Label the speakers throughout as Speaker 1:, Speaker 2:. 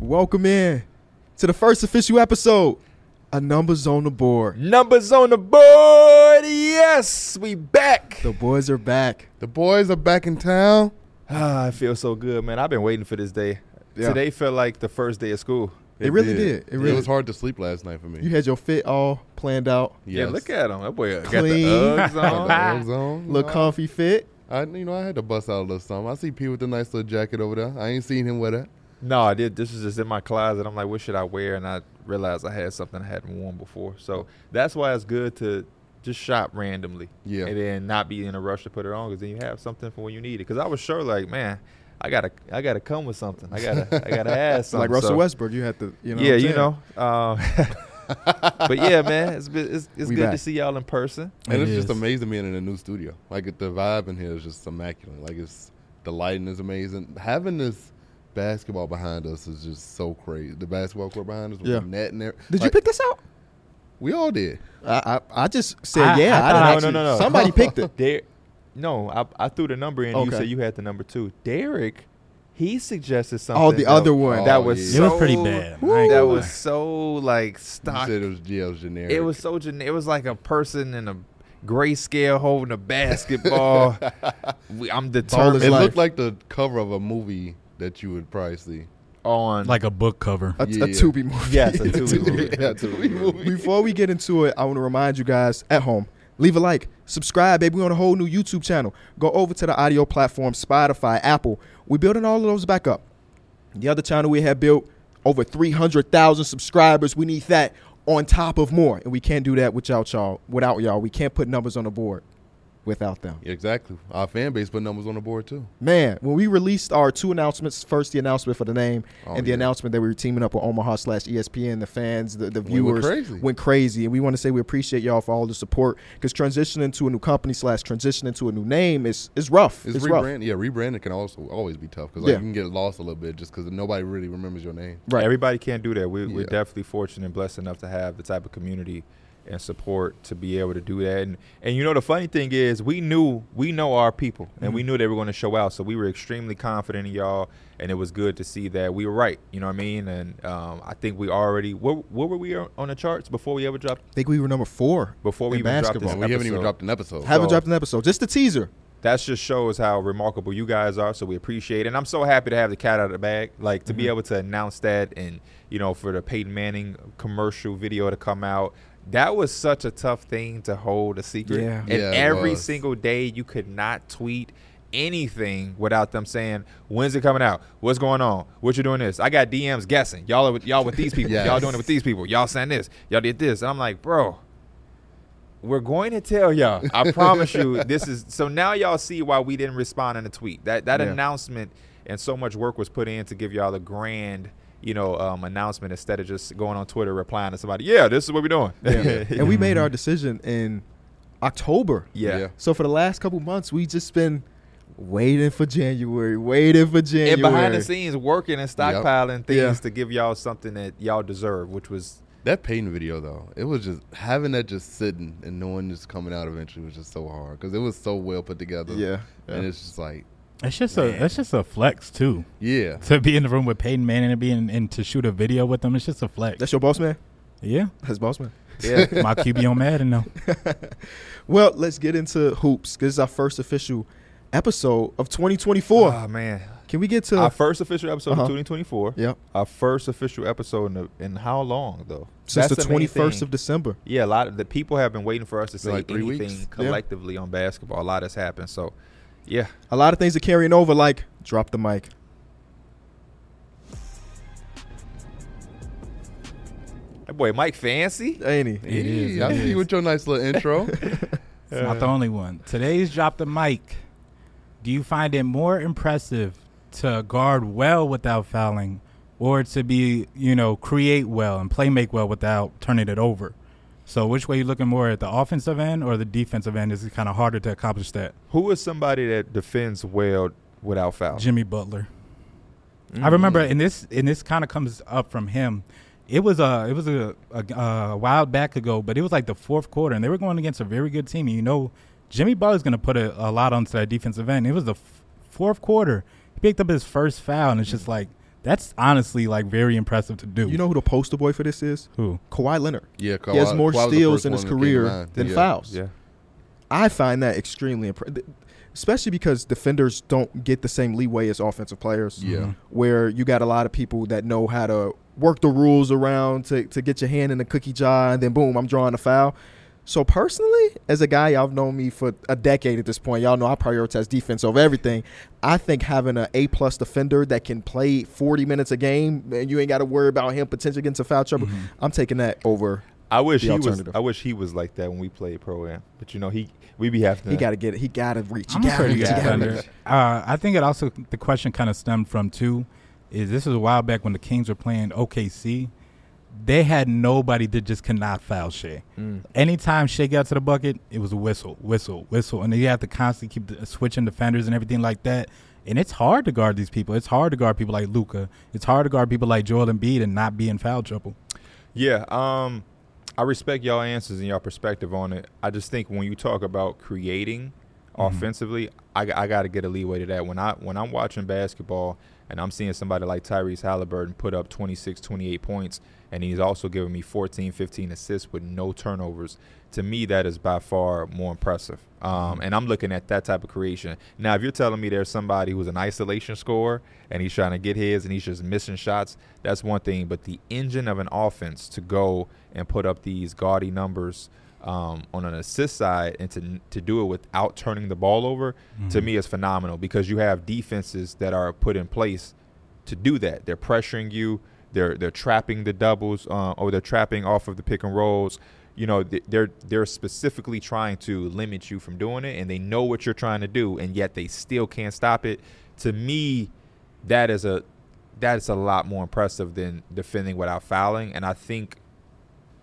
Speaker 1: Welcome in to the first official episode of Numbers on the Board.
Speaker 2: Numbers on the board. Yes, we back.
Speaker 1: The boys are back.
Speaker 3: The boys are back in town.
Speaker 2: Ah, I feel so good, man. I've been waiting for this day.
Speaker 1: Yeah.
Speaker 2: Today felt like the first day of school.
Speaker 1: It, really did. It really
Speaker 3: was hard to sleep last night for me.
Speaker 1: You had your fit all planned out.
Speaker 2: Yeah, look at him. That boy got
Speaker 1: Clean.
Speaker 2: the Uggs on.
Speaker 1: Look comfy fit.
Speaker 3: I, you know, I had to bust out a little something. I see P with a nice little jacket over there. I ain't seen him wear that.
Speaker 2: no, I did. This is just in my closet. I'm like, what should I wear? And I realized I had something I hadn't worn before. So that's why it's good to just shop randomly.
Speaker 3: Yeah.
Speaker 2: And then not be in a rush to put it on because then you have something for when you need it. Because I was sure, like, man, I gotta, I gotta come with something. I gotta, I gotta have
Speaker 1: It's
Speaker 2: something.
Speaker 1: like Russell
Speaker 2: So-
Speaker 1: Westbrook. You had to, you know.
Speaker 2: yeah,
Speaker 1: what I'm
Speaker 2: you
Speaker 1: saying?
Speaker 2: know. Um, but yeah, man, it's been, it's, it's
Speaker 1: We
Speaker 2: good
Speaker 1: back.
Speaker 2: to see y'all in person.
Speaker 3: And
Speaker 1: It
Speaker 3: it's
Speaker 1: is.
Speaker 3: just amazing being in a new studio. Like it- the vibe in here is just immaculate. Like it's the lighting is amazing. Having this basketball behind us is just so crazy. The basketball court behind us with
Speaker 1: Yeah.
Speaker 3: the net and everything.
Speaker 1: Did you pick this out?
Speaker 3: We all did.
Speaker 1: I I, I just said
Speaker 2: I-
Speaker 1: yeah.
Speaker 2: I
Speaker 1: I,
Speaker 2: thought-
Speaker 1: didn't
Speaker 2: no, no,
Speaker 1: actually-
Speaker 2: no.
Speaker 1: Somebody picked it.
Speaker 2: There, no, I, I threw the number in. You
Speaker 1: Okay.
Speaker 2: said you had the number two. Derek, he suggested something.
Speaker 1: Oh, the
Speaker 2: that-
Speaker 1: other one.
Speaker 2: That
Speaker 3: Oh,
Speaker 2: was
Speaker 3: yeah.
Speaker 2: so,
Speaker 4: It was pretty bad. I ain't
Speaker 2: That
Speaker 4: gonna
Speaker 2: was
Speaker 4: lie.
Speaker 2: so like stock.
Speaker 3: You said it was yeah, it was generic.
Speaker 2: It was so gen- it was like a person in a grayscale holding a basketball. We- I'm determined
Speaker 3: It
Speaker 1: life.
Speaker 3: looked like the cover of a movie that you would probably see.
Speaker 2: on
Speaker 4: like a book cover.
Speaker 1: A,
Speaker 3: Yeah.
Speaker 1: a Tubi movie.
Speaker 2: Yes, a Tubi movie.
Speaker 3: yeah, it's a movie.
Speaker 1: Before we get into it, I want to remind you guys at home, leave a like, subscribe, baby. We're on a whole new YouTube channel. Go over to the audio platform, Spotify, Apple. We're building all of those back up. The other channel we had built over 300,000 subscribers. We need that on top of more. And we can't do that without y'all. Without y'all, we can't put numbers on the board without them.
Speaker 3: Exactly. Our fan base put numbers on the board too.
Speaker 1: Man, when we released our two announcements, first the announcement for the name
Speaker 3: Oh,
Speaker 1: and the
Speaker 3: yeah.
Speaker 1: announcement that we were teaming up with Omaha slash E ESPN, the fans, the, the
Speaker 3: We
Speaker 1: viewers
Speaker 3: went crazy.
Speaker 1: went crazy. And we want to say we appreciate y'all for all the support because transitioning to a new company slash transitioning to a new name is, is rough.
Speaker 3: It's,
Speaker 1: It's, rough.
Speaker 3: rebrand. Yeah, rebranding can also always be tough because like,
Speaker 1: Yeah.
Speaker 3: you can get lost a little bit just because nobody really remembers your name.
Speaker 1: Right.
Speaker 2: Everybody can't do that. We, We're
Speaker 3: Yeah.
Speaker 2: definitely fortunate and blessed enough to have the type of community and support to be able to do that. And and you know the funny thing is we knew we know our people and we knew they were going to show out. So we were extremely confident in y'all, and it was good to see that we were right. You know what I mean? And um, I think we already where, where were we on the charts before we ever dropped
Speaker 1: I think we were number four.
Speaker 2: before we
Speaker 1: In
Speaker 2: even dropped this
Speaker 1: basketball.
Speaker 3: And we haven't even
Speaker 2: episode.
Speaker 3: dropped an episode.
Speaker 1: Haven't
Speaker 2: So-
Speaker 1: dropped an episode. Just the teaser.
Speaker 2: that just shows how remarkable you guys are. So we appreciate it. And I'm so happy to have the cat out of the bag. Like to be able to announce that and, you know, for the Peyton Manning commercial video to come out. That was such a tough thing to hold a secret.
Speaker 1: Yeah.
Speaker 2: And
Speaker 3: Yeah, it
Speaker 2: every
Speaker 3: was.
Speaker 2: single day you could not tweet anything without them saying, When's it coming out? What's going on? What you doing this? I got DMs guessing. Y'all are with y'all with these people.
Speaker 3: Yes.
Speaker 2: Y'all doing it with these people. Y'all saying this. Y'all did this. And I'm like, bro, we're going to tell y'all. I promise you, this is so now y'all see why we didn't respond in a tweet. That that
Speaker 1: Yeah.
Speaker 2: announcement and so much work was put in to give y'all a grand, you know, um, announcement instead of just going on Twitter replying to somebody. Yeah, this is what we're doing.
Speaker 1: and we made our decision in October.
Speaker 2: Mm-hmm. yeah.
Speaker 3: Yeah.
Speaker 1: So for the last couple months, we just been waiting for January, waiting for January.
Speaker 2: And behind the scenes, working and stockpiling things
Speaker 1: Yeah.
Speaker 2: to give y'all something that y'all deserve, which was
Speaker 3: That Peyton video though, it was just having that just sitting and knowing it's coming out eventually was just so hard because it was so well put together.
Speaker 1: Yeah.
Speaker 3: and it's just like,
Speaker 4: That's just a that's just a flex too.
Speaker 3: yeah,
Speaker 4: To be in the room with Peyton Manning and being and to shoot a video with him, it's just a flex.
Speaker 1: That's your boss man?
Speaker 4: yeah,
Speaker 1: That's boss man.
Speaker 2: yeah.
Speaker 4: my QB on Madden though.
Speaker 1: Well, let's get into hoops. 'cause This is our first official episode of 2024.
Speaker 3: Ah.
Speaker 2: oh man.
Speaker 1: Can we get to?
Speaker 2: Our first official episode
Speaker 1: Uh-huh.
Speaker 2: of 2024.
Speaker 1: yep,
Speaker 2: Our first official episode in, the, in how long though?
Speaker 1: since
Speaker 2: That's
Speaker 1: the
Speaker 2: main
Speaker 1: 21st
Speaker 2: thing.
Speaker 1: of December.
Speaker 2: Yeah, a lot of the people have been waiting for us to say
Speaker 3: Like three
Speaker 2: anything
Speaker 3: weeks?
Speaker 2: collectively on basketball. A lot has happened. So, yeah,
Speaker 1: A lot of things are carrying over. Like drop the mic.
Speaker 2: that boy Mike Fancy.
Speaker 1: Ain't he?
Speaker 4: It is.
Speaker 3: Yeah, I
Speaker 4: it
Speaker 3: see you
Speaker 4: is.
Speaker 3: with your nice little intro.
Speaker 4: It's not the only one. Today's drop the mic. Do you find it more impressive to guard well without fouling, or to be you know create well and play make well without turning it over? So which way you looking more at the offensive end or the defensive end? Is it kind of harder to accomplish that?
Speaker 2: Who is somebody that defends well without foul?
Speaker 4: Jimmy Butler. I remember,
Speaker 1: Mm.
Speaker 4: and this and this kind of comes up from him. It was a it was a, a, a while back ago, but it was like the fourth quarter, and they were going against a very good team. And you know, Jimmy Butler's going to put a, a lot onto that defensive end. It was the f- fourth quarter. He picked up his first foul, and it's just like That's honestly like very impressive to do.
Speaker 1: You know who the poster boy for this is?
Speaker 4: who?
Speaker 1: Kawhi Leonard.
Speaker 3: Yeah, Kawhi,
Speaker 1: he has more
Speaker 3: Kawhi was the
Speaker 1: steals
Speaker 3: first
Speaker 1: in his
Speaker 3: one that came to
Speaker 1: career
Speaker 3: mind.
Speaker 1: than
Speaker 3: yeah.
Speaker 1: fouls.
Speaker 2: Yeah.
Speaker 1: I find that extremely impressive, especially because defenders don't get the same leeway as offensive players.
Speaker 3: Yeah.
Speaker 4: Mhm.
Speaker 1: Where you got a lot of people that know how to work the rules around to, to get your hand in the cookie jar, and then boom, I'm drawing a foul. So personally, as a guy, y'all have known me for a decade at this point. Y'all know I prioritize defense over everything. I think having an A plus defender that can play 40 minutes a game and you ain't got to worry about him potentially getting into foul trouble.
Speaker 4: Mm-hmm.
Speaker 1: I'm taking that over.
Speaker 2: I wish
Speaker 1: The
Speaker 2: he was.
Speaker 1: alternative.
Speaker 2: I wish he was like that when we played pro am. But you know, he we be having to.
Speaker 1: He got to get it. He got to reach. He
Speaker 4: I'm a
Speaker 1: gotta
Speaker 4: pretty
Speaker 1: reach, he
Speaker 4: good
Speaker 1: gotta
Speaker 2: defender.
Speaker 1: reach.
Speaker 4: defender. Uh, I think it also the question kind of stemmed from too, is this was a while back when the Kings were playing OKC. They had nobody that just could not foul Shea. Anytime Shea got to the bucket, it was a whistle, whistle, whistle, and you have to constantly keep the, switching defenders and everything like that. And it's hard to guard these people. It's hard to guard people like Luca. It's hard to guard people like Joel Embiid and not be in foul trouble.
Speaker 2: Yeah, um, I respect y'all answers and y'all perspective on it. I just think when you talk about creating offensively, I, got to get a leeway to that. When I when I'm watching basketball and I'm seeing somebody like Tyrese Halliburton put up 26, 28 points, and he's also giving me 14, 15 assists with no turnovers. To me, that is by far more impressive. Um, and I'm looking at that type of creation. Now, if you're telling me there's somebody who's an isolation scorer and he's trying to get his and he's just missing shots, that's one thing. But the engine of an offense to go and put up these gaudy numbers um, on an assist side and to, to do it without turning the ball over, to me is phenomenal because you have defenses that are put in place to do that. They're pressuring you. They're they're trapping the doubles, uh, or they're trapping off of the pick and rolls. You know, th- they're they're specifically trying to limit you from doing it, and they know what you're trying to do, and yet they still can't stop it. To me, that is a that is a lot more impressive than defending without fouling, and I think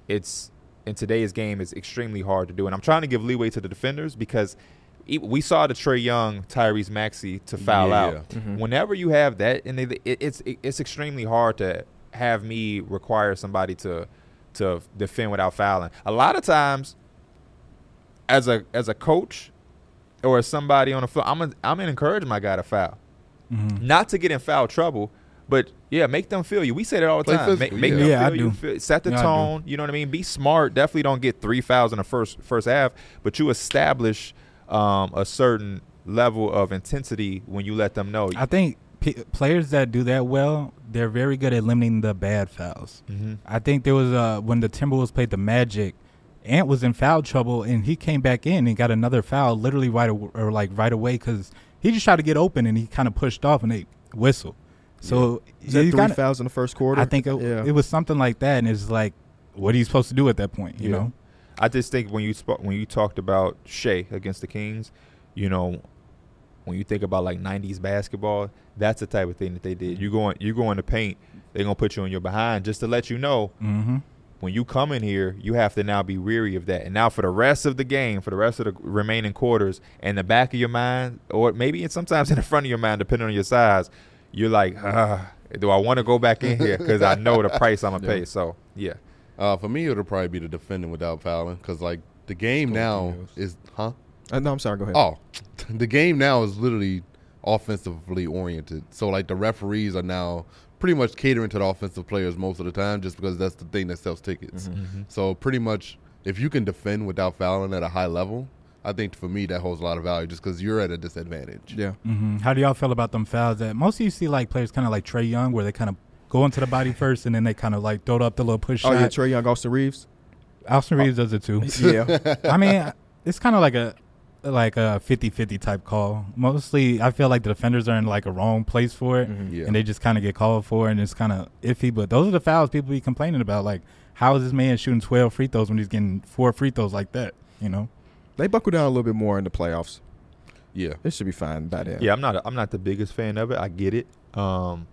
Speaker 2: it's in today's game is extremely hard to do. And I'm trying to give leeway to the defenders because e- we saw the Trey Young, Tyrese Maxey to foul
Speaker 3: Yeah.
Speaker 2: out.
Speaker 4: Mm-hmm.
Speaker 2: Whenever you have that, and they, it, it's it, it's extremely hard to have me require somebody to to defend without fouling. A lot of times, as a as a coach or as somebody on the floor, I'm i I'm gonna encourage my guy to foul,
Speaker 4: Mm-hmm.
Speaker 2: not to get in foul trouble. But yeah, make them feel you. We say that all the
Speaker 3: Play
Speaker 2: time.
Speaker 3: physical,
Speaker 2: make make
Speaker 3: yeah.
Speaker 2: them
Speaker 4: Yeah, I
Speaker 2: feel you.
Speaker 4: do.
Speaker 2: Feel- set the
Speaker 4: Yeah, I do.
Speaker 2: tone. You know what I mean. Be smart. Definitely don't get three fouls in the first first half, but you establish um, a certain level of intensity when you let them know.
Speaker 4: I think p- players that do that well, they're very good at limiting the bad fouls.
Speaker 2: Mhm.
Speaker 4: I think there was uh when the Timberwolves played the Magic, Ant was in foul trouble and he came back in and got another foul literally right aw- or like right away because he just tried to get open and he kind of pushed off and they whistled. So
Speaker 1: Is that
Speaker 4: you
Speaker 1: 3
Speaker 4: gotta-
Speaker 1: fouls in the first quarter?
Speaker 4: I think it, it was something like that, and it's like, what are you supposed to do at that point? You
Speaker 2: Yeah.
Speaker 4: know,
Speaker 2: I just think when you spo- when you talked about Shea against the Kings, you know, when you think about like '90s basketball, that's the type of thing that they did. You going you going to paint, they're gonna put you on your behind just to let you know
Speaker 4: mm-hmm.
Speaker 2: when you come in here, you have to now be weary of that. And now for the rest of the game, for the rest of the remaining quarters, in the back of your mind, or maybe it's sometimes in the front of your mind, depending on your size, you're like, ah, do I want to go back in here? Because I know the price I'm gonna pay. So yeah,
Speaker 3: Uh, for me, it'll probably be the defending without fouling because like the game now is huh?
Speaker 1: Uh, no, I'm sorry. Go ahead.
Speaker 3: Oh, the game now is literally offensively oriented. So like the referees are now pretty much catering to the offensive players most of the time, just because that's the thing that sells tickets. So pretty much, if you can defend without fouling at a high level, I think for me that holds a lot of value, just because you're at a disadvantage.
Speaker 1: Yeah.
Speaker 4: hmm How do y'all feel about them fouls? That most of you see like players kind of like Trey Young, where they kind of go into the body first, and then they kind of like throw up the little push
Speaker 1: Oh yeah,
Speaker 4: shot.
Speaker 1: Trey Young, Austin Reeves.
Speaker 4: Austin Reeves does it too.
Speaker 1: Yeah.
Speaker 4: I mean, it's kind of like a like a 50-50 type call. Mostly, I feel like the defenders are in like a wrong place for
Speaker 2: Mm,
Speaker 4: it,
Speaker 3: Yeah.
Speaker 4: Mm-hmm. and they just kind of get called for, it and it's kind of iffy. But those are the fouls people be complaining about. Like, how is this man shooting twelve free throws when he's getting four free throws like that? You know.
Speaker 1: they buckle down a little bit more in the playoffs.
Speaker 3: Yeah.
Speaker 1: They should be fine by then.
Speaker 2: yeah, I'm not I'm not the biggest fan of it. I get it, um,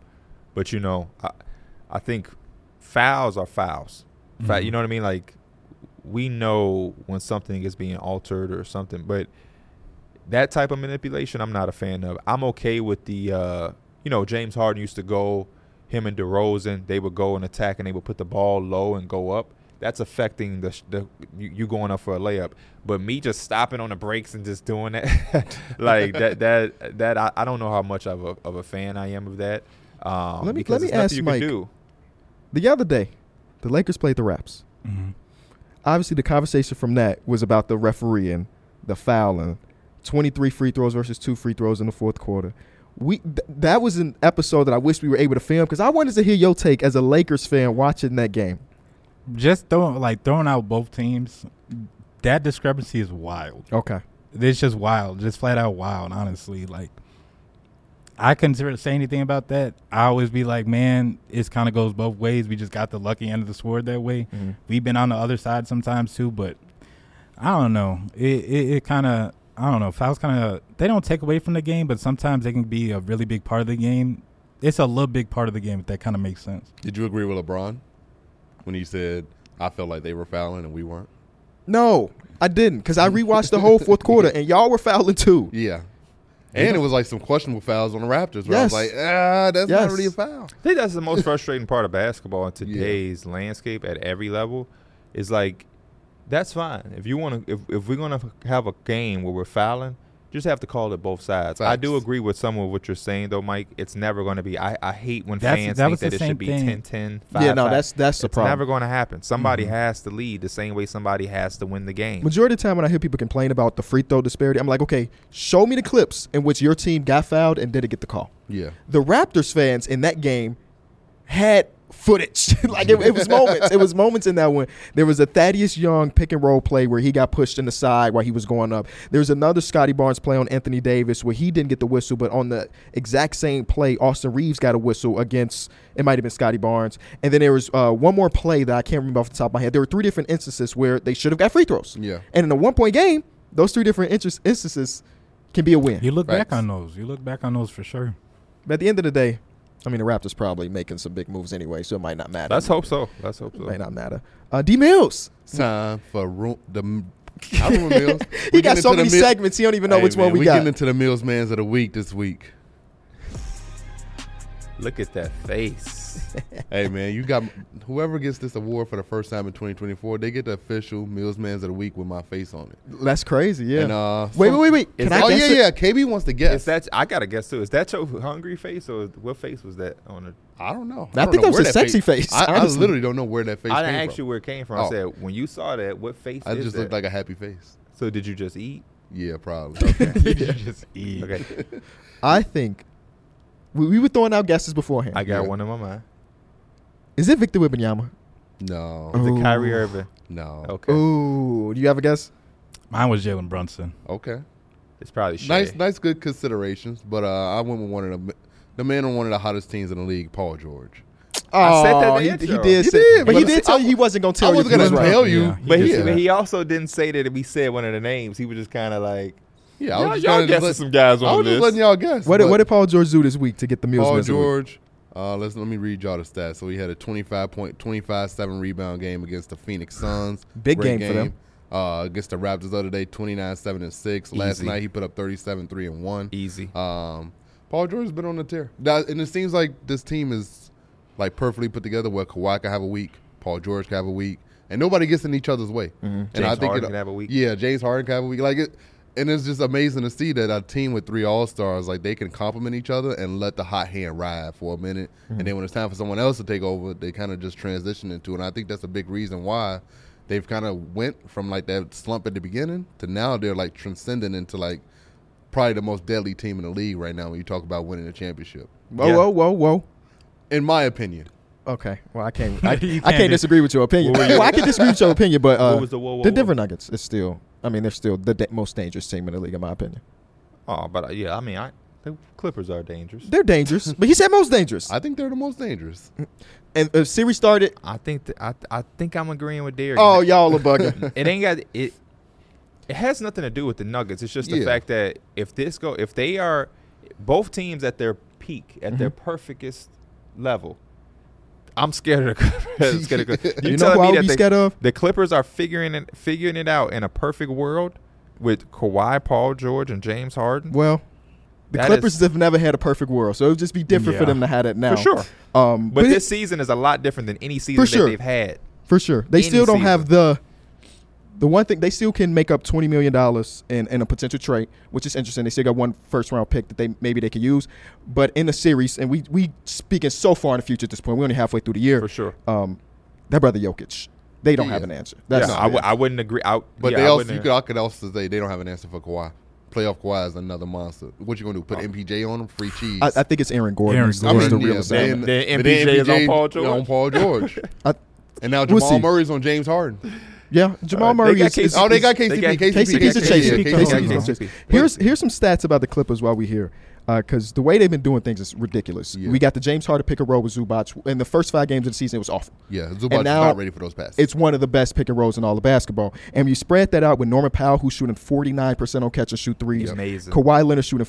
Speaker 2: but you know, I I think fouls are fouls. Fa-
Speaker 4: Mm-hmm.
Speaker 1: Mm-hmm.
Speaker 2: You know what I mean? Like we know when something is being altered or something, but that type of manipulation I'm not a fan of. I'm okay with the uh, you know, James Harden used to go him and DeRozan, they would go and attack and they would put the ball low and go up. That's affecting the, sh- the you, you going up for a layup, but me just stopping on the breaks and just doing that, like that that that I, I don't know how much of a of a fan I am of that. Um,
Speaker 1: Let me- let
Speaker 2: because
Speaker 1: me
Speaker 2: there's nothing
Speaker 1: ask
Speaker 2: you
Speaker 1: Mike.
Speaker 2: Can do.
Speaker 1: The other day, the Lakers played the Raps.
Speaker 4: Mhm.
Speaker 1: Obviously, the conversation from that was about the referee and the foul and 23 free throws versus two free throws in the fourth quarter. We th- that was an episode that I wish we were able to film because I wanted to hear your take as a Lakers fan watching that game.
Speaker 4: Just throwing like throwing out both teams. That discrepancy is wild.
Speaker 1: Okay.
Speaker 4: It's just wild, just flat out wild. Honestly, like I couldn't sort of say anything about that. I always be like, man, it kind of goes both ways. We just got the lucky end of the sword that way. We've been on the other side sometimes too, but I don't know. It it, it kind of I don't know. Fouls kind of they don't take away from the game, but sometimes they can be a really big part of the game. It's a little big part of the game if that kind of makes sense.
Speaker 3: Did you agree with LeBron when he said, I felt like they were fouling and we weren't?
Speaker 1: No, I didn't because I rewatched the whole fourth quarter and y'all were fouling too.
Speaker 3: Yeah. And it was like some questionable fouls on the Raptors where
Speaker 1: Yes.
Speaker 3: I was like, ah,
Speaker 1: Yes.
Speaker 3: that's not really a foul.
Speaker 2: I think that's the most frustrating part of basketball in today's landscape at every level. Is like, that's fine. If you want to, if, if we're gonna have a game where we're fouling, just have to call it both sides. I do
Speaker 3: Facts.
Speaker 2: agree with some of what you're saying though, Mike. It's never going to be. I, I hate when
Speaker 4: That's-
Speaker 2: fans
Speaker 4: that
Speaker 2: think
Speaker 4: was
Speaker 2: that
Speaker 4: the
Speaker 2: it should
Speaker 4: same
Speaker 2: be
Speaker 4: thing.
Speaker 2: 10-10, 5
Speaker 1: Yeah, no, that's that's the
Speaker 2: it's
Speaker 1: problem. Mm-hmm.
Speaker 2: never going to happen. Somebody has to lead the same way somebody has to win the game.
Speaker 1: Majority of the time when I hear people complain about the free throw disparity, I'm like, okay, show me the clips in which your team got fouled and didn't get the call.
Speaker 3: Yeah.
Speaker 1: The Raptors fans in that game had footage. like it, it was moments. It was moments in that one. There was a Thaddeus Young pick and roll play where he got pushed in the side while he was going up. There was another Scotty Barnes play on Anthony Davis where he didn't get the whistle, but on the exact same play, Austin Reeves got a whistle against it might have been Scotty Barnes. And then there was uh, one more play that I can't remember off the top of my head. There were three different instances where they should have got free throws.
Speaker 3: Yeah.
Speaker 1: And in a one point game, those three different interest instances can be a win.
Speaker 4: You look back
Speaker 3: Facts.
Speaker 4: on those. You look back on those for sure.
Speaker 1: But at the end of the day, I mean, the Raptors probably making some big moves anyway, so it might not matter.
Speaker 2: Let's hope so. Let's hope so.
Speaker 1: might not matter. Uh, D Mills,
Speaker 3: It's time for ru- the. m- I remember Mills.
Speaker 1: he
Speaker 3: We
Speaker 1: got
Speaker 3: getting
Speaker 1: so
Speaker 3: into
Speaker 1: many
Speaker 3: the Mil-
Speaker 1: segments, he don't even know
Speaker 3: Hey,
Speaker 1: which one
Speaker 3: man,
Speaker 1: we,
Speaker 3: we
Speaker 1: got.
Speaker 3: getting into the Mills Mans of the Week this week.
Speaker 2: Look at that face.
Speaker 3: hey, man, you got whoever gets this award for the first time in 2024, they get the official Mills Mans of the Week with my face on it.
Speaker 1: That's crazy, yeah.
Speaker 3: And, uh,
Speaker 1: wait,
Speaker 3: some-
Speaker 1: wait, wait, wait. Can
Speaker 2: Is that-
Speaker 1: I
Speaker 3: oh,
Speaker 1: guess
Speaker 3: yeah,
Speaker 1: it?
Speaker 3: yeah. KB wants to guess.
Speaker 2: Is that I gotta guess too? Is that your hungry face or what face was that on the
Speaker 3: I don't know.
Speaker 1: I
Speaker 3: don't
Speaker 1: think
Speaker 3: know
Speaker 1: that was
Speaker 3: where
Speaker 1: a sexy
Speaker 3: face-
Speaker 1: face,
Speaker 3: I, I
Speaker 1: honestly.
Speaker 3: literally don't know where that face
Speaker 2: I
Speaker 3: came
Speaker 2: didn't ask
Speaker 3: from.
Speaker 2: you where it came from. I
Speaker 3: Oh.
Speaker 2: said when you saw that, what face?
Speaker 3: I
Speaker 2: is
Speaker 3: just
Speaker 2: that?
Speaker 3: looked like a happy face.
Speaker 2: So did you just eat?
Speaker 3: Yeah, probably.
Speaker 2: Did you just eat? Okay,
Speaker 1: I think we, we were throwing out guesses beforehand.
Speaker 2: I got
Speaker 3: Yeah.
Speaker 2: one in my mind.
Speaker 1: Is it Victor Wembanyama?
Speaker 3: no,
Speaker 2: Is it
Speaker 1: Ooh.
Speaker 2: Kyrie Irving?
Speaker 3: no.
Speaker 2: Okay,
Speaker 3: Okay.
Speaker 1: Ooh, do you have a guess?
Speaker 4: Mine was Jalen Brunson.
Speaker 2: it's probably Shea.
Speaker 3: Nice, nice, good considerations. But uh, I went with one of the the man on one of the hottest teams in the league, Paul George.
Speaker 2: I said that
Speaker 1: Oh,
Speaker 2: in
Speaker 1: he,
Speaker 2: the
Speaker 1: he
Speaker 2: intro.
Speaker 1: did,
Speaker 3: You
Speaker 1: say,
Speaker 3: did,
Speaker 1: but he
Speaker 3: but
Speaker 1: did
Speaker 3: I-
Speaker 1: tell you he wasn't gonna
Speaker 3: I
Speaker 1: tell you.
Speaker 3: wasn't
Speaker 1: if he
Speaker 3: gonna
Speaker 1: was right.
Speaker 3: tell you,
Speaker 4: Yeah, he
Speaker 2: But he,
Speaker 4: did.
Speaker 2: but he also didn't say that we said one of the names. He was just kind of like,
Speaker 3: Yeah,
Speaker 2: y'all,
Speaker 3: just
Speaker 2: y'all
Speaker 3: kinda just
Speaker 2: guessing
Speaker 3: let-
Speaker 2: some guys
Speaker 3: I
Speaker 2: on
Speaker 3: was just
Speaker 2: this.
Speaker 3: letting y'all guess.
Speaker 1: What did,
Speaker 3: but
Speaker 1: what did Paul George do this week to get the Mills?
Speaker 3: Paul
Speaker 1: Mans of the Week?
Speaker 3: George? Uh, let's let me read y'all the stats. So he had a 25 point, 25 seven rebound game against the Phoenix Suns.
Speaker 1: Big
Speaker 3: Great
Speaker 1: game for them.
Speaker 3: Uh, against the Raptors the other day, 29 seven and six. Last
Speaker 2: Easy.
Speaker 3: night he put up 37 three and one.
Speaker 2: Easy.
Speaker 3: Um, Paul George has been on the tear, That- and it seems like this team is like perfectly put together. Where Kawhi can have a week, Paul George can have a week, and nobody gets in each other's way. And
Speaker 2: James Harden can have a week.
Speaker 3: Yeah, James Harden can have a week. Like it, and it's just amazing to see that a team with three All Stars like they can complement each other and let the hot hand ride for a minute,
Speaker 2: Mm-hmm.
Speaker 3: and then when it's time for someone else to take over, they kind of just transition into. it. And I think that's a big reason why. They've kind of went from like that slump at the beginning to now they're like transcending into like probably the most deadly team in the league right now when you talk about winning a championship.
Speaker 1: Whoa,
Speaker 2: Yeah.
Speaker 1: whoa, whoa, whoa.
Speaker 3: In my opinion.
Speaker 1: Okay. Well, I can't. I,
Speaker 4: You
Speaker 1: I
Speaker 4: can't
Speaker 1: can't
Speaker 4: do-
Speaker 1: disagree with your opinion. well, I can disagree with your opinion, but uh,
Speaker 2: What was the whoa, whoa,
Speaker 1: the
Speaker 2: whoa?
Speaker 1: Denver Nuggets is still. I mean, they're still the da- most dangerous team in the league, in my opinion.
Speaker 2: oh, but uh, yeah, I mean, I the Clippers are dangerous.
Speaker 1: They're dangerous, but he said most dangerous.
Speaker 3: I think they're the most dangerous.
Speaker 1: and if series started,
Speaker 2: I think th- I I think I'm agreeing with Derek.
Speaker 1: oh y'all are bugging.
Speaker 2: it ain't got it. It has nothing to do with the Nuggets. It's just the
Speaker 3: Yeah.
Speaker 2: fact that if this go, if they are both teams at their peak, at their
Speaker 1: Mm-hmm.
Speaker 2: perfectest level, I'm scared of the Clippers. scared of the Clippers.
Speaker 1: You know
Speaker 2: telling
Speaker 1: who I
Speaker 2: me
Speaker 1: would
Speaker 2: that
Speaker 1: be
Speaker 2: the-
Speaker 1: scared of?
Speaker 2: The Clippers are figuring it figuring it out in a perfect world with Kawhi, Paul George, and James Harden.
Speaker 1: well, the
Speaker 2: That
Speaker 1: Clippers
Speaker 2: is-
Speaker 1: have never had a perfect world, so it would just be different for
Speaker 4: Yeah.
Speaker 1: them to have that now.
Speaker 2: sure.
Speaker 1: Um,
Speaker 2: But,
Speaker 1: but, it-
Speaker 2: this season is a lot different than any season that
Speaker 1: sure.
Speaker 2: they've had.
Speaker 1: for sure, they
Speaker 2: any
Speaker 1: still don't have
Speaker 2: season.
Speaker 1: the The one thing they still can make up twenty million dollars in, in a potential trade, which is interesting. They still got one first round pick that they maybe they could use, but in the series, and we we speaking so far in the future at this point, we're only halfway through the year.
Speaker 2: for sure.
Speaker 1: Um, that brother Jokic, they don't
Speaker 3: Yeah.
Speaker 1: have an answer.
Speaker 2: Yeah,
Speaker 1: That's
Speaker 2: I, w- I wouldn't agree. I,
Speaker 3: But
Speaker 2: yeah,
Speaker 3: they
Speaker 2: I
Speaker 3: also,
Speaker 2: wouldn't-
Speaker 3: you could, I could also say they don't have an answer for Kawhi. Playoff Kawhi is another monster. What you gonna do? Put
Speaker 2: Uh,
Speaker 3: MPJ on him? Free cheese?
Speaker 1: I, I think it's Aaron Gordon.
Speaker 4: Aaron
Speaker 1: who's-
Speaker 4: Gordon.
Speaker 1: who's the real
Speaker 3: yeah,
Speaker 1: example.
Speaker 3: then-
Speaker 2: Then
Speaker 3: but
Speaker 2: MPJ is on Paul George?
Speaker 3: On Paul George.
Speaker 1: I-
Speaker 3: and now
Speaker 1: We'll
Speaker 3: Jamal
Speaker 1: see.
Speaker 3: Murray's on James Harden.
Speaker 1: Yeah, Jamal
Speaker 2: Uh,
Speaker 1: Murray
Speaker 2: got
Speaker 1: is, is
Speaker 3: KCP. Oh, they got KCP.
Speaker 1: KCP.
Speaker 3: KCP.
Speaker 1: He's a chaser.
Speaker 3: Yeah,
Speaker 1: KCP 's
Speaker 3: KCP.
Speaker 1: a chaser. Here's here's some stats about the Clippers while we're here, because uh, the way they've been doing things is ridiculous.
Speaker 3: Yeah.
Speaker 1: We got the James Harden pick and roll with Zubac in the first five games of the season. It was awful.
Speaker 3: Yeah, Zubac
Speaker 1: now-
Speaker 3: is not ready for those passes.
Speaker 1: It's one of the best pick and rolls in all of basketball. And you spread that out with Norman Powell, who's shooting 49% on catch and shoot threes.
Speaker 2: Amazing.
Speaker 1: Kawhi Leonard shooting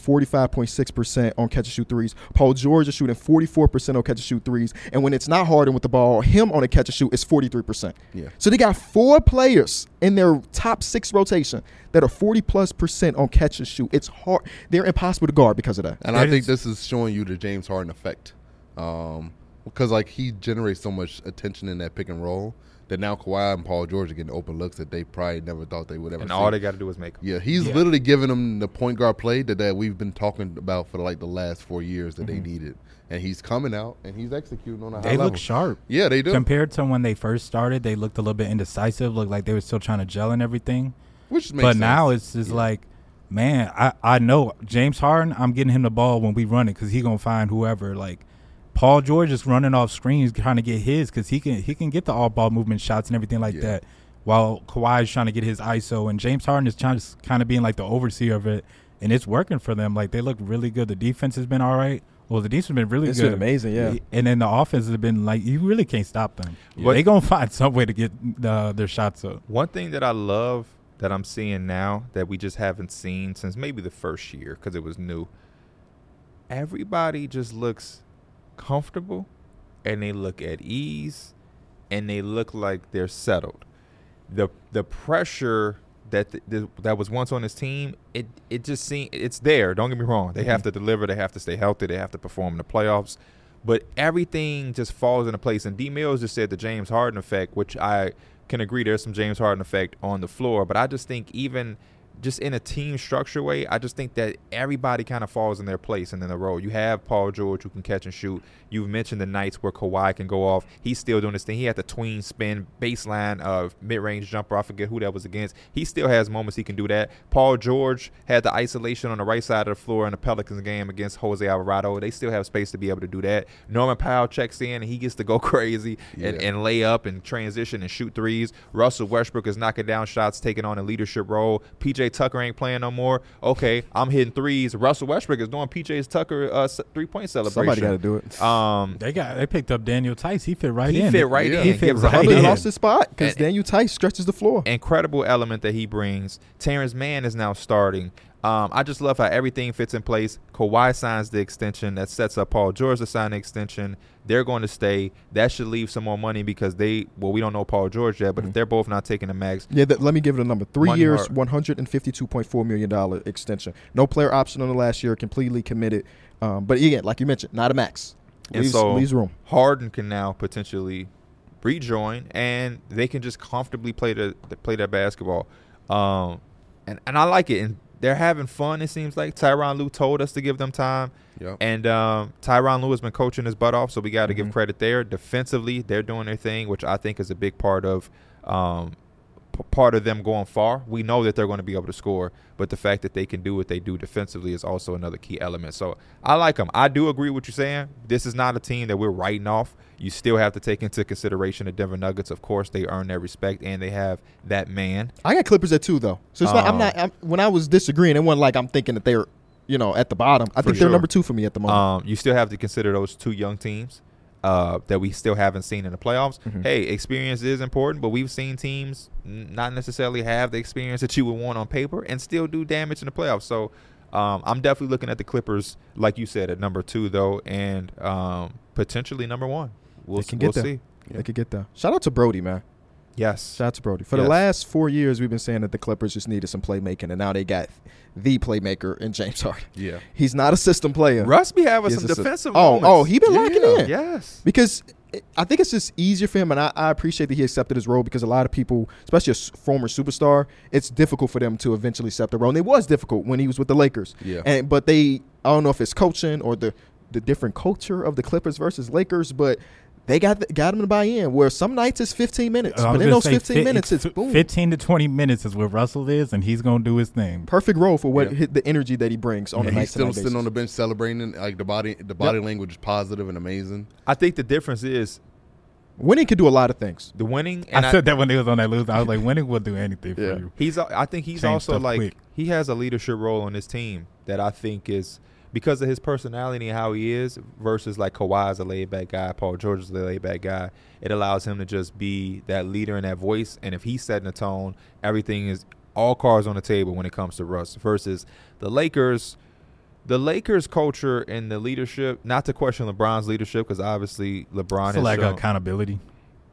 Speaker 1: 45.6% on catch and shoot threes. Paul George is shooting 44% on catch and shoot threes. And when it's not Harden with the ball, him on a catch and shoot is 43%.
Speaker 3: Yeah.
Speaker 1: So they got four players in their top six rotation that are 40 plus percent on catch and shoot. It's hard. They're impossible to guard because of that.
Speaker 3: And I
Speaker 4: That
Speaker 3: think
Speaker 4: is-
Speaker 3: this is showing you the James Harden effect, um, because like he generates so much attention in that pick and roll that now Kawhi and Paul George are getting open looks that they probably never thought they would ever.
Speaker 2: and
Speaker 3: see.
Speaker 2: all they got to do is make 'em.
Speaker 3: yeah, he's
Speaker 4: Yeah.
Speaker 3: literally giving them the point guard play that, that we've been talking about for like the last four years that they needed, and he's coming out and he's executing on a high
Speaker 4: Mm-hmm. They
Speaker 3: level.
Speaker 4: look sharp.
Speaker 3: yeah, they do.
Speaker 4: Compared to when they first started, they looked a little bit indecisive, looked like they were still trying to gel and everything.
Speaker 3: which makes
Speaker 4: but
Speaker 3: sense.
Speaker 4: now it's just like, man, I, I know James Harden, I'm getting him the ball when we run it because he going to find whoever. Like, Paul George is running off screens trying to get his because he can, he can get the all ball movement shots and everything like
Speaker 3: Yeah.
Speaker 4: that while Kawhi is trying to get his ISO. And James Harden is trying to kind of being like the overseer of it. And it's working for them. Like, they look really good. The defense has been all right. Well, the defense has been really
Speaker 1: It's
Speaker 4: good.
Speaker 1: been amazing, yeah.
Speaker 4: And then the offense has been like, you really can't stop them.
Speaker 2: What-
Speaker 4: they going to find some way to get uh, their shots up.
Speaker 2: One thing that I love that I'm seeing now that we just haven't seen since maybe the first year because it was new. Everybody just looks comfortable and they look at ease and they look like they're settled. The the pressure that th- th- that was once on this team, it it just seems it's there. Don't get me wrong. They have to deliver, they have to stay healthy, they have to perform in the playoffs. But everything just falls into place. And D Mills just said the James Harden effect, which I can agree there's some James Harden effect on the floor, but I just think even just in a team structure way, I just think that everybody kind of falls in their place and in their role. You have Paul George who can catch and shoot. You've mentioned the nights where Kawhi can go off. He's still doing this thing. He had the tween spin baseline of mid-range jumper. I forget who that was against. He still has moments he can do that. Paul George had the isolation on the right side of the floor in the Pelicans game against Jose Alvarado. They still have space to be able to do that. Norman Powell checks in and he gets to go crazy and,
Speaker 3: Yeah.
Speaker 2: and and lay up and transition and shoot threes. Russell Westbrook is knocking down shots, taking on a leadership role. PJ Tucker ain't playing no more. Okay, I'm hitting threes. Russell Westbrook is doing PJ's Tucker uh, three point celebration.
Speaker 1: Somebody got to do it.
Speaker 2: Um,
Speaker 4: They got they picked up Daniel Tice. He fit right
Speaker 2: he
Speaker 4: in.
Speaker 2: fit right
Speaker 3: Yeah.
Speaker 2: in.
Speaker 4: He fit
Speaker 2: Gives a-
Speaker 4: right
Speaker 1: Harden
Speaker 4: in.
Speaker 1: lost his spot because
Speaker 2: And-
Speaker 1: Daniel Tice stretches the floor.
Speaker 2: incredible element that he brings. Terrence Mann is now starting. Um, I just love how everything fits in place. Kawhi signs the extension that sets up Paul George to sign the extension. They're going to stay. That should leave some more money because they, well, we don't know Paul George yet, but
Speaker 1: Mm-hmm.
Speaker 2: if they're both not taking the max,
Speaker 1: Yeah, that, let me give it a number. Three
Speaker 2: Money
Speaker 1: years,
Speaker 2: hard.
Speaker 1: one hundred and fifty-two point four million dollar extension. No player option on the last year. Completely committed. Um, but again, like you mentioned, not a max.
Speaker 2: And
Speaker 1: Leaves,
Speaker 2: so-
Speaker 1: leaves room.
Speaker 2: Harden can now potentially rejoin, and they can just comfortably play the the- play their basketball. Um, and and I like it. And they're having fun. It seems like Tyron Lue told us to give them time,
Speaker 3: Yep.
Speaker 2: and um, Tyron Lue has been coaching his butt off, so we got to
Speaker 1: Mhm.
Speaker 2: give credit there. Defensively, they're doing their thing, which I think is a big part of. Um, p- part of them going far we know that they're going to be able to score but the fact that they can do what they do defensively is also another key element so i like them i do agree with you saying this is not a team that we're writing off you still have to take into consideration the denver nuggets of course they earn their respect and they have that man
Speaker 1: I got Clippers at two though. So it's not. I'm
Speaker 2: Oh.
Speaker 1: not. I'm, when I was disagreeing, it wasn't like I'm thinking that they're, you know, at the bottom. I
Speaker 2: For
Speaker 1: think they're
Speaker 2: sure.
Speaker 1: number two for me at the moment.
Speaker 2: Um, you still have to consider those two young teams uh, that we still haven't seen in the playoffs.
Speaker 1: Mm-hmm.
Speaker 2: Hey, experience is important, but we've seen teams n- not necessarily have the experience that you would want on paper and still do damage in the playoffs. So um, I'm definitely looking at the Clippers, like you said, at number two though, and um, potentially number one. We'll,
Speaker 1: They can
Speaker 2: we'll
Speaker 1: get there.
Speaker 2: see.
Speaker 1: They could get there. Shout out to Brody, man.
Speaker 2: Yes.
Speaker 1: Shout out to Brody. For the
Speaker 2: Yes.
Speaker 1: last four years, we've been saying that the Clippers just needed some playmaking, and now they got the playmaker in James Harden.
Speaker 3: Yeah.
Speaker 1: He's not a system player.
Speaker 2: Russ be having
Speaker 1: He's
Speaker 2: some
Speaker 1: a sy-
Speaker 2: defensive.
Speaker 1: Oh,
Speaker 2: moments.
Speaker 1: oh, he been
Speaker 3: Yeah.
Speaker 1: locking in.
Speaker 2: yes.
Speaker 1: Because it- I think it's just easier for him, and I, I appreciate that he accepted his role because a lot of people, especially a s- former superstar, it's difficult for them to eventually accept the role. And it was difficult when he was with the Lakers.
Speaker 3: Yeah.
Speaker 1: And but they, I don't know if it's coaching or the the different culture of the Clippers versus Lakers, but they got the, got him to buy in. Where some nights it's 15 minutes,
Speaker 4: Uh, I was
Speaker 1: but in
Speaker 4: gonna
Speaker 1: those
Speaker 4: say
Speaker 1: 15
Speaker 4: fif-
Speaker 1: minutes it's
Speaker 4: fif-
Speaker 1: boom,
Speaker 4: 15 to 20 minutes is where Russell is, and he's going to do his thing.
Speaker 1: perfect role for what
Speaker 3: Yeah.
Speaker 1: hit the energy that he brings on
Speaker 4: Yeah,
Speaker 1: the
Speaker 3: And
Speaker 1: night.
Speaker 3: he's still sitting on the bench celebrating. and, Like the body, the body language is positive and amazing.
Speaker 2: I think the difference is
Speaker 1: winning could do a lot of things.
Speaker 2: the winning. And
Speaker 4: I, said that when they was on that lose. I was like, winning will do anything for
Speaker 3: Yeah.
Speaker 4: you.
Speaker 2: He's. al- I think he's
Speaker 4: Change
Speaker 2: also
Speaker 4: stuff
Speaker 2: like
Speaker 4: quick.
Speaker 2: he has a leadership role on his team that I think is because of his personality and how he is versus like Kawhi's a laid back guy, Paul George is a laid back guy. It allows him to just be that leader and that voice. And if he's setting the tone, everything is all cards on the table when it comes to Russ versus the Lakers. The Lakers culture and the leadership, not to question LeBron's leadership, because obviously LeBron
Speaker 4: It's a
Speaker 2: has
Speaker 4: lack of
Speaker 2: shown-
Speaker 4: accountability.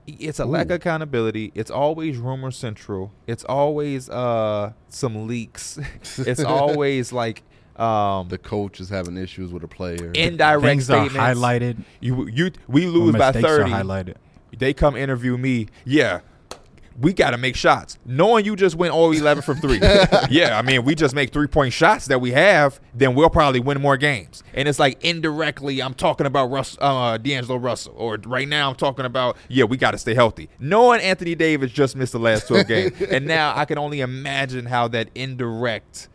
Speaker 2: it's a lack of accountability. It's always rumor central. It's always uh some leaks. it's always like um
Speaker 3: The coach is having issues with a player.
Speaker 2: indirect
Speaker 4: Things
Speaker 2: statements.
Speaker 4: are highlighted.
Speaker 2: You you we
Speaker 4: or
Speaker 2: lose by
Speaker 4: mistakes are
Speaker 2: thirty.
Speaker 4: highlighted.
Speaker 2: They come interview me. Yeah. We got to make shots. Knowing you just went all 11 from three. yeah, I mean, we just make three point shots that we have, then we'll probably win more games. And it's like indirectly, I'm talking about Russ, uh, D'Angelo Russell. Or right now, I'm talking about, yeah, we got to stay healthy. Knowing Anthony Davis just missed the last 12 games. And now I can only imagine how that indirect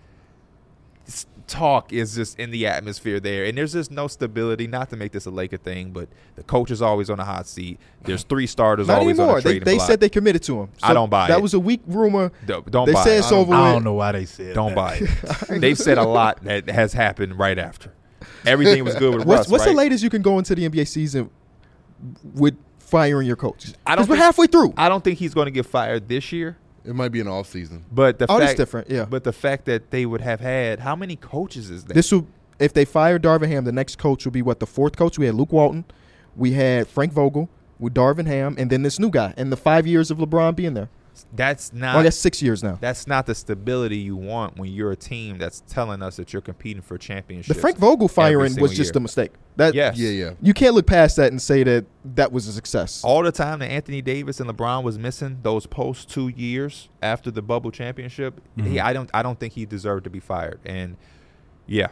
Speaker 2: s- talk is just in the atmosphere there and there's just no stability not to make this a Laker thing but the coach is always on the hot seat there's three starters
Speaker 1: Not
Speaker 2: always on
Speaker 1: anymore.
Speaker 2: the
Speaker 1: They,
Speaker 2: trading
Speaker 1: they
Speaker 2: block.
Speaker 1: said they committed to him.
Speaker 2: I don't buy
Speaker 1: that
Speaker 2: it.
Speaker 1: was a weak rumor.
Speaker 2: Don't- don't
Speaker 1: they
Speaker 2: buy
Speaker 1: said
Speaker 2: it.
Speaker 1: it's
Speaker 3: I don't-
Speaker 1: over.
Speaker 4: I
Speaker 1: with.
Speaker 4: don't know why they said
Speaker 2: Don't
Speaker 4: that.
Speaker 2: buy it. They've said a lot that has happened right after. Everything was good with
Speaker 1: What's,
Speaker 2: Russ.
Speaker 1: what's
Speaker 2: right?
Speaker 1: the latest you can go into the NBA season with firing your coach?
Speaker 2: I don't
Speaker 1: Because we're
Speaker 2: think-
Speaker 1: halfway through.
Speaker 2: I don't think he's going to get fired this year,
Speaker 3: it might be an off season.
Speaker 2: but the
Speaker 1: Oh, that's
Speaker 2: fact
Speaker 1: different, yeah.
Speaker 2: But the fact that they would have had how many coaches is that?
Speaker 1: this will, if they fire Darvin Ham, the next coach will be what the fourth coach. We had Luke Walton, we had Frank Vogel, with Darvin Ham, and then this new guy. And the five years of LeBron being there.
Speaker 2: that's not
Speaker 1: Oh, that's six years now.
Speaker 2: that's not the stability you want when you're a team that's telling us that you're competing for championships.
Speaker 1: The Frank Vogel firing was
Speaker 2: single
Speaker 1: just
Speaker 2: year.
Speaker 1: a mistake. That
Speaker 2: Yes.
Speaker 3: Yeah, yeah.
Speaker 1: you can't look past that and say that that was a success.
Speaker 2: all the time that Anthony Davis and LeBron was missing those post two years after the bubble championship, he, I don't I don't think he deserved to be fired. And yeah,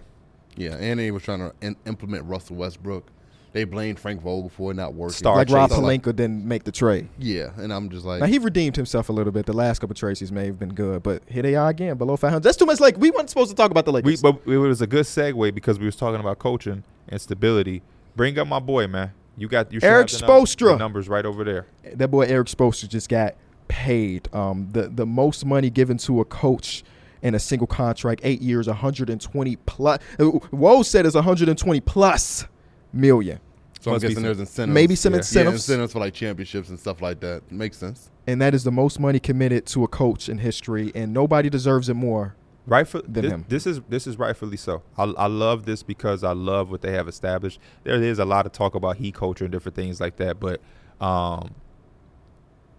Speaker 3: Yeah, and they were trying to in- implement Russell Westbrook. They blamed Frank Vogel for it not working.
Speaker 2: Star
Speaker 1: like Rob
Speaker 2: Archie.
Speaker 3: So, like,
Speaker 1: Palenka didn't make the trade.
Speaker 3: yeah, and I'm just like,
Speaker 1: Now he redeemed himself a little bit. The last couple trades he's made have been good, but here they are again, below 500. That's too much. Like we weren't supposed to talk about the
Speaker 2: we
Speaker 1: Lakers.
Speaker 2: but it was a good segue because we was talking about coaching and stability. Bring up my boy, man. You got you should
Speaker 1: Eric
Speaker 2: have the num-
Speaker 1: Spoelstra.
Speaker 2: the numbers right over there.
Speaker 1: that boy Eric Spoelstra just got paid um, the the most money given to a coach in a single contract, eight years, 120 plus. uh, Woe said is 120 plus million,
Speaker 3: so I'm
Speaker 2: Must be
Speaker 3: guessing
Speaker 2: some-
Speaker 3: there's incentives.
Speaker 1: maybe some
Speaker 2: yeah. Yeah,
Speaker 3: yeah,
Speaker 1: incentives,
Speaker 3: incentives for like championships and stuff like that. Makes sense.
Speaker 1: and that is the most money committed to a coach in history, and nobody deserves it more.
Speaker 2: Right for
Speaker 1: than
Speaker 2: this,
Speaker 1: him.
Speaker 2: this is this is rightfully so. I, I love this because I love what they have established. There is a lot of talk about heat culture and different things like that, but um,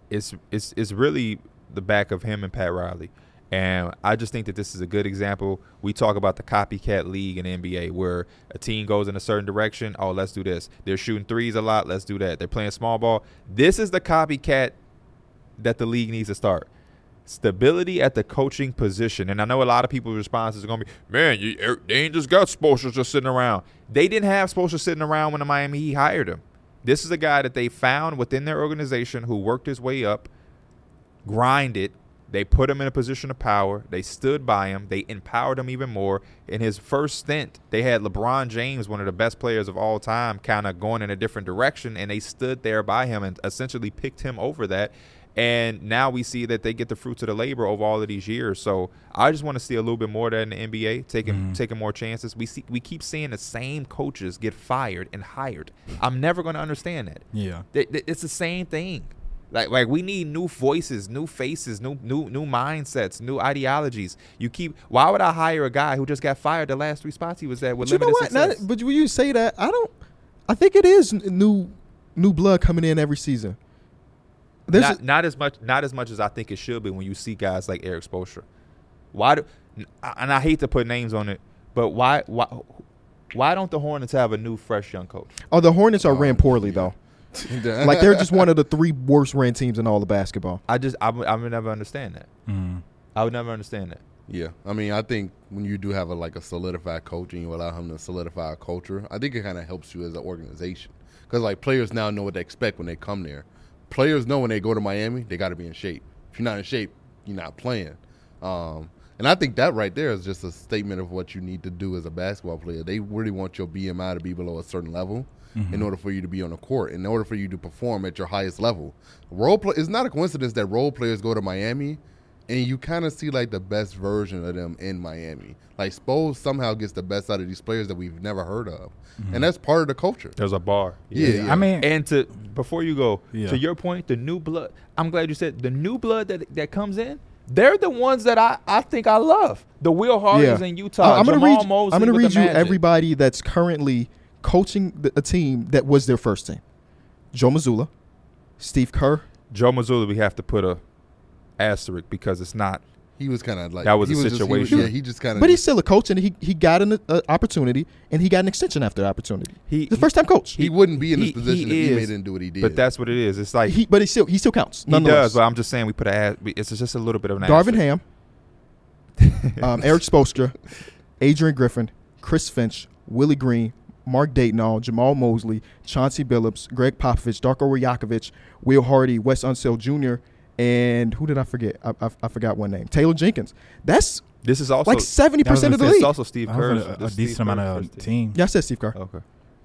Speaker 2: it's it's it's really the back of him and Pat Riley. And I just think that this is a good example. We talk about the copycat league in NBA where a team goes in a certain direction. Oh, let's do this. They're shooting threes a lot. Let's do that. They're playing small ball. This is the copycat that the league needs to start. Stability at the coaching position. And I know a lot of people's responses are going to be, man, you, er, they ain't just got Spoelstra just sitting around. They didn't have Spoelstra sitting around when the Miami Heat hired him. This is a guy that they found within their organization who worked his way up, grinded. They put him in a position of power. They stood by him. They empowered him even more. In his first stint, they had LeBron James, one of the best players of all time, kind of going in a different direction, and they stood there by him and essentially picked him over that. And now we see that they get the fruits of the labor over all of these years. So I just want to see a little bit more of that in the NBA, taking taking more chances. We see we keep seeing the same coaches get fired and hired. I'm never going to understand that.
Speaker 4: Yeah.
Speaker 2: Th- th- It's the same thing. Like like we need new voices, new faces, new new new mindsets, new ideologies. You keep why would I hire a guy who just got fired the last three spots he was at with
Speaker 1: But you know
Speaker 2: limited
Speaker 1: what? Now
Speaker 2: success?
Speaker 1: that- but when you say that, I don't. I think it is n- new new blood coming in every season. There's
Speaker 2: not,
Speaker 1: a-
Speaker 2: not as much not as much as I think it should be when you see guys like Eric Spoelstra. Why do n- and I hate to put names on it, but why why why don't the Hornets have a new fresh young coach?
Speaker 1: oh, the Hornets are
Speaker 3: Oh,
Speaker 1: ran poorly
Speaker 3: yeah.
Speaker 1: though. like they're just one of the three worst ran teams in all of basketball.
Speaker 2: I just I would, I would never understand that.
Speaker 4: Mm.
Speaker 2: I would never understand that.
Speaker 3: Yeah, I mean, I think when you do have a like a solidified coach and you allow him to solidify a culture, I think it kind of helps you as an organization because like players now know what they expect when they come there. Players know when they go to Miami, they got to be in shape. If you're not in shape, you're not playing. Um, and I think that right there is just a statement of what you need to do as a basketball player. They really want your BMI to be below a certain level in order for you to be on the court, in order for you to perform at your highest level. Role play it's not a coincidence that role players go to Miami and you kind of see like the best version of them in Miami. Like Spo somehow gets the best out of these players that we've never heard of.
Speaker 2: Mm-hmm.
Speaker 3: And that's part of the culture.
Speaker 2: There's a bar.
Speaker 3: Yeah, yeah.
Speaker 4: I mean,
Speaker 2: And to before you go
Speaker 4: Yeah.
Speaker 2: to your point, the new blood. I'm glad you said the new blood that that comes in. They're the ones that I, I think I love. The Will Hardys in Utah.
Speaker 1: I- I'm gonna
Speaker 2: Jamal
Speaker 1: read.
Speaker 2: Mosley
Speaker 1: I'm gonna
Speaker 2: with the
Speaker 1: read you
Speaker 2: Magic.
Speaker 1: everybody that's currently coaching the, a team that was their first team: Joe Mazzulla, Steve Kerr.
Speaker 2: Joe Mazzulla. We have to put a asterisk because it's not.
Speaker 3: he was kind of like
Speaker 2: That was
Speaker 3: he
Speaker 2: a
Speaker 3: just- he
Speaker 2: situation.
Speaker 3: yeah, he just kind of.
Speaker 1: But he's still a coach, and he, he got an uh, opportunity, and he got an extension after the opportunity.
Speaker 2: He-
Speaker 1: He's the first time coach.
Speaker 3: he wouldn't be in this
Speaker 2: he- he
Speaker 3: position if he
Speaker 2: is,
Speaker 3: made didn't do what he did.
Speaker 2: But that's what it is. It's like
Speaker 1: He- but he still he still counts.
Speaker 2: he
Speaker 1: Nonetheless,
Speaker 2: does. But I'm just saying we put a. as- It's just a little bit of an.
Speaker 1: Darvin
Speaker 2: asterisk.
Speaker 1: Ham, um, Eric Spoelstra, Adrian Griffin, Chris Finch, Willie Green, Mark Datenall, Jamal Mosley, Chauncey Billups, Greg Popovich, Darko Rajakovic, Will Hardy, Wes Unseld Jr., and who did I forget? I, I, I forgot one name. Taylor Jenkins. That's
Speaker 2: This is also
Speaker 1: like seventy percent of the
Speaker 2: This
Speaker 1: league.
Speaker 2: is also Steve
Speaker 4: that was
Speaker 2: Kerr.
Speaker 4: a- a, decent amount of team.
Speaker 1: yeah, I said Steve Kerr.
Speaker 2: Okay.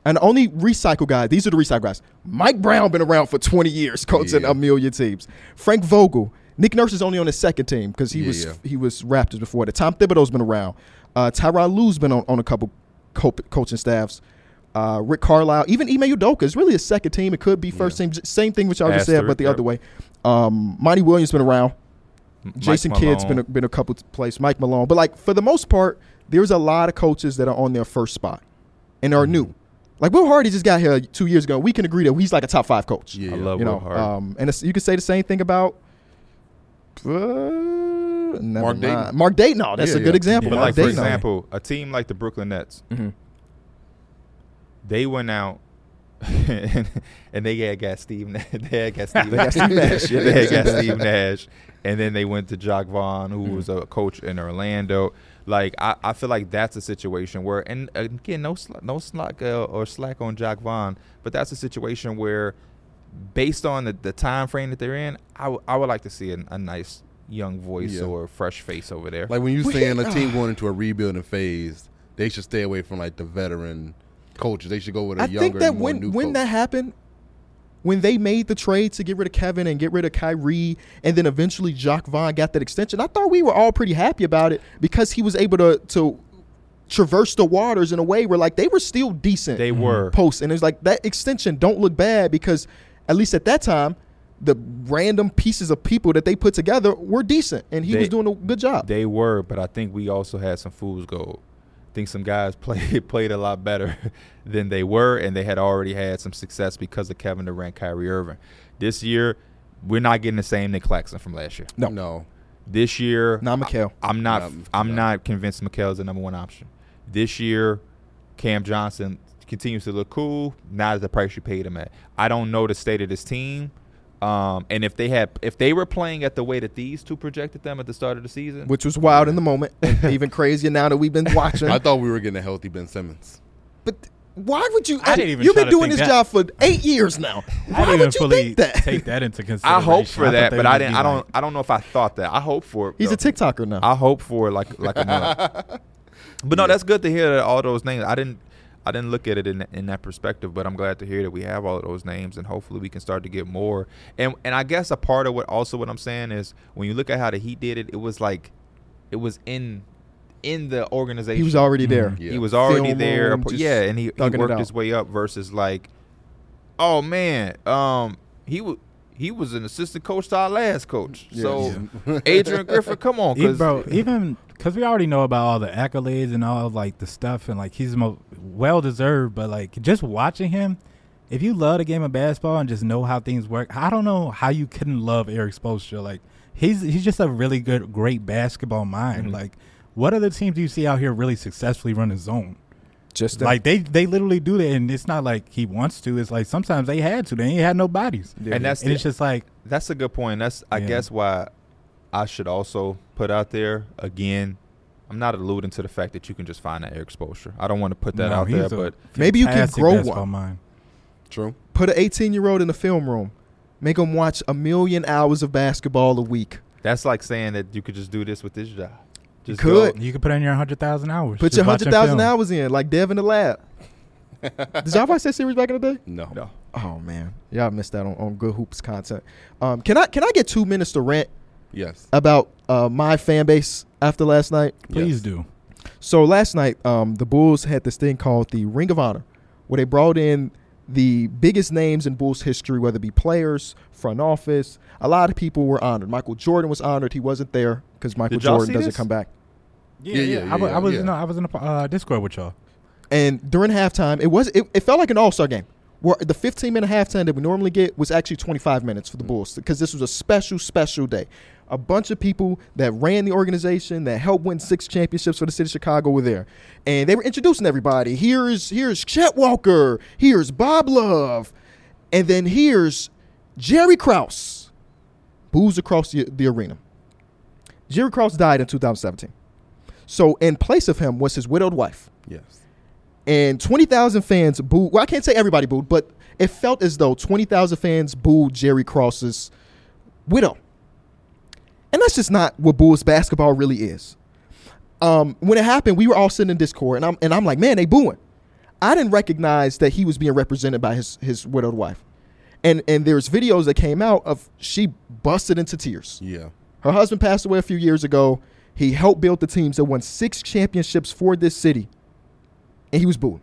Speaker 1: And the only recycle guy, these are the recycle guys. Mike Brown been around for 20 years, coaching
Speaker 3: Yeah.
Speaker 1: a million teams. Frank Vogel, Nick Nurse is only on his second team because he
Speaker 3: Yeah,
Speaker 1: was
Speaker 3: yeah.
Speaker 1: he was Raptors before that. Tom Thibodeau's been around. Uh, Tyron Lue's been on, on a couple co- coaching staffs. Uh, Rick Carlisle, even Ime Udoka is really a second team. It could be first team. J- Same thing which y'all just said,
Speaker 2: Asterisk,
Speaker 1: but the
Speaker 2: yep.
Speaker 1: other way. Um, Monty Williams been around.
Speaker 2: M- Mike
Speaker 1: Jason Kidd's been a,
Speaker 2: Malone.
Speaker 1: been a couple t- place. Mike Malone, but like for the most part, there's a lot of coaches that are on their first spot and are new. Like Will Hardy just got here two years ago. We can agree that he's like a top five coach.
Speaker 3: yeah.
Speaker 2: I love
Speaker 1: you
Speaker 2: Will
Speaker 1: know,
Speaker 2: Hardy.
Speaker 1: um, and it's, you could say the same thing about uh, Mark
Speaker 3: Mark Dayton.
Speaker 1: Mark Dayton. Oh, that's
Speaker 3: Yeah,
Speaker 1: a good
Speaker 3: yeah.
Speaker 1: example.
Speaker 2: but
Speaker 1: Mark
Speaker 2: like for
Speaker 1: Dayton.
Speaker 2: example, a team like the Brooklyn Nets,
Speaker 1: Mhm.
Speaker 2: they went out and, and they had got Steve. Na- They had got Steve.
Speaker 1: They got Steve Nash. Yeah,
Speaker 2: they had got
Speaker 1: Steve
Speaker 2: Steve Nash, and then they went to Jock Vaughn, who was a coach in Orlando. Like I, I feel like that's a situation where, and again, no sl- no slack uh, or slack on Jock Vaughn, but that's a situation where, based on the, the time frame that they're in, I, w- I would like to see a, a nice young voice
Speaker 3: Yeah.
Speaker 2: or fresh face over there.
Speaker 3: Like when you saying a
Speaker 1: uh,
Speaker 3: team going into a rebuilding phase, they should stay away from like the veteran coaches. They should go with a
Speaker 1: I
Speaker 3: younger,
Speaker 1: think that
Speaker 3: more new
Speaker 1: when when
Speaker 3: coach.
Speaker 1: that happened, when they made the trade to get rid of Kevin and get rid of Kyrie, and then eventually Jacques Vaughn got that extension, I thought we were all pretty happy about it because he was able to to traverse the waters in a way where like they were still decent
Speaker 2: they were.
Speaker 1: post, and it was like that extension don't look bad because at least at that time. The random pieces of people that they put together were decent, and he
Speaker 2: They-
Speaker 1: was doing a good job.
Speaker 2: They were, but I think we also had some fool's gold. I think some guys played played a lot better than they were, and they had already had some success because of Kevin Durant, Kyrie Irving. This year, we're not getting the same Nick Claxton from last year.
Speaker 1: No.
Speaker 3: no,
Speaker 2: This year,
Speaker 1: Not Mikal.
Speaker 2: I, am not.
Speaker 3: Not-
Speaker 2: I'm
Speaker 3: no.
Speaker 2: not convinced Mikhail's the number one option. This year, Cam Johnson continues to look cool. Not at the price you paid him at. I don't know the state of this team. Um, and if they had, if they were playing at the way that these two projected them at the start of the season,
Speaker 1: which was wild in the moment, and even crazier now that we've been watching.
Speaker 3: I thought we were getting a healthy Ben Simmons.
Speaker 1: But why would you?
Speaker 4: I didn't even
Speaker 1: You've
Speaker 4: try
Speaker 1: been
Speaker 4: to
Speaker 1: doing this
Speaker 4: think that.
Speaker 1: job for eight years now.
Speaker 4: I
Speaker 1: Why
Speaker 4: didn't even
Speaker 1: would you
Speaker 4: fully
Speaker 1: think that?
Speaker 4: take that into consideration.
Speaker 2: I hope for
Speaker 4: thought
Speaker 2: that,
Speaker 4: they
Speaker 2: but
Speaker 4: would
Speaker 2: I
Speaker 4: be
Speaker 2: didn't. I
Speaker 4: like-
Speaker 2: don't. I don't know if I thought that. I hope for. it,
Speaker 1: He's a
Speaker 2: though.
Speaker 1: TikToker now.
Speaker 2: I hope for it like like a mug. But no, that's good to hear that all those names. I didn't. I didn't look at it in, in that perspective, but I'm glad to hear that we have all of those names, and hopefully we can start to get more. And and I guess a part of what also what I'm saying is when you look at how the Heat did it, it was like, it was in, in the organization.
Speaker 1: he was already there.
Speaker 3: Yeah.
Speaker 2: He was already
Speaker 1: Film
Speaker 2: there.
Speaker 1: room, just
Speaker 2: yeah, and he, he
Speaker 1: thugging it
Speaker 2: worked
Speaker 1: out.
Speaker 2: his way up versus like, oh man, um, he was he was an assistant coach to our last coach. So Adrian Griffin, come on,
Speaker 4: E-
Speaker 2: cause
Speaker 4: bro, even because we already know about all the accolades and all like the stuff, and like he's mo- well deserved. But like just watching him, if you love the game of basketball and just know how things work, I don't know how you couldn't love Eric Spoelstra. Like he's he's just a really good, great basketball mind. Like what other teams do you see out here really successfully run the zone?
Speaker 1: Just them.
Speaker 4: Like they they literally do that, and it's not like he wants to. It's like sometimes they had to. They ain't had no bodies,
Speaker 1: Yeah.
Speaker 2: and that's
Speaker 4: and
Speaker 2: the-
Speaker 4: it's just like
Speaker 2: That's a good point. That's I
Speaker 4: Yeah.
Speaker 2: guess why I should also put out there again. I'm not alluding to the fact that you can just find that air exposure. I don't want to put that
Speaker 4: No,
Speaker 2: out there,
Speaker 4: he's a-
Speaker 2: but
Speaker 1: Maybe you can
Speaker 4: fantastic
Speaker 1: grow
Speaker 4: basketball
Speaker 1: one.
Speaker 4: mind.
Speaker 3: True.
Speaker 1: put an 18 year old in a film room, make them watch a million hours of basketball a week.
Speaker 2: that's like saying that you could just do this with this job. Just
Speaker 1: could.
Speaker 4: You can put in your hundred thousand hours.
Speaker 1: Put
Speaker 4: Just
Speaker 1: your
Speaker 4: watch
Speaker 1: hundred
Speaker 4: a
Speaker 1: thousand
Speaker 4: film.
Speaker 1: hours in, like Dev in the lab. Did y'all watch that series back in the day?
Speaker 3: No.
Speaker 2: No.
Speaker 1: Oh man, y'all missed out on, on good hoops content. Um, can I can I get two minutes to rant
Speaker 3: Yes.
Speaker 1: about uh, my fan base after last night?
Speaker 4: Please
Speaker 3: Yes.
Speaker 4: do.
Speaker 1: So last night, um, the Bulls had this thing called the Ring of Honor, where they brought in the biggest names in Bulls history, whether it be players, front office. A lot of people were honored. Michael Jordan was honored. He wasn't there because Michael
Speaker 2: Did y'all
Speaker 1: Jordan
Speaker 2: see
Speaker 1: doesn't
Speaker 2: this?
Speaker 1: come back.
Speaker 3: Yeah, yeah, yeah,
Speaker 4: I, wa- I
Speaker 3: yeah,
Speaker 4: was
Speaker 3: yeah.
Speaker 4: no, I was in a uh, Discord with y'all.
Speaker 1: And during halftime, it was it, it felt like an All Star game. Where the 15 minute halftime that we normally get was actually 25 minutes for the Bulls because this was a special, special day. A bunch of people that ran the organization that helped win six championships for the city of Chicago were there, and they were introducing everybody. Here's here's Chet Walker. Here's Bob Love, and then here's Jerry Krause. Booze across the, the arena. Jerry Krause died in 2017, so in place of him was his widowed wife
Speaker 3: Yes.
Speaker 1: and 20,000 fans booed. Well, I can't say everybody booed, but it felt as though 20,000 fans booed Jerry Cross's widow. And that's just not what Bulls basketball really is. Um, when it happened, we were all sitting in Discord, and I'm and I'm like, man, they booing. I didn't recognize that he was being represented by his his widowed wife, and and there's videos that came out of she busted into tears.
Speaker 3: Yeah.
Speaker 1: Her husband passed away a few years ago. He helped build the teams that won six championships for this city, and he was booed.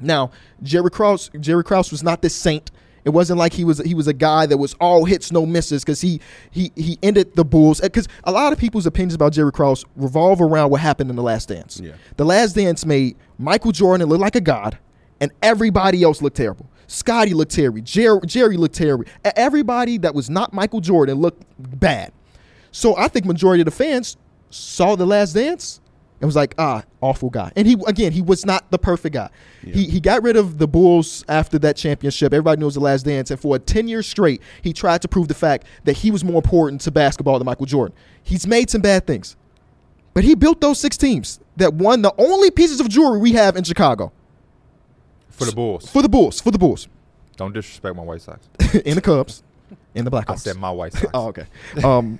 Speaker 1: Now, Jerry Krause, Jerry Krause was not this saint. It wasn't like he was he was a guy that was all hits, no misses, because he he he ended the Bulls. Because a lot of people's opinions about Jerry Krause revolve around what happened in the Last Dance.
Speaker 3: Yeah.
Speaker 1: The Last Dance made Michael Jordan look like a god, and everybody else looked terrible. Scotty looked terrible. Jerry, Jerry looked terrible. E- Everybody that was not Michael Jordan looked bad. So I think majority of the fans saw the Last Dance and was like, ah, awful guy. And he again, he was not the perfect guy. He he got rid of the Bulls after that championship. Everybody knows the Last Dance, and for a ten years straight, he tried to prove the fact that he was more important to basketball than Michael Jordan. He's made some bad things, but he built those six teams that won the only pieces of jewelry we have in Chicago
Speaker 2: for the Bulls.
Speaker 1: for the Bulls, for the Bulls,
Speaker 2: don't disrespect my White Sox.
Speaker 1: in the Cubs, in the
Speaker 2: I
Speaker 1: Blackhawks.
Speaker 2: said my White Sox.
Speaker 1: oh, okay. Um,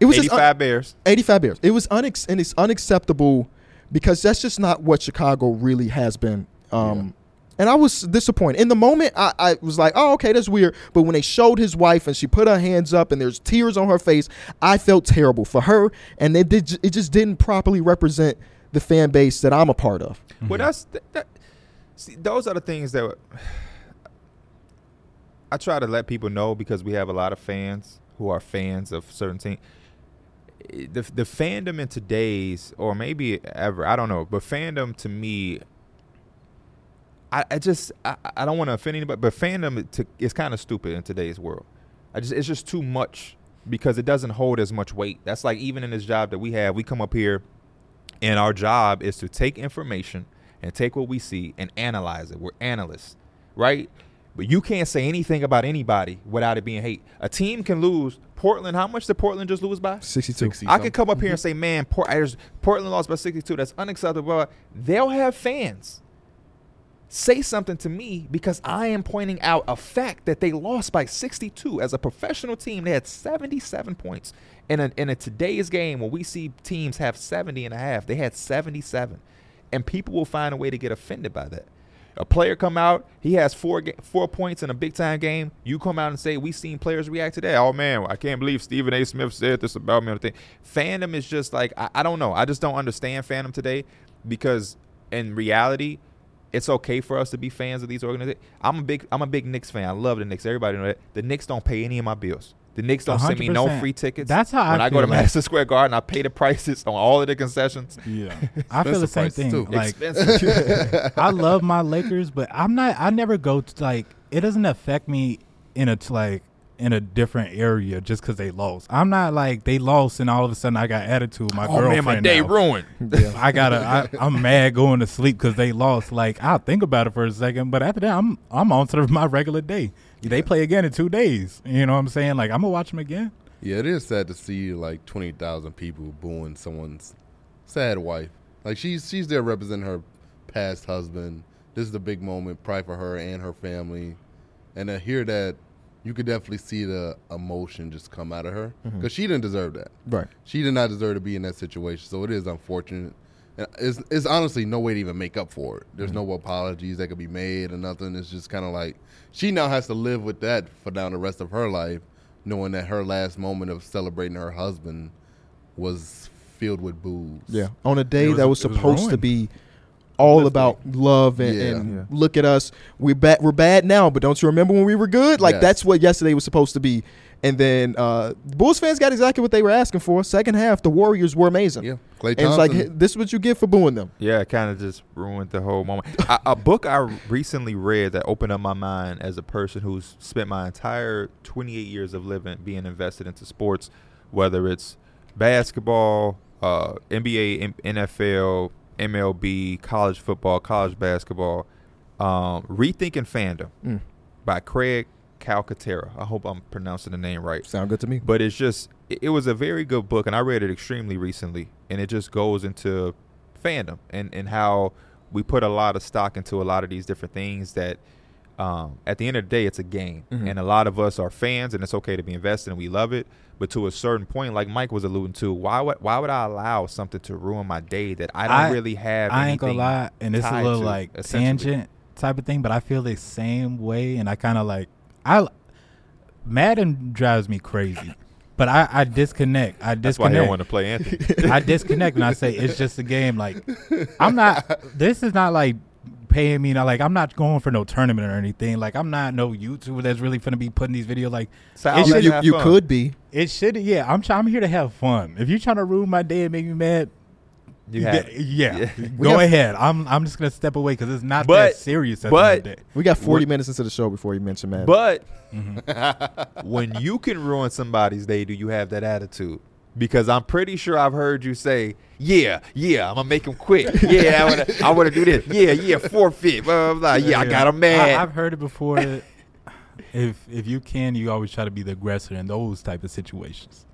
Speaker 1: it was just uh, un-
Speaker 2: 85 Bears.
Speaker 1: 85 Bears. It was unex- and it's unacceptable because that's just not what Chicago really has been. Um, And I was disappointed. In the moment, I, I was like, oh, okay, that's weird. But when they showed his wife and she put her hands up and there's tears on her face, I felt terrible for her. And it, did, it just didn't properly represent the fan base that I'm a part of.
Speaker 4: Mm-hmm. Mhm.
Speaker 2: Well, that's that, that. See, those are the things that I try to let people know because we have a lot of fans who are fans of certain things. The the fandom in today's or maybe ever, I don't know, but fandom to me. I, I just I, I don't want to offend anybody, but fandom to, is kind of stupid in today's world. I just it's just too much because it doesn't hold as much weight. That's like even in this job that we have, we come up here and our job is to take information and take what we see and analyze it. We're analysts, right? But you can't say anything about anybody without it being hate. A team can lose. Portland, how much did Portland just lose by?
Speaker 1: 62.
Speaker 3: Sixty
Speaker 2: I could
Speaker 3: something. Mm-hmm.
Speaker 2: come up here and say, man, Port- there's- Portland lost by 62. That's unacceptable. They'll have fans. Say something to me because I am pointing out a fact that they lost by 62. As a professional team, they had 77 points. In a, in a today's game, when we see teams have 70 and a half, they had 77. And people will find a way to get offended by that. A player come out, he has four ga- four points in a big time game. You come out and say, "We seen players react to that." Oh man, I can't believe Stephen A. Smith said this about me. and everything. Fandom is just like I, I don't know. I just don't understand fandom today because in reality, it's okay for us to be fans of these organizations. I'm a big I'm a big Knicks fan. I love the Knicks. Everybody know that. The Knicks don't pay any of my bills. The Knicks don't send me no
Speaker 4: 100%.
Speaker 2: free tickets.
Speaker 4: That's how I
Speaker 2: when I go
Speaker 4: feel
Speaker 2: to
Speaker 4: like-
Speaker 2: Madison Square Garden, I pay the prices on all of the concessions.
Speaker 4: Yeah, I feel the
Speaker 3: Expensive
Speaker 4: same
Speaker 3: prices,
Speaker 4: thing.
Speaker 3: too.
Speaker 4: Like
Speaker 2: Expensive.
Speaker 4: I love my Lakers, but I'm not. I never go to like. It doesn't affect me in a t- like. in a different area just because they lost. I'm not like they lost and all of a sudden I got attitude. with My
Speaker 2: oh man,
Speaker 4: girlfriend.
Speaker 2: my day
Speaker 4: now.
Speaker 2: ruined.
Speaker 4: I gotta. I, I'm mad going to sleep because they lost. Like I'll think about it for a second, but after that, I'm I'm on to my regular day. They play again in two days. You know what I'm saying? Like I'm gonna watch them again.
Speaker 3: Yeah, it is sad to see like twenty thousand people booing someone's sad wife. Like she's she's there representing her past husband. This is a big moment, pride for her and her family. And to hear that, you could definitely see the emotion just come out of her because she didn't deserve that.
Speaker 1: Right.
Speaker 3: She did not deserve to be in that situation. So it is unfortunate. And It's, it's honestly no way to even make up for it. There's no apologies that could be made or nothing. It's just kind of like she now has to live with that for down the rest of her life, knowing that her last moment of celebrating her husband was filled with booze.
Speaker 1: Yeah, on a day
Speaker 4: It was-
Speaker 1: that was
Speaker 4: it was
Speaker 1: supposed to
Speaker 4: ruined.
Speaker 1: be all about love and,
Speaker 3: Yeah.
Speaker 1: and
Speaker 2: Yeah.
Speaker 1: look at us. We're bad. We're bad now, but don't you remember when we were good? Like
Speaker 3: Yes.
Speaker 1: that's what yesterday was supposed to be. And then uh, Bulls fans got exactly what they were asking for. Second half, the Warriors were amazing.
Speaker 3: Yeah. Clay
Speaker 1: and it's
Speaker 3: Thompson.
Speaker 1: like hey, this is what you get for booing them.
Speaker 2: Yeah, it kind of just ruined the whole moment. I, a book I recently read that opened up my mind as a person who's spent my entire 28 years of living being invested into sports, whether it's basketball, uh, NBA, M- NFL, MLB, college football, college basketball. Um, Rethinking Fandom
Speaker 1: Mm.
Speaker 2: by Craig Calcaterra. I hope I'm pronouncing the name right.
Speaker 1: Sound good to me?
Speaker 2: But it's just it, it was a very good book, and I read it extremely recently, and it just goes into fandom and and how we put a lot of stock into a lot of these different things that. Um, at the end of the day, it's a game,
Speaker 4: Mm-hmm.
Speaker 1: Mhm.
Speaker 2: and a lot of us are fans, and it's okay to be invested, and we love it. But to a certain point, like Mike was alluding to, why would why would I allow something to ruin my day that I don't
Speaker 4: I-
Speaker 2: really have?
Speaker 4: I ain't gonna
Speaker 2: anything
Speaker 4: lie, and it's a
Speaker 2: tied
Speaker 4: little
Speaker 2: to,
Speaker 4: like
Speaker 2: essentially.
Speaker 4: tangent type of thing, but I feel the same way, and I kind of like I Madden drives me crazy, but I I disconnect. I
Speaker 2: That's why I
Speaker 4: disconnect.
Speaker 2: want to play Anthony.
Speaker 4: I disconnect and I say it's just a game. Like I'm not. This is not like paying me. Not like I'm not going for no tournament or anything. Like I'm not no YouTuber that's really gonna be putting these videos. Like
Speaker 2: So
Speaker 4: it
Speaker 2: I'll
Speaker 1: You,
Speaker 2: let
Speaker 4: should,
Speaker 1: you,
Speaker 2: have
Speaker 1: you
Speaker 2: fun.
Speaker 1: could be.
Speaker 4: it should. Yeah, I'm. try- I'm here to have fun. If you're trying to ruin my day and make me mad,
Speaker 2: You
Speaker 4: yeah,
Speaker 2: have,
Speaker 4: yeah.
Speaker 2: Yeah.
Speaker 1: We
Speaker 4: Go
Speaker 1: got-
Speaker 4: ahead. I'm. I'm just gonna step away because it's not
Speaker 2: But-
Speaker 4: that serious. At
Speaker 2: but-
Speaker 4: the end of
Speaker 1: We got 40
Speaker 2: What-
Speaker 1: minutes into the show before you mentioned man.
Speaker 2: But when you can ruin somebody's day, do you have that attitude? Because I'm pretty sure I've heard you say, "Yeah, yeah, I'm gonna make him quit. Yeah, I wanna, I wanna do this. Yeah, yeah, forfeit. Blah, blah, blah.
Speaker 4: the day.
Speaker 2: Yeah, I got him mad.
Speaker 4: I, have heard it before. that if if you can, you always try to be the aggressor in those type of situations.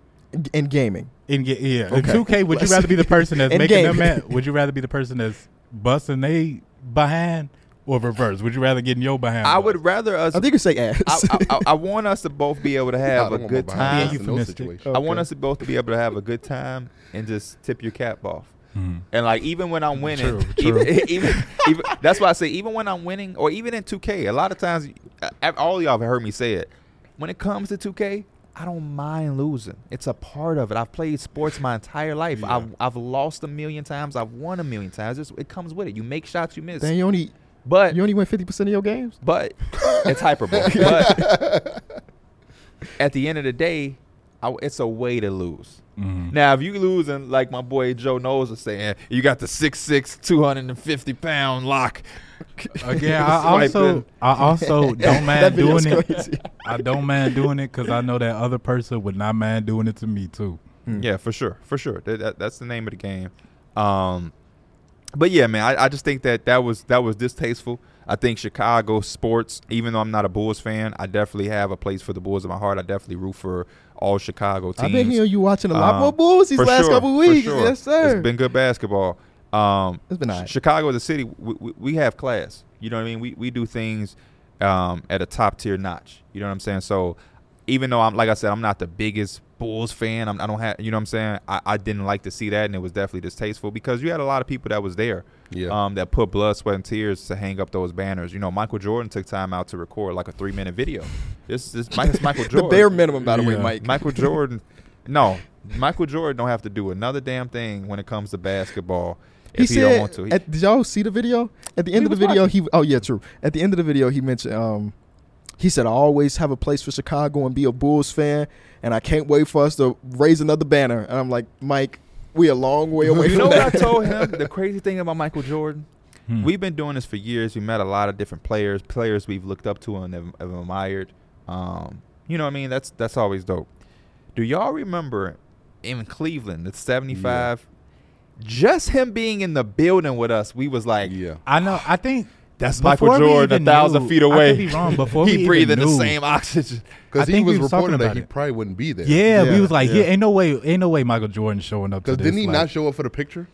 Speaker 1: in gaming,
Speaker 4: In ga- yeah, in
Speaker 1: Okay.
Speaker 4: two K, would you rather be the person that's
Speaker 1: In
Speaker 4: making
Speaker 1: game.
Speaker 4: them mad? Would you rather be the person that's busting they behind, or reverse? Would you rather get in your behind?
Speaker 2: I
Speaker 4: bust?
Speaker 2: would rather us.
Speaker 1: I think you say ass.
Speaker 2: I, I, I, I want us to both be able to
Speaker 3: I
Speaker 2: have
Speaker 3: don't
Speaker 2: a
Speaker 3: want
Speaker 2: good
Speaker 3: my behind
Speaker 2: time.
Speaker 4: Yeah,
Speaker 3: in those
Speaker 4: euphemistic.
Speaker 3: situations.
Speaker 2: I
Speaker 1: Okay.
Speaker 2: want us to both to be able to have a good time and just tip your cap off.
Speaker 4: Mhm.
Speaker 2: And like even when I'm winning,
Speaker 4: True,
Speaker 2: even-
Speaker 4: true.
Speaker 2: even- even- that's why I say even when I'm winning, or even in 2K, a lot of times, I- all y'all have heard me say it. When it comes to 2K, I don't mind losing. It's a part of it. I've played sports my entire life.
Speaker 4: Yeah.
Speaker 2: I've, I've lost a million times. I've won a million times. It's, it comes with it. You make shots, you miss.
Speaker 1: Then you only
Speaker 2: but
Speaker 1: you only win 50 percent of your games.
Speaker 2: but it's hyperbole. But at the end of the day, I, it's a way to lose.
Speaker 4: Mhm.
Speaker 2: Now, if you losing, like my boy Joe Knowles was saying, you got the 6'6", 250 pound lock.
Speaker 4: Again, I also,
Speaker 2: Swiping.
Speaker 4: I also don't
Speaker 1: That
Speaker 4: mind
Speaker 1: video's
Speaker 4: doing it.
Speaker 1: crazy.
Speaker 4: I don't mind doing it because I know that other person would not mind doing it to me too.
Speaker 2: Yeah, for sure, for sure. That, that, that's the name of the game. Um, but yeah, man, I, I just think that that was that was distasteful. I think Chicago sports, even though I'm not a Bulls fan, I definitely have a place for the Bulls in my heart. I definitely root for all Chicago teams.
Speaker 1: I've been hearing you watching a lot
Speaker 2: Um,
Speaker 1: more Bulls these
Speaker 2: for
Speaker 1: last
Speaker 2: sure,
Speaker 1: couple
Speaker 2: for
Speaker 1: weeks.
Speaker 2: sure.
Speaker 1: Yes, sir.
Speaker 2: It's been good basketball. Um,
Speaker 1: It's been
Speaker 2: Ch-
Speaker 1: alright.
Speaker 2: Chicago as a city, we, we, we have class. You know what I mean? We, we do things um, at a top tier notch. You know what I'm saying? So even though I'm like I said, I'm not the biggest Bulls fan. I'm, I don't have you know what I'm saying. I, I didn't like to see that, and it was definitely distasteful because you had a lot of people that was there.
Speaker 3: Yeah.
Speaker 2: Um, that put blood, sweat, and tears to hang up those banners. You know, Michael Jordan took time out to record like a three minute video. This is Mike- it's Michael
Speaker 1: the
Speaker 2: Jordan.
Speaker 1: bare minimum, by the way,
Speaker 4: Yeah.
Speaker 1: Mike.
Speaker 2: Michael Jordan. No, Michael Jordan don't have to do another damn thing when it comes to basketball
Speaker 1: He
Speaker 2: if he,
Speaker 1: said,
Speaker 2: don't want to. He-
Speaker 1: At, did y'all see the video? At the end
Speaker 2: We
Speaker 1: of the
Speaker 2: was
Speaker 1: video, he oh yeah, true. At the end of the video, he mentioned um, he said, "I always have a place for Chicago and be a Bulls fan, and I can't wait for us to raise another banner." And I'm like, Mike, we a long way away from
Speaker 2: you know what I
Speaker 1: that.
Speaker 2: told him? The crazy thing about Michael Jordan,
Speaker 4: Hmm.
Speaker 2: we've been doing this for years. We met a lot of different players, players we've looked up to and have, have admired. Um, You know what I mean? That's that's always dope. Do y'all remember in Cleveland, the 75, just him being in the building with us, we was like,
Speaker 3: Yeah.
Speaker 4: I know. I think
Speaker 2: that's
Speaker 4: before
Speaker 2: Michael
Speaker 4: we
Speaker 2: Jordan
Speaker 4: even
Speaker 2: a thousand
Speaker 4: knew-
Speaker 2: feet
Speaker 4: I could
Speaker 2: away.
Speaker 4: be wrong, before we
Speaker 2: he
Speaker 4: even
Speaker 2: breathing the
Speaker 4: knew.
Speaker 2: same oxygen.
Speaker 4: I
Speaker 3: Because he
Speaker 4: think
Speaker 3: was
Speaker 4: we was talking
Speaker 3: reporting that
Speaker 4: about
Speaker 3: he
Speaker 4: it.
Speaker 3: probably wouldn't be there.
Speaker 4: Yeah,
Speaker 1: Yeah,
Speaker 4: we was like,
Speaker 1: yeah.
Speaker 4: yeah. ain't no way, ain't no way Michael Jordan showing up. to
Speaker 3: Because didn't
Speaker 4: this,
Speaker 3: he
Speaker 4: like-
Speaker 3: not show up for the picture?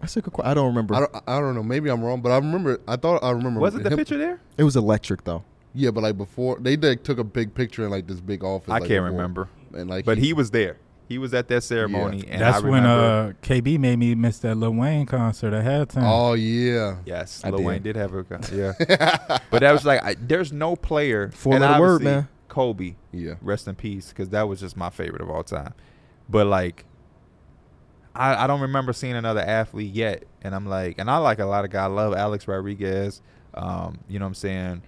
Speaker 1: That's a good question. I don't remember.
Speaker 3: I don't, I don't know. Maybe I'm wrong, but I remember. I thought I remember.
Speaker 2: Wasn't the
Speaker 3: him-
Speaker 2: picture there?
Speaker 1: it was electric though.
Speaker 3: Yeah, but like before they like, took a big picture in like this big office.
Speaker 2: I
Speaker 3: like,
Speaker 2: can't
Speaker 3: before.
Speaker 2: remember.
Speaker 3: And like,
Speaker 2: But he was there. He was at that ceremony. And
Speaker 4: That's
Speaker 2: I
Speaker 4: when
Speaker 2: remember-
Speaker 4: uh, KB made me miss that Lil Wayne concert at halftime.
Speaker 3: Oh yeah.
Speaker 2: Yes,
Speaker 1: I
Speaker 2: Lil
Speaker 1: did.
Speaker 2: Wayne did have a gun. Yeah, but that was like, I, there's no player.
Speaker 1: Four
Speaker 2: and
Speaker 1: letter word,
Speaker 2: obviously,
Speaker 1: man.
Speaker 2: Kobe,
Speaker 3: Yeah.
Speaker 2: rest in peace, because that was just my favorite of all time. But like, I, I don't remember seeing another athlete yet, and I'm like, and I like a lot of guys. I love Alex Rodriguez. Um, you know what I'm saying?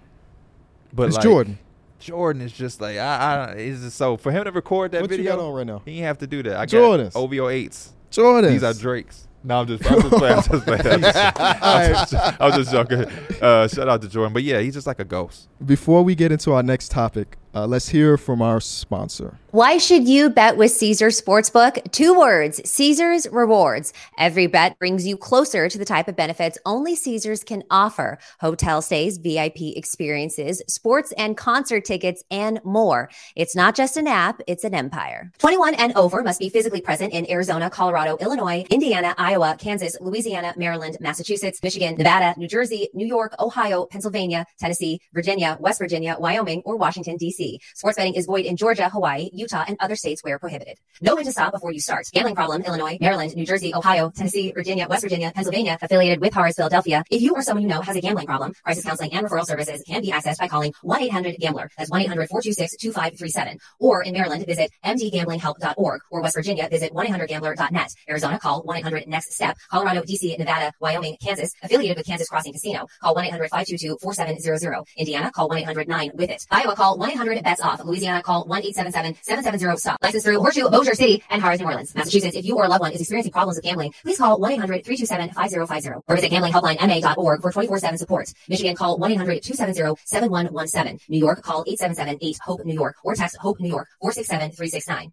Speaker 2: But
Speaker 1: it's
Speaker 2: like,
Speaker 1: Jordan.
Speaker 2: Jordan is just like I. I is just so for him to record that
Speaker 1: What you
Speaker 2: video.
Speaker 1: got on right now?
Speaker 2: He didn't have to do that. I
Speaker 1: Jordans.
Speaker 2: got OVO eights.
Speaker 1: Jordan.
Speaker 2: These are Drake's. No, I'm just, I'm just playing. I'm just playing. I'm just, I'm just, I'm just joking. Uh, shout out to Jordan. But yeah, he's just like a ghost.
Speaker 1: Before we get into our next topic, uh, let's hear from our sponsor.
Speaker 5: Why should you bet with Caesars Sportsbook? Two words Caesars Rewards. Every bet brings you closer to the type of benefits only Caesars can offer hotel stays, VIP experiences, sports and concert tickets, and more. It's not just an app, it's an empire. 21 and over must be physically present in Arizona, Colorado, Illinois, Indiana, Iowa, Kansas, Louisiana, Maryland, Massachusetts, Michigan, Nevada, New Jersey, New York, Ohio, Pennsylvania, Tennessee, Virginia, West Virginia, Wyoming, or Washington, D.C. Sports betting is void in Georgia, Hawaii, Utah, and other states where prohibited. Know when to stop before you start. Gambling problem, Illinois, Maryland, New Jersey, Ohio, Tennessee, Virginia, West Virginia, Pennsylvania, affiliated with Harris, Philadelphia. If you or someone you know has a gambling problem, crisis counseling and referral services can be accessed by calling 1-800-GAMBLER. That's 1-800-426-2537. Or in Maryland, visit mdgamblinghelp.org. Or West Virginia, visit 1-800-GAMBLER.net. Arizona, call 1-800-NEXT-STEP. Colorado, D.C., Nevada, Wyoming, Kansas, affiliated with Kansas Crossing Casino. Call 1-800-522-4700. Indiana, call 1-800-9-WITH-IT. Iowa, call 1-800-BETS-OFF. Louisiana, call 1-877-770-STOP. License through Horseshoe, Bossier City, and Harris, New Orleans. Massachusetts, if you or a loved one is experiencing problems with gambling, please call 1-800-327-5050 or visit gamblinghelplinema.org for 24-7 support. Michigan, call 1-800-270-7117. New York, call 877-8-HOPE-NEW YORK or text HOPE-NEW YORK 467-369.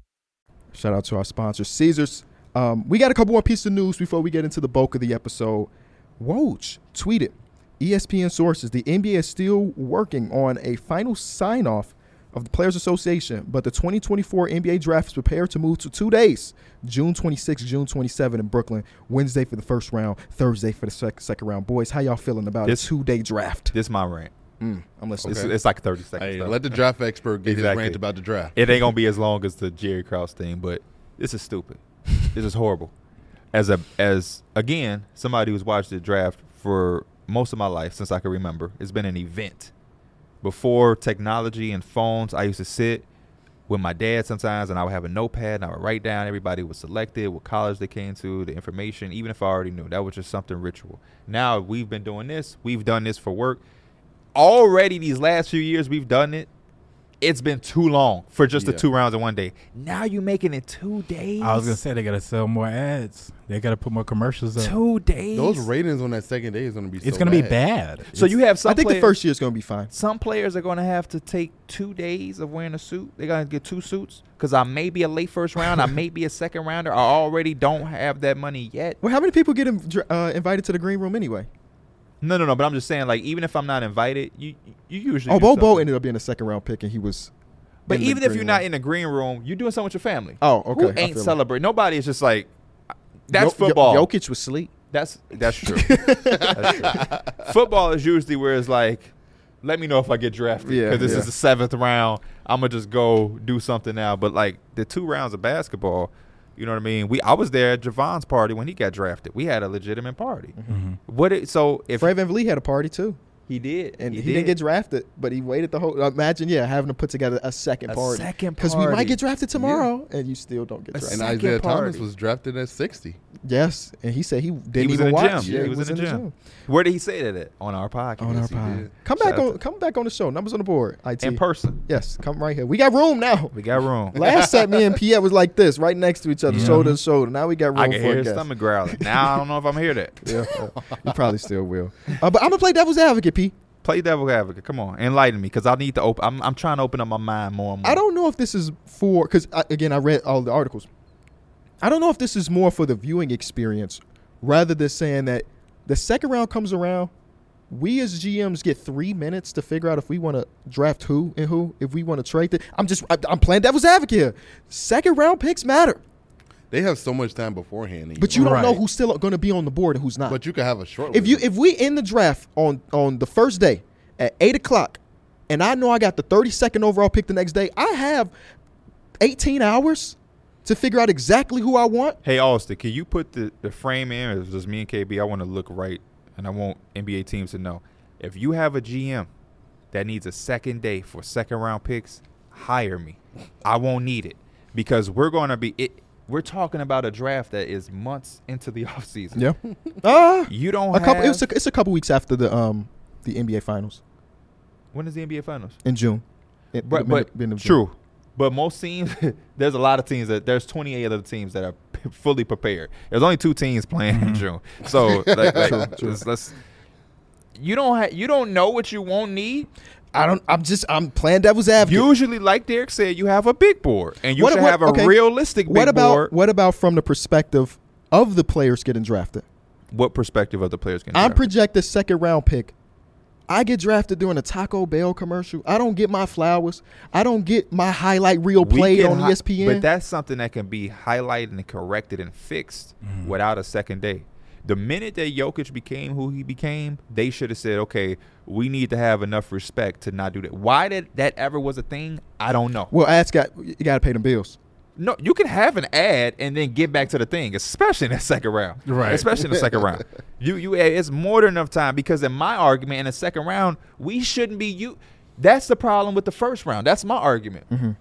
Speaker 1: Shout out to our sponsor, Caesars. Um, we got a couple more pieces of news before we get into the bulk of the episode. Woj tweeted "E ESPN sources the NBA is still working on a final sign off of the Players Association, but the 2024 NBA draft is prepared to move to two days June 26, June 27 in Brooklyn, Wednesday for the first round, Thursday for the sec- second round. Boys, how y'all feeling about
Speaker 2: This-
Speaker 1: a two day draft? Mm,
Speaker 2: This my rant.
Speaker 1: I'm listening.
Speaker 2: It's, it's like 30 seconds.
Speaker 3: Hey,
Speaker 2: though.
Speaker 3: let the draft expert get his
Speaker 2: Exactly.
Speaker 3: rant about the draft.
Speaker 2: it ain't gonna be as long as the Jerry Krause thing, but this is stupid. this is horrible. As a as again, somebody who's watched the draft for most of my life since I can remember, it's been an event. Before technology and phones, I used to sit with my dad sometimes, and I would have a notepad and I would write down everybody who was selected, what college they came to, the information, even if I already knew. That was just something ritual. Now we've been doing this. We've done this for work. Already these last few years, we've done it. It's been too long for just
Speaker 3: Yeah.
Speaker 2: the two rounds in one day. Now you making it two days.
Speaker 4: I was gonna say they gotta sell more ads. They gotta put more commercials up.
Speaker 2: two days.
Speaker 3: Those ratings on that second day is going to be.
Speaker 4: It's
Speaker 3: so
Speaker 4: gonna
Speaker 3: bad.
Speaker 4: be bad.
Speaker 2: so you have some.
Speaker 1: I think the
Speaker 2: players-
Speaker 1: first year is going to be fine.
Speaker 2: Some players are going to have to take two days of wearing a suit. They're going to get two suits because I may be a late first round. I may be a second rounder. I already don't have that money yet.
Speaker 1: Well, how many people get in, uh, invited to the green room anyway?
Speaker 2: No, no, no. But I'm just saying, like, even if I'm not invited, you you usually.
Speaker 1: Oh,
Speaker 2: do
Speaker 1: Bobo
Speaker 2: something.
Speaker 1: ended up being a second round pick, and he was
Speaker 2: But
Speaker 1: In the
Speaker 2: even if
Speaker 1: green
Speaker 2: you're not
Speaker 1: room.
Speaker 2: in the green room, you're doing something with your family.
Speaker 1: Oh, okay. I
Speaker 2: Who ain't
Speaker 1: feel
Speaker 2: celebrating? Nobody is just like that's
Speaker 1: Yo- Yo-
Speaker 2: football.
Speaker 1: Jokic was sleep.
Speaker 2: That's that's true. That's true. Football is usually where it's like, let me know if I get drafted because
Speaker 1: Yeah,
Speaker 2: this
Speaker 1: yeah.
Speaker 2: is the seventh round. I'm gonna just go do something now. But like the two rounds of basketball, you know what I mean. We I was there at Javon's party when he got drafted. We had a legitimate party.
Speaker 1: Mm-hmm.
Speaker 2: What it, so if
Speaker 1: Fred Van Vliet had a party too,
Speaker 2: he did
Speaker 1: and he, didn't get drafted, but he waited the whole. Imagine, yeah, having to put together a second
Speaker 2: A
Speaker 1: party,
Speaker 2: second
Speaker 1: we might
Speaker 2: party.
Speaker 1: get drafted tomorrow, and you still don't get
Speaker 2: A
Speaker 1: drafted.
Speaker 3: And
Speaker 2: Second
Speaker 3: Isaiah Thomas
Speaker 2: party.
Speaker 3: was drafted at 60.
Speaker 1: yes, and he said he didn't
Speaker 2: he was
Speaker 1: even
Speaker 2: in the
Speaker 1: watch.
Speaker 2: gym.
Speaker 1: Yeah,
Speaker 2: he was, in the gym. Where did he say that at? On our podcast.
Speaker 1: On our
Speaker 3: he
Speaker 1: pod,
Speaker 3: did.
Speaker 1: come
Speaker 2: Shout
Speaker 1: back
Speaker 2: out
Speaker 1: on, come back on the show. Numbers on the board. It
Speaker 2: In person.
Speaker 1: Yes, come right here. We got room now.
Speaker 2: We got room.
Speaker 1: Last set, me and Pierre was like this, right next to each other,
Speaker 4: Yeah.
Speaker 1: shoulder to shoulder. Now we got room
Speaker 2: I can
Speaker 1: for a
Speaker 2: hear his
Speaker 1: guest.
Speaker 2: stomach growling. Now I don't know if I'm gonna hear that.
Speaker 1: Yeah, yeah. you probably still will. Uh, but I'm gonna play devil's advocate, P.
Speaker 2: Play devil advocate. Come on, enlighten me, because I need to open. I'm, I'm trying to open up my mind more and more.
Speaker 1: I don't know if this is for because again I read all the articles. I don't know if this is more for the viewing experience rather than saying that the second round comes around. We as GMs get three minutes to figure out if we want to draft who and who, if we want to trade. The, I'm just I, I'm playing devil's advocate. Here. Second round picks matter,
Speaker 3: They have so much time beforehand.
Speaker 1: but you don't know
Speaker 4: Right.
Speaker 1: who's still going to be on the board and who's not.
Speaker 3: But you can have a short
Speaker 1: if you
Speaker 3: list.
Speaker 1: if we in the draft on on the first day at eight o'clock, and I know I got the thirty second overall pick the next day, I have eighteen hours to figure out exactly who I want.
Speaker 2: Hey Austin, can you put the, the frame in? It's just me and KB. I want to look right, and I want NBA teams to know. If you have a GM that needs a second day for second round picks, hire me. I won't need it because we're gonna be it. We're talking about a draft that is months into the offseason.
Speaker 1: Ah,
Speaker 2: You don't
Speaker 1: a couple. It
Speaker 2: have.
Speaker 1: was a, it's a couple weeks after the um the NBA finals
Speaker 2: when is the NBA Finals?
Speaker 1: in June. It-
Speaker 2: But,
Speaker 1: the
Speaker 2: but
Speaker 1: beginning of June.
Speaker 2: true. But most teams, there's a lot of teams that there's 28 other teams that are p- fully prepared. There's only two teams playing
Speaker 1: Mm-hmm.
Speaker 2: in June, so like, like, let's- let's- you don't ha- you don't know what you won't need.
Speaker 1: I don't. I'm just. I'm playing devil's advocate.
Speaker 2: Usually, like Derek said, you have a big board and you
Speaker 1: What-
Speaker 2: should
Speaker 1: what-
Speaker 2: have a
Speaker 1: okay.
Speaker 2: realistic big
Speaker 1: what about
Speaker 2: board.
Speaker 1: what about from the perspective of the players getting drafted?
Speaker 2: What perspective of the players can
Speaker 1: I'm
Speaker 2: draft?
Speaker 1: projected second round pick. I get drafted during a Taco Bell commercial. I don't get my flowers. I don't get my highlight reel
Speaker 2: We
Speaker 1: played
Speaker 2: can
Speaker 1: on E
Speaker 2: hi-
Speaker 1: ESPN.
Speaker 2: But that's something that can be highlighted and corrected and fixed without a second day. The minute that Jokic became who he became, they should have said, "Okay, we need to have enough respect to not do that." Why did that ever was a thing? I don't know.
Speaker 1: well, ask got you got to pay them bills.
Speaker 2: No, you can have an ad and then get back to the thing, especially in the second round.
Speaker 4: Right.
Speaker 2: Especially in the second round. You you eh, it's more than enough time because in my argument in the second round, we shouldn't be you that's the problem with the first round. That's my argument.
Speaker 1: Mm-hmm.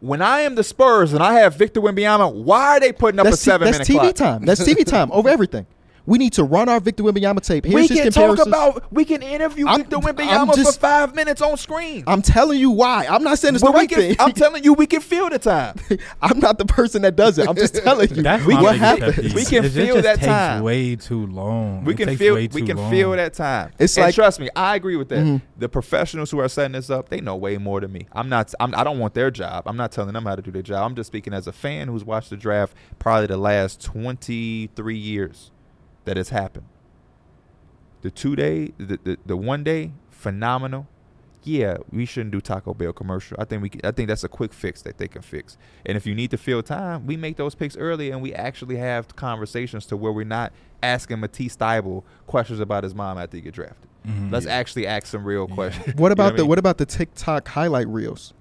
Speaker 2: When I am the Spurs and I have Victor Wembanyama, why are they putting up
Speaker 1: That's,
Speaker 2: a
Speaker 1: T-
Speaker 2: seven
Speaker 1: that's
Speaker 2: minute
Speaker 1: TV
Speaker 2: clock?
Speaker 1: time. That's TV time over everything. We need to run our Victor Wembanyama tape. Here's
Speaker 2: We
Speaker 1: his
Speaker 2: can talk
Speaker 1: comparisons.
Speaker 2: about we can interview
Speaker 1: I'm-
Speaker 2: Victor
Speaker 1: I'm
Speaker 2: Wembanyama
Speaker 1: just-
Speaker 2: for five minutes on screen.
Speaker 1: I'm telling you why. I'm not saying it's
Speaker 2: But
Speaker 1: the
Speaker 2: we
Speaker 1: right
Speaker 2: can-
Speaker 1: thing.
Speaker 2: I'm telling you, we can feel the time.
Speaker 1: I'm not the person that does it. I'm just telling you
Speaker 4: That's
Speaker 2: We
Speaker 4: my
Speaker 2: can-
Speaker 1: what
Speaker 4: biggest pet
Speaker 1: happened.
Speaker 4: peeve.
Speaker 2: we can
Speaker 4: It just
Speaker 2: feel that
Speaker 4: takes
Speaker 2: time.
Speaker 4: way too long.
Speaker 2: We
Speaker 4: It
Speaker 2: can
Speaker 4: takes
Speaker 2: feel
Speaker 4: way
Speaker 2: we
Speaker 4: too
Speaker 2: can
Speaker 4: long.
Speaker 2: feel that time.
Speaker 1: It's
Speaker 2: and
Speaker 1: like- Mm-hmm.
Speaker 2: trust me, I agree with that. The professionals who are setting this up, they know way more than me. I'm not. I'm, I don't want their job. I'm not telling them how to do their job. I'm just speaking as a fan who's watched the draft probably the last 23 years that it's happened. The two day, the, the, the one day, phenomenal. Yeah, we shouldn't do Taco Bell commercial. I think we. Can, I think that's a quick fix that they can fix. And if you need to fill time, we make those picks early, and we actually have conversations to where we're not asking Matisse Thybulle questions about his mom after he get drafted. Let's actually ask some real questions.
Speaker 1: What about
Speaker 2: you
Speaker 1: the
Speaker 2: know
Speaker 1: what about the TikTok highlight reels?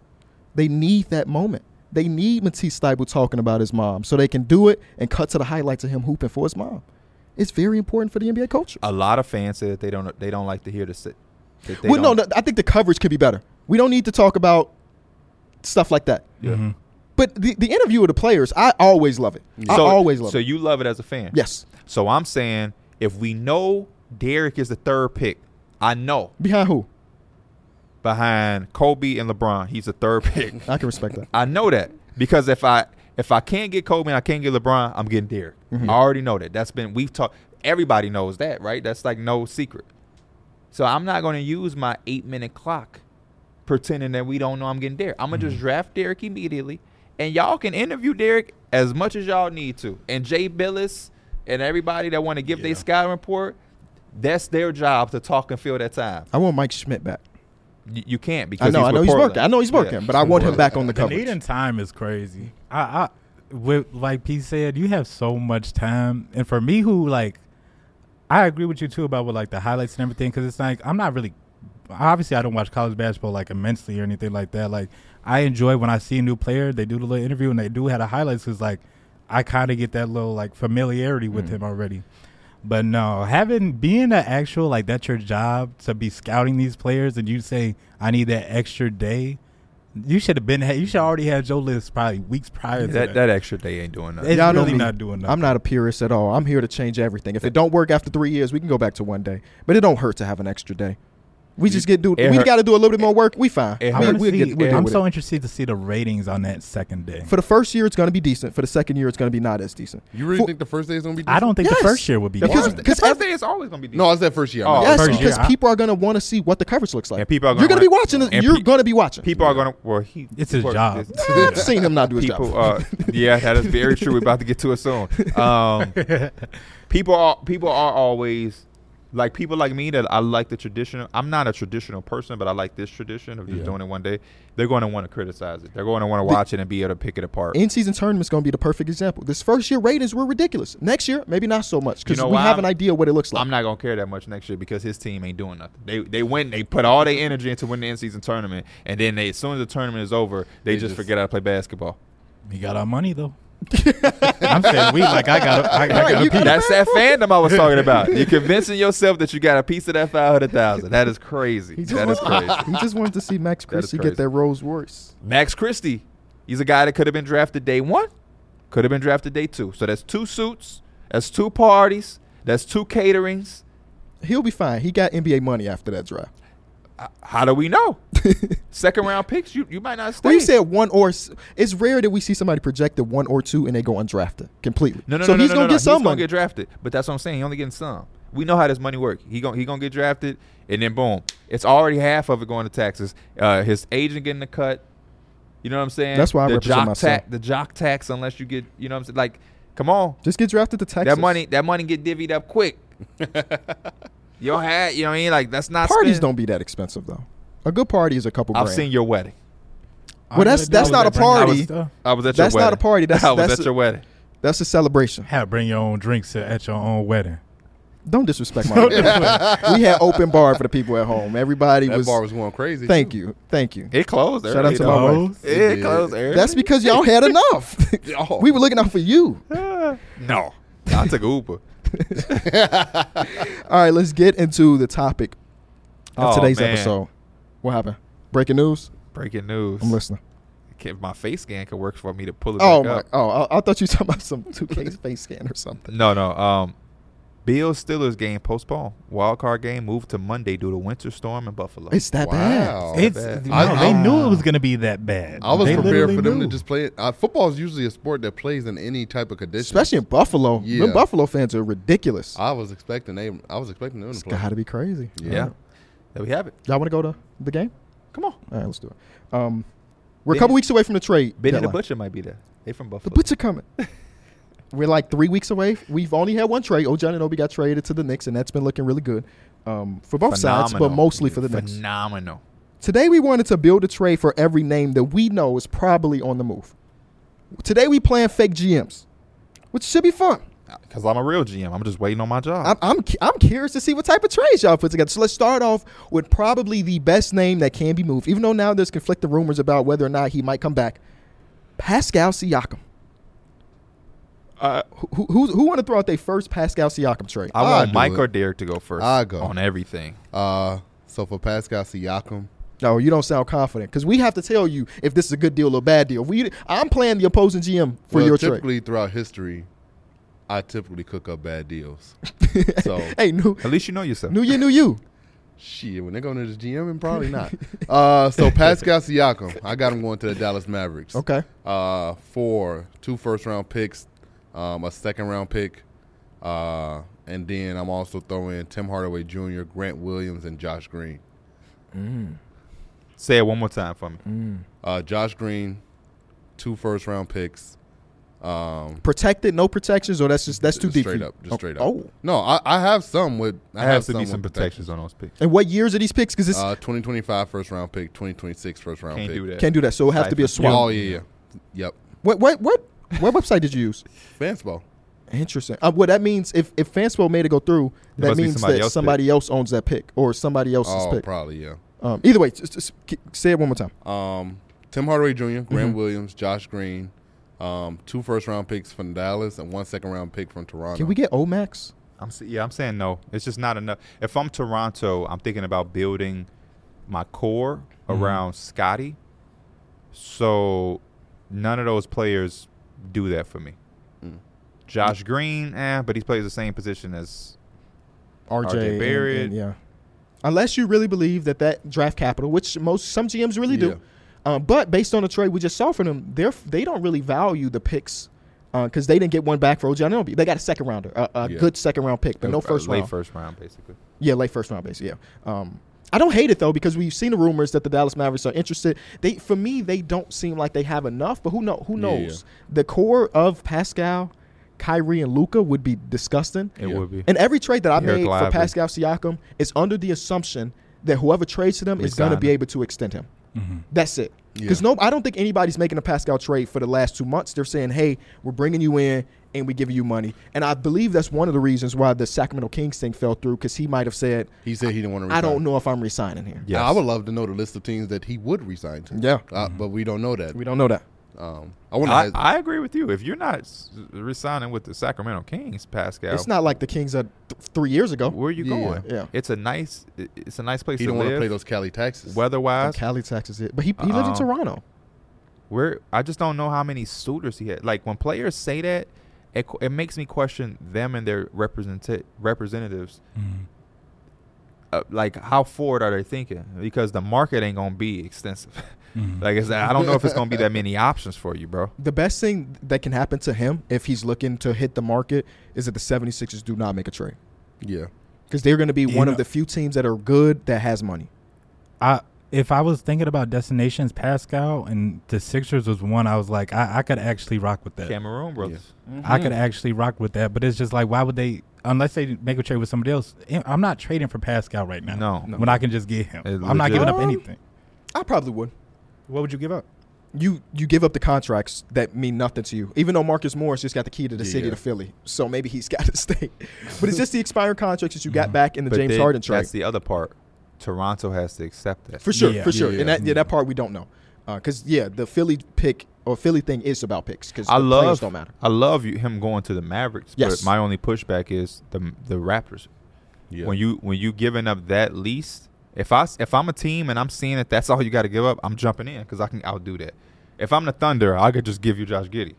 Speaker 1: They need that moment. They need Matisse Stiebel talking about his mom so they can do it and cut to the highlights of him hooping for his mom. It's very important for the NBA culture.
Speaker 2: I mean? A lot of fans say that they don't. They don't like to hear the sit. that they
Speaker 1: well, no,
Speaker 2: don't-
Speaker 1: no, I think the coverage could be better. We don't need to talk about stuff like that.
Speaker 4: Mhm.
Speaker 1: But the, the interview with the players, I always love it. I
Speaker 2: So-
Speaker 1: always love
Speaker 2: So
Speaker 1: it.
Speaker 2: you love it as a fan.
Speaker 1: Yes.
Speaker 2: So I'm saying if we know Derek is the third pick, I know
Speaker 1: Behind who?
Speaker 2: behind Kobe and LeBron, he's the third pick.
Speaker 1: I can respect that.
Speaker 2: I know that because if I if I can't get Kobe and I can't get LeBron, I'm getting Derek. I already know that. That's been we've talked. Everybody knows that, right? That's like no secret. So I'm not going to use my eight minute clock pretending that we don't know I'm getting Derek. I'm gonna just draft Derek immediately, and y'all can interview Derek as much as y'all need to. And Jay Billis and everybody that want to give their sky report, that's their job to talk and fill that time.
Speaker 1: I want Mike Schmidt back.
Speaker 2: You, you can't because
Speaker 1: I know,
Speaker 2: he's
Speaker 1: I
Speaker 2: with
Speaker 1: know he's
Speaker 2: Portland.
Speaker 1: working. I know he's
Speaker 2: Yeah,
Speaker 1: working, but I
Speaker 2: with
Speaker 1: want him
Speaker 2: Portland.
Speaker 1: back on the
Speaker 4: The
Speaker 1: coverage.
Speaker 4: need in time is crazy. I, I with, like Pete said, you have so much time, and for me, who like, I agree with you too about with like the highlights and everything, because it's like I'm not really, obviously, I don't watch college basketball like immensely or anything like that. Like, I enjoy when I see a new player, they do the little interview and they do have the highlights, because like, I kind of get that little like familiarity with
Speaker 1: Mm.
Speaker 4: him already. But no, having being an actual like that's your job to be scouting these players, and you say I need that extra day. You should have been. You should already have your list probably weeks prior. to
Speaker 2: That that extra day ain't doing nothing.
Speaker 4: It's
Speaker 1: Y'all know
Speaker 4: really
Speaker 1: me.
Speaker 4: not doing nothing.
Speaker 1: I'm not a purist at all. I'm here to change everything. If it don't work after three years, we can go back to one day. But it don't hurt to have an extra day. We just get do.
Speaker 2: it
Speaker 1: We
Speaker 2: hurt-
Speaker 1: got to do a little bit more work. We fine.
Speaker 2: it
Speaker 1: We,
Speaker 4: I
Speaker 2: hurt-
Speaker 1: will
Speaker 4: wanna see,
Speaker 1: get. We'll deal
Speaker 4: I'm
Speaker 1: with
Speaker 4: so
Speaker 1: it.
Speaker 4: interested to see the ratings on that second day.
Speaker 1: For the first year, it's going to be decent. For the second year, it's going to be not as decent.
Speaker 3: You really
Speaker 1: For-
Speaker 3: think the first day is gonna be?
Speaker 4: I don't think
Speaker 1: Yes.
Speaker 4: the first year would be
Speaker 1: Because-
Speaker 4: decent.
Speaker 2: The
Speaker 1: because
Speaker 2: first
Speaker 1: ev-
Speaker 2: day is always gonna be decent.
Speaker 3: No, I said first year.
Speaker 2: Oh,
Speaker 3: Oh,
Speaker 1: yes,
Speaker 4: first year,
Speaker 1: because
Speaker 4: I-
Speaker 1: people are going to want to see what the coverage looks like.
Speaker 2: And people are gonna
Speaker 1: You're going to be
Speaker 2: wanna-
Speaker 1: watching. this.
Speaker 2: and
Speaker 1: You're
Speaker 2: pe-
Speaker 1: going to be watching.
Speaker 2: people are gonna. Well, he
Speaker 4: It's his
Speaker 2: works
Speaker 4: job.
Speaker 2: this-
Speaker 1: I've seen him not do his
Speaker 2: people
Speaker 1: job.
Speaker 2: uh yeah that is very true we're about to get to it soon um people are people are always like people like me that i like the traditional i'm not a traditional person but i like this tradition of just
Speaker 4: Yeah.
Speaker 2: doing it one day they're going to want to criticize it they're going to want to watch it and be able to pick it apart
Speaker 1: in season tournament's going to be the perfect example. This first year ratings were ridiculous. Next year, maybe not so much because
Speaker 2: You know
Speaker 1: we
Speaker 2: why
Speaker 1: have
Speaker 2: I'm-
Speaker 1: an idea what it looks like.
Speaker 2: i'm not going to care that much next year because his team ain't doing nothing they they went they put all their energy into winning the in-season tournament and then they, as soon as the tournament is over they,
Speaker 3: They
Speaker 2: just,
Speaker 3: just-
Speaker 2: forget how to play basketball
Speaker 4: We got our money though. I'm saying we like I got. I, I
Speaker 1: Right,
Speaker 4: got
Speaker 1: you
Speaker 4: a piece.
Speaker 1: got
Speaker 2: that's that fandom I was talking about. You're convincing yourself that you got a piece of that five hundred thousand. That is crazy.
Speaker 1: he, just
Speaker 2: That is
Speaker 1: wanted,
Speaker 2: crazy.
Speaker 1: he just wanted to see Max
Speaker 2: That is
Speaker 1: Christie
Speaker 2: crazy.
Speaker 1: get that Rolls Royce.
Speaker 2: Max Christie. He's a guy that could have been drafted day one, could have been drafted day two. So that's two suits, that's two parties, that's two caterings.
Speaker 1: He'll be fine. He got NBA money after that draft.
Speaker 2: How do we know? Second round picks, you you might not stay.
Speaker 1: Well, you said one or s- it's rare that we see somebody projected one or two and they go undrafted completely.
Speaker 2: no, no,
Speaker 1: so
Speaker 2: no,
Speaker 1: he's
Speaker 2: no,
Speaker 1: gonna
Speaker 2: no, no.
Speaker 1: get some
Speaker 2: He's gonna
Speaker 1: money.
Speaker 2: get drafted, but that's what I'm saying. He only getting some. We know how this money works. He gonna he gonna get drafted, and then boom, it's already half of it going to taxes. Uh, his agent getting the cut. You know what I'm saying?
Speaker 1: That's why I
Speaker 2: the
Speaker 1: represent
Speaker 2: jock
Speaker 1: myself.
Speaker 2: tax, the jock tax, unless you get, you know what I'm saying? Like, come on,
Speaker 1: Just get drafted to Texas.
Speaker 2: That money, that money get divvied up quick. you don't have, you know what I mean? Like that's not
Speaker 1: parties
Speaker 2: spend-
Speaker 1: don't be that expensive though. A good party is a couple.
Speaker 2: I've
Speaker 1: grand.
Speaker 2: seen your wedding.
Speaker 4: I
Speaker 1: Well, that's-
Speaker 4: really
Speaker 1: that's
Speaker 4: do.
Speaker 1: not a
Speaker 4: Bring your own
Speaker 1: party.
Speaker 4: stuff.
Speaker 2: I was at
Speaker 1: That's
Speaker 2: your
Speaker 1: not
Speaker 2: wedding.
Speaker 1: a party. That's-
Speaker 2: I was
Speaker 1: that's
Speaker 2: at
Speaker 1: a-
Speaker 2: your wedding.
Speaker 1: That's a celebration.
Speaker 4: Have bring your own drinks at- at your own wedding.
Speaker 1: Don't disrespect my. we had open bar for the people at home. Everybody
Speaker 3: that
Speaker 1: was.
Speaker 3: bar was going crazy.
Speaker 1: Thank you, thank you.
Speaker 2: It closed.
Speaker 1: Shout
Speaker 2: early,
Speaker 1: out to
Speaker 2: though.
Speaker 1: my wife.
Speaker 4: Close.
Speaker 2: It,
Speaker 3: Yeah.
Speaker 2: closed. Early.
Speaker 1: That's because y'all had enough.
Speaker 3: Y'all.
Speaker 1: we were looking out for you.
Speaker 2: no. I took Uber.
Speaker 1: All right, let's get into the topic of
Speaker 2: Oh,
Speaker 1: today's
Speaker 2: man.
Speaker 1: episode. What happened? Breaking news.
Speaker 2: Breaking news.
Speaker 1: I'm listening.
Speaker 2: If my face scan could work for me to pull it
Speaker 1: Oh
Speaker 2: back
Speaker 1: my!
Speaker 2: up.
Speaker 1: Oh, I, I thought you were talking about some 2K face scan or something.
Speaker 2: No, no. Um, Bills Steelers game postponed. Wild card game moved to Monday due to winter storm in Buffalo.
Speaker 1: It's that bad.
Speaker 3: Wow.
Speaker 4: It's
Speaker 2: bad.
Speaker 4: no,
Speaker 3: I-
Speaker 4: they
Speaker 3: I-
Speaker 4: knew it was gonna be that bad.
Speaker 3: I was
Speaker 4: They
Speaker 3: prepared
Speaker 4: literally
Speaker 3: for them
Speaker 4: knew.
Speaker 3: to just play it. Uh, football is usually a sport that plays in any type of condition.
Speaker 1: especially in Buffalo.
Speaker 3: Yeah.
Speaker 1: Them Buffalo fans are ridiculous.
Speaker 3: I was expecting they. I was expecting them to
Speaker 1: It's
Speaker 3: play.
Speaker 1: got to be crazy.
Speaker 2: yeah. There we have it.
Speaker 1: Y'all want to go to the game?
Speaker 2: Come on.
Speaker 1: All right, let's do it. Um, we're a
Speaker 2: Benny-
Speaker 1: couple weeks away from the trade.
Speaker 2: Benny the
Speaker 1: deadline.
Speaker 2: Butcher might be there. They from
Speaker 1: The
Speaker 2: Buffalo.
Speaker 1: butcher coming. we're like three weeks away. We've only had one trade. O'John and Obi got traded to the Knicks, and that's been looking really good um, for both sides, but
Speaker 2: Phenomenal.
Speaker 1: mostly for the Knicks.
Speaker 2: Phenomenal.
Speaker 1: Today we wanted to build a trade for every name that we know is probably on the move. Today we playing fake GMs, which should be fun.
Speaker 2: Because Uh, I'm a real GM. I'm just waiting on my job.
Speaker 1: I'm, I'm, cu- I'm curious to see what type of trades y'all put together. So let's start off with probably the best name that can be moved, even though now there's conflicting rumors about whether or not he might come back. Pascal Siakam.
Speaker 2: Uh,
Speaker 1: Who, who, who's- who want to throw out their first Pascal Siakam trade?
Speaker 2: I
Speaker 3: I'll
Speaker 2: want
Speaker 3: do
Speaker 2: Mike
Speaker 3: it.
Speaker 2: or Derek to go first
Speaker 3: I'll go.
Speaker 2: on everything.
Speaker 3: Uh, so for Pascal Siakam,
Speaker 1: No, you don't sound confident because we have to tell you if this is a good deal or bad deal. We, I'm playing the opposing GM for
Speaker 3: well,
Speaker 1: your trade.
Speaker 3: typically throughout history, I typically cook up bad deals. so
Speaker 1: Hey, new,
Speaker 2: At least you know yourself.
Speaker 1: new year, new you.
Speaker 3: shit, when they go to this GM, and probably not. uh, so Pascal Siakam, I got him going to the Dallas Mavericks.
Speaker 1: Okay.
Speaker 3: Uh, for two first round picks, um, a second round pick, uh, and then I'm also throwing Tim Hardaway Jr., Grant Williams, and Josh Green.
Speaker 2: Say it one more time for me.
Speaker 1: Mm-hmm.
Speaker 3: Uh, Josh Green, two first round picks, Um,
Speaker 1: Protected, no protections, or that's just that's too
Speaker 3: just
Speaker 1: deep. for
Speaker 3: Straight
Speaker 1: you?
Speaker 3: up, just
Speaker 1: Oh,
Speaker 3: straight up.
Speaker 1: Oh,
Speaker 3: no, I, I have some with. I,
Speaker 2: I
Speaker 3: have,
Speaker 2: have to be
Speaker 3: some with
Speaker 2: some protections on those picks.
Speaker 1: and what years are these picks? Because this
Speaker 3: Uh, 2025 first round pick, 2026 first round
Speaker 2: Can't
Speaker 3: pick.
Speaker 2: do that.
Speaker 1: can't do that, so it have to be a
Speaker 2: Siphon.
Speaker 1: swap.
Speaker 3: Oh yeah, yeah, yep.
Speaker 1: What what what what website did you use?
Speaker 3: Fansball.
Speaker 1: Interesting. Uh, well, that means if if Fanspo made it go through,
Speaker 2: There
Speaker 1: that
Speaker 2: must be
Speaker 1: means
Speaker 2: somebody
Speaker 1: that
Speaker 2: else
Speaker 1: somebody else owns that pick or somebody else's
Speaker 3: Oh,
Speaker 1: pick.
Speaker 3: probably yeah.
Speaker 1: Um, either way, just, just k- say it one more time.
Speaker 3: Um, Tim Hardaway Jr., Graham
Speaker 1: Mm-hmm.
Speaker 3: Williams, Josh Green, um, two first round picks from Dallas and one second round pick from Toronto.
Speaker 1: Can we get Omax?
Speaker 2: I'm s- yeah, I'm saying no. It's just not enough. If I'm Toronto, I'm thinking about building my core
Speaker 3: Mm-hmm.
Speaker 2: around Scotty. So none of those players do that for me.
Speaker 3: Mm.
Speaker 2: Josh Green, eh, but he plays the same position as
Speaker 1: RJ,
Speaker 2: RJ
Speaker 1: and-
Speaker 2: Barrett.
Speaker 1: and- yeah. Unless you really believe that that draft capital, which most some GMs really do, uh, but based on the trade we just saw from them, they they don't really value the picks because they didn't get one back for OG Anunoby. They got a second rounder, a, a
Speaker 3: Yeah.
Speaker 1: good second round pick, but no
Speaker 2: uh,
Speaker 1: first
Speaker 2: late
Speaker 1: round.
Speaker 2: first round, basically.
Speaker 1: Yeah, late first round, basically. Yeah. Um, I don't hate it though because we've seen the rumors that the Dallas Mavericks are interested. They, for me, they don't seem like they have enough. But who know? Who
Speaker 3: Yeah, yeah.
Speaker 1: knows? The core of Pascal, Kyrie, and Luca would be disgusting.
Speaker 2: It
Speaker 3: Yeah.
Speaker 2: would be.
Speaker 1: And every trade that I
Speaker 2: Eric
Speaker 1: made for
Speaker 2: Lively.
Speaker 1: Pascal Siakam is under the assumption that whoever trades to them is
Speaker 2: Resign
Speaker 1: going to be
Speaker 2: him.
Speaker 1: able to extend him. That's it.
Speaker 3: Yeah.
Speaker 1: Because no, I don't think anybody's making a Pascal trade for the last two months. They're saying, "Hey, we're bringing you in and we giving you money." And I believe that's one of the reasons why the Sacramento Kings thing fell through because he might have said,
Speaker 3: He said he didn't want to.
Speaker 1: "I don't know if I'm resigning here."
Speaker 2: Yes. Mm-hmm.
Speaker 3: I would love to know the list of teams that he would resign to.
Speaker 1: Yeah.
Speaker 3: uh, but we don't know that.
Speaker 1: We don't know that.
Speaker 3: Um, I want
Speaker 2: I,
Speaker 3: to.
Speaker 2: I agree with you. If you're not s- resigning with the Sacramento Kings, Pascal,
Speaker 1: It's not like the Kings are th- three years ago.
Speaker 2: where are you
Speaker 3: Yeah.
Speaker 2: going?
Speaker 1: Yeah.
Speaker 2: It's a nice i- it's a nice place
Speaker 3: He
Speaker 2: to
Speaker 3: don't want
Speaker 2: live.
Speaker 3: to play those Cali taxes.
Speaker 2: weather wise.
Speaker 1: Cali, Texas, it. but he, he lives in
Speaker 2: Uh-uh.
Speaker 1: Toronto.
Speaker 2: Where I just don't know how many suitors he had. Like when players say that, it, qu- it makes me question them and their represent representatives.
Speaker 4: Mm.
Speaker 2: Uh, like how forward are they thinking? Because the market ain't gonna be extensive. like it's, I don't know if it's gonna be that many options for you, bro.
Speaker 1: The best thing that can happen to him if he's looking to hit the market is that the 76ers do not make a trade.
Speaker 3: Yeah,
Speaker 1: because they're going to be one
Speaker 4: know-
Speaker 1: of the few teams that are good that has money.
Speaker 4: I if I was thinking about destinations, Pascal and the Sixers was one I was like, I, I could actually rock with that.
Speaker 2: Cameroon brothers.
Speaker 4: I
Speaker 1: Mm-hmm.
Speaker 4: could actually rock with that, but it's just like, why would they? Unless they make a trade with somebody else, Eh, I'm not trading for Pascal right now.
Speaker 2: No.
Speaker 4: when I can just get him,
Speaker 2: It's
Speaker 4: I'm not
Speaker 2: legit.
Speaker 4: giving up
Speaker 1: Um,
Speaker 4: anything.
Speaker 1: I probably would.
Speaker 4: What would you give up?
Speaker 1: You you give up the contracts that mean nothing to you, even though Marcus Morris just got the key to the
Speaker 3: Yeah,
Speaker 1: city
Speaker 3: yeah.
Speaker 1: to Philly, so maybe he's got to stay. But it's just the expiring contracts that you got back in the
Speaker 2: Mm-hmm. But
Speaker 1: James
Speaker 2: then
Speaker 1: Harden trade,
Speaker 2: That's the other part. Toronto has to accept that.
Speaker 1: for sure,
Speaker 4: Yeah.
Speaker 1: for sure.
Speaker 3: Yeah,
Speaker 1: and that yeah, that part we don't know, because yeah, the Philly pick or Philly thing is about picks because
Speaker 2: I love
Speaker 1: don't matter.
Speaker 2: I love you, him going to the Mavericks.
Speaker 1: Yes.
Speaker 2: But my only pushback is the the Raptors.
Speaker 3: yeah.
Speaker 2: When you when you giving up that least, if I s- if I'm a team and I'm seeing that that's all you got to give up, I'm jumping in because I can outdo that. If I'm the Thunder, I could just give you Josh Giddy.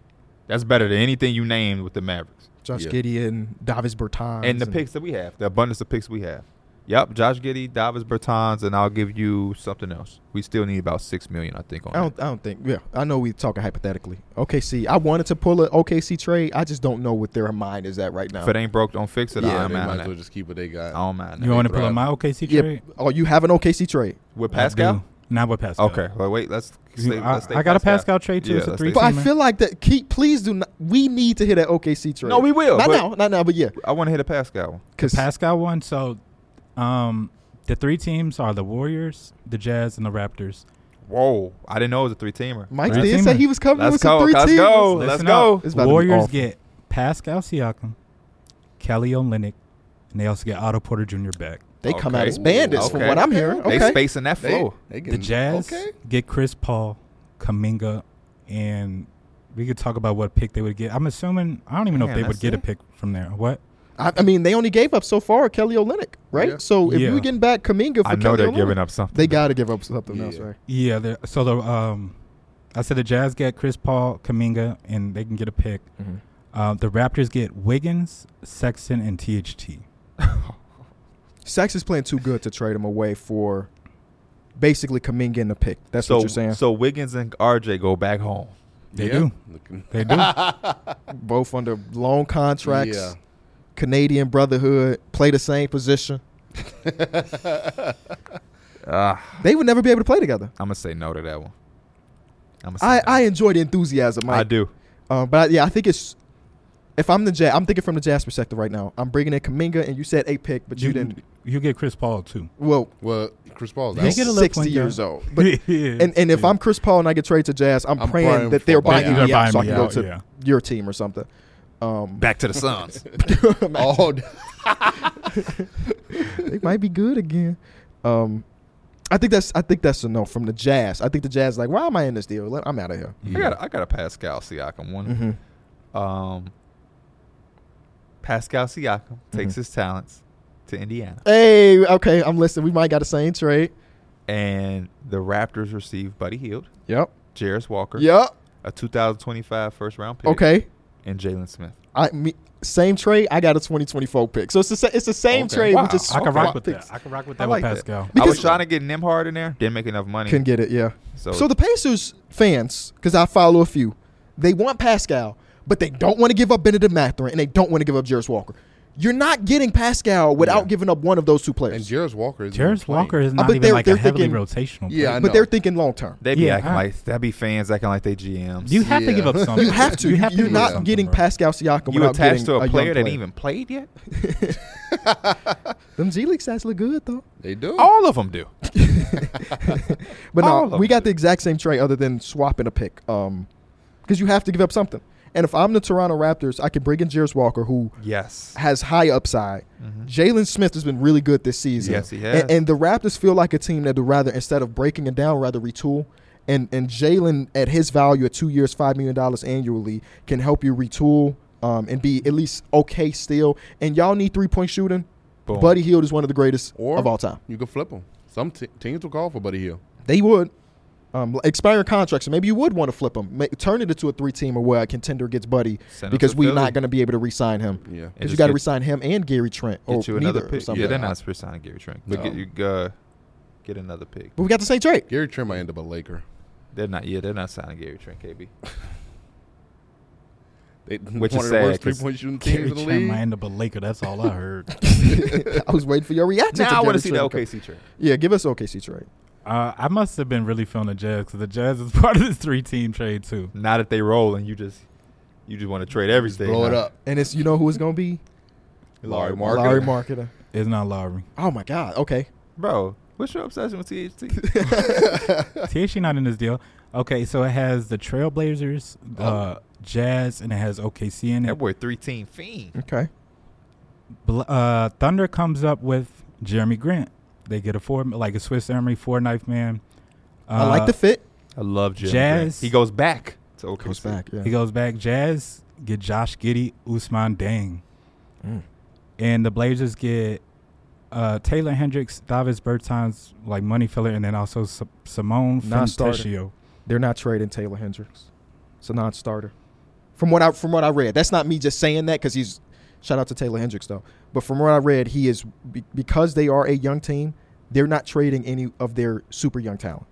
Speaker 2: That's better than anything you named with the Mavericks
Speaker 1: Josh
Speaker 3: Yeah.
Speaker 1: Giddey and Davis Bertans
Speaker 2: and the picks that we have, the abundance of picks we have. Yep, Josh Giddy, Davis Bertans, and I'll give you something else. We still need about six million, I think. On
Speaker 1: I don't, I don't think. Yeah, I know we talking hypothetically. OKC. I wanted to pull an OKC trade. I just don't know what their mind is at right now.
Speaker 2: that. if it ain't broke, don't fix it. I
Speaker 3: yeah,
Speaker 2: don't
Speaker 3: they
Speaker 2: mind
Speaker 3: might as
Speaker 2: that.
Speaker 3: well just keep what they got.
Speaker 2: I don't mind
Speaker 4: You
Speaker 2: that.
Speaker 4: want to pull
Speaker 3: Brad.
Speaker 4: up my OKC
Speaker 1: Yeah.
Speaker 4: trade?
Speaker 1: Oh, you have an OKC trade.
Speaker 2: with
Speaker 4: I
Speaker 2: Pascal?
Speaker 4: do. Not with Pascal.
Speaker 2: Okay. Well, wait. Let's.
Speaker 4: You-
Speaker 2: Stay,
Speaker 4: I-
Speaker 2: let's stay
Speaker 4: I got a Pascal trade, too. It's a
Speaker 2: let's
Speaker 4: three-
Speaker 2: stay-
Speaker 1: But I
Speaker 4: man.
Speaker 1: feel like that. Keep, please do not. We need to hear that OKC trade.
Speaker 2: No, we will,
Speaker 1: Not
Speaker 2: but-
Speaker 1: now, not now, but yeah.
Speaker 2: I want to hit a Pascal one.
Speaker 1: Because
Speaker 4: Pascal won. So, um, the three teams are the Warriors, the Jazz, and the Raptors.
Speaker 2: Whoa! I didn't know it was a three teamer.
Speaker 1: Mike
Speaker 4: Three
Speaker 1: did say
Speaker 4: teamer.
Speaker 1: he was coming
Speaker 2: Let's
Speaker 1: with
Speaker 2: go,
Speaker 1: some three
Speaker 2: let's
Speaker 1: teams.
Speaker 2: go. Let's
Speaker 4: Listen
Speaker 2: go.
Speaker 4: up.
Speaker 1: It's about to be
Speaker 4: Warriors
Speaker 1: awful.
Speaker 4: get Pascal Siakam, Kelly Olynyk, and they also get Otto Porter Jr. back.
Speaker 1: They come out
Speaker 2: Okay.
Speaker 1: as bandits, from
Speaker 2: Okay.
Speaker 1: what I'm hearing. Okay.
Speaker 2: They spacing that
Speaker 3: They-
Speaker 2: flow.
Speaker 3: they
Speaker 4: The
Speaker 3: getting-
Speaker 4: Jazz
Speaker 3: Okay.
Speaker 4: get Chris Paul, Kaminga, and we could talk about what pick they would get. I'm assuming I don't even know
Speaker 2: Man,
Speaker 4: if they would
Speaker 2: that's
Speaker 4: get a
Speaker 2: it?
Speaker 4: pick from there. What?
Speaker 1: I, I mean, they only gave up so far Kelly Olynyk, right?
Speaker 3: Yeah.
Speaker 1: So if
Speaker 4: Yeah.
Speaker 1: you're getting back Kaminga for
Speaker 2: I know
Speaker 1: Kelly
Speaker 2: they're
Speaker 1: Olynyk,
Speaker 2: giving up something.
Speaker 1: They got to give up something
Speaker 3: Yeah.
Speaker 1: else, right?
Speaker 4: Yeah. they're- So the um, I said the Jazz get Chris Paul, Kaminga, and they can get a pick.
Speaker 2: Mm-hmm.
Speaker 4: Uh, the Raptors get Wiggins, Sexton, and THT.
Speaker 1: Sax is playing too good to trade him away for basically Kaminga in the pick. That's
Speaker 2: so
Speaker 1: what you're saying.
Speaker 2: so Wiggins and RJ go back home.
Speaker 4: They
Speaker 3: Yeah.
Speaker 4: do.
Speaker 3: Looking-
Speaker 4: They do.
Speaker 1: Both under long contracts.
Speaker 3: Yeah.
Speaker 1: Canadian Brotherhood play the same position.
Speaker 2: Ah,
Speaker 1: They would never be able to play together.
Speaker 2: I'm gonna say no to that one. I'm gonna say
Speaker 1: I,
Speaker 2: no.
Speaker 1: I enjoy the enthusiasm, Mike.
Speaker 2: I do.
Speaker 1: Uh, but I, yeah, I think it's if I'm the Jazz, I'm thinking from the Jazz perspective right now. I'm bringing in Kaminga, and you said a pick, but you, didn't.
Speaker 4: You get Chris Paul too.
Speaker 1: Well,
Speaker 3: Well, Chris Paul's
Speaker 4: They
Speaker 1: he's
Speaker 3: out.
Speaker 4: get a little point
Speaker 1: sixty years
Speaker 4: guard.
Speaker 1: old. But
Speaker 4: Yeah.
Speaker 1: and and if
Speaker 4: Yeah.
Speaker 1: I'm Chris Paul and I get traded to Jazz, I'm,
Speaker 3: I'm
Speaker 1: praying
Speaker 3: praying
Speaker 1: that
Speaker 3: for
Speaker 1: they're
Speaker 3: buying
Speaker 1: buying
Speaker 4: out.
Speaker 1: me out, so I
Speaker 4: They're
Speaker 1: can go
Speaker 4: buying
Speaker 1: to
Speaker 4: me out,
Speaker 1: your team or something. Um,
Speaker 6: Back to the Suns.
Speaker 2: Oh,
Speaker 3: All day.
Speaker 1: they might be good again. Um, I think that's I think that's a no from the Jazz. I think the Jazz like, why am I in this deal? Let- I'm out of here.
Speaker 2: I got I got a Pascal Siakam one.
Speaker 1: Mhm.
Speaker 2: Um, Pascal Siakam
Speaker 1: Mm-hmm.
Speaker 2: takes his talents to Indiana,
Speaker 1: Hey, okay, I'm listening. We might got the same trade.
Speaker 2: and the Raptors receive Buddy Hield,
Speaker 1: Yep.
Speaker 2: Jairus Walker,
Speaker 1: Yep.
Speaker 2: a 2025 first round pick,
Speaker 1: Okay.
Speaker 2: and Jalen Smith.
Speaker 1: I me, same trade. I got a 2024 pick. So it's the sa- it's the same
Speaker 2: Okay.
Speaker 1: trade.
Speaker 2: Wow.
Speaker 1: We just
Speaker 4: I can
Speaker 1: swapped
Speaker 4: rock
Speaker 1: out
Speaker 4: with
Speaker 1: picks.
Speaker 4: that. I can rock with
Speaker 2: I
Speaker 4: that
Speaker 2: like
Speaker 4: with
Speaker 2: that.
Speaker 4: Pascal.
Speaker 2: I was
Speaker 1: Because-
Speaker 2: trying to get Nimhard in there, didn't make enough money.
Speaker 1: Couldn't get it. Yeah.
Speaker 2: so,
Speaker 1: So the Pacers fans, because I follow a few, they want Pascal, but they don't want to give up Benedict Mathurin and they don't want to give up Jairus Walker. You're not getting Pascal without giving up one of those two
Speaker 3: And
Speaker 1: players.
Speaker 3: Jairus Walker is.
Speaker 4: Jairus Walker is
Speaker 1: Uh,
Speaker 4: not
Speaker 1: but
Speaker 4: even
Speaker 1: they're-
Speaker 4: like
Speaker 1: they're
Speaker 4: a heavily
Speaker 1: thinking-
Speaker 4: rotational.
Speaker 3: Yeah,
Speaker 4: player.
Speaker 3: I know.
Speaker 1: but they're thinking long term.
Speaker 2: they be
Speaker 4: Yeah,
Speaker 2: acting
Speaker 4: I-
Speaker 2: like that be fans acting like they GMs.
Speaker 4: you have to give up
Speaker 3: Yeah.
Speaker 4: something.
Speaker 1: You have to. You
Speaker 4: have to.
Speaker 1: are
Speaker 4: give up
Speaker 1: not
Speaker 4: something,
Speaker 1: getting
Speaker 4: bro.
Speaker 1: Pascal Siakam
Speaker 2: you
Speaker 1: without getting
Speaker 2: attached to a,
Speaker 1: young
Speaker 2: player that ain't even played yet.
Speaker 1: Them G League stats look good though.
Speaker 3: They do.
Speaker 2: All of them do.
Speaker 1: But
Speaker 2: All of
Speaker 1: no, we
Speaker 2: them
Speaker 1: got the exact same trade other than swapping a pick. Um, because you have to give up something. And if I'm the Toronto Raptors, I can bring in Jairus Walker, who
Speaker 2: Yes.
Speaker 1: has high upside. Jalen Smith has been really good this season.
Speaker 2: Mm-hmm. Yes, he
Speaker 1: A-
Speaker 2: has.
Speaker 1: And, the Raptors feel like a team that would rather, instead of breaking it down, rather retool. And and Jalen, at his value at two years, five million dollars annually, can help you retool um, and be at least okay still. And y'all need three point shooting.
Speaker 2: Boom.
Speaker 1: Buddy Hield is one of the greatest
Speaker 3: Or-
Speaker 1: of all time.
Speaker 3: You could flip him. Some t- teams will call for Buddy Hill.
Speaker 1: They would. Um, expiring contracts, so maybe you would want to flip him, make, turn it into a three team or where a contender gets Buddy
Speaker 2: Send him
Speaker 1: because
Speaker 2: to
Speaker 1: we're
Speaker 2: Philly.
Speaker 1: not going to be able to re sign him.
Speaker 3: Yeah.
Speaker 1: Because you
Speaker 2: just
Speaker 1: got to
Speaker 2: get-
Speaker 1: re sign him and Gary Trent. Or
Speaker 2: Get you another
Speaker 1: oh, neither or
Speaker 2: pick.
Speaker 1: something.
Speaker 2: Yeah, they're
Speaker 3: Yeah.
Speaker 2: not signing Gary Trent. But
Speaker 3: No.
Speaker 2: get you uh, get another pick.
Speaker 1: But we got the same trade.
Speaker 3: Gary Trent might end up a Laker.
Speaker 2: They're not. Yeah, they're not signing Gary Trent. KB.
Speaker 3: They,
Speaker 2: Which
Speaker 3: one
Speaker 2: is
Speaker 3: of the worst
Speaker 2: sad, 'cause
Speaker 3: three point shooting
Speaker 4: Gary
Speaker 3: teams in the
Speaker 4: Trent might
Speaker 3: league.
Speaker 4: end up a Laker. That's all I heard.
Speaker 1: I was waiting for your reaction.
Speaker 2: now I
Speaker 1: want to
Speaker 2: see the
Speaker 1: Gary Trent.
Speaker 2: OKC trade.
Speaker 1: Yeah, give us OKC trade.
Speaker 4: uh, I must have been really feeling the Jazz because the Jazz is part of this three-team trade too.
Speaker 2: Now that they roll and you just you just want to trade everything.
Speaker 3: Blow it
Speaker 2: huh?
Speaker 3: up.
Speaker 1: And it's you know who it's gonna be?
Speaker 3: Larry Mark.
Speaker 2: Marketer.
Speaker 1: Larry Marketer.
Speaker 4: It's not Lowry.
Speaker 1: Oh my God. Okay.
Speaker 2: Bro, what's your obsession with THT?
Speaker 4: THC not in this deal. Okay, so it has the Trailblazers,
Speaker 1: Oh.
Speaker 4: uh, Jazz, and it has OKC in
Speaker 2: that
Speaker 4: it.
Speaker 2: boy three team fiend.
Speaker 1: Okay.
Speaker 4: Bl- uh, Thunder comes up with Jeremy Grant. They get a four, like a Swiss Army four knife man. Uh,
Speaker 1: I like the fit.
Speaker 2: I love Jazz.
Speaker 4: Jazz.
Speaker 2: He goes back to OKC.
Speaker 1: Goes back. Yeah.
Speaker 4: He goes back. Jazz get Josh Giddy, Usman Dang,
Speaker 1: Mm.
Speaker 4: and the Blazers get uh, Taylor Hendricks, Davis Bertans, like money filler, and then also S- Simone
Speaker 1: Non-starter.
Speaker 4: Fontecchio.
Speaker 1: They're not trading Taylor Hendricks. It's a non-starter. From what I from what I read, that's not me just saying that because he's. Shout out to Taylor Hendricks though. But from what I read, he is be- because they are a young team. They're not trading any of their super young talent.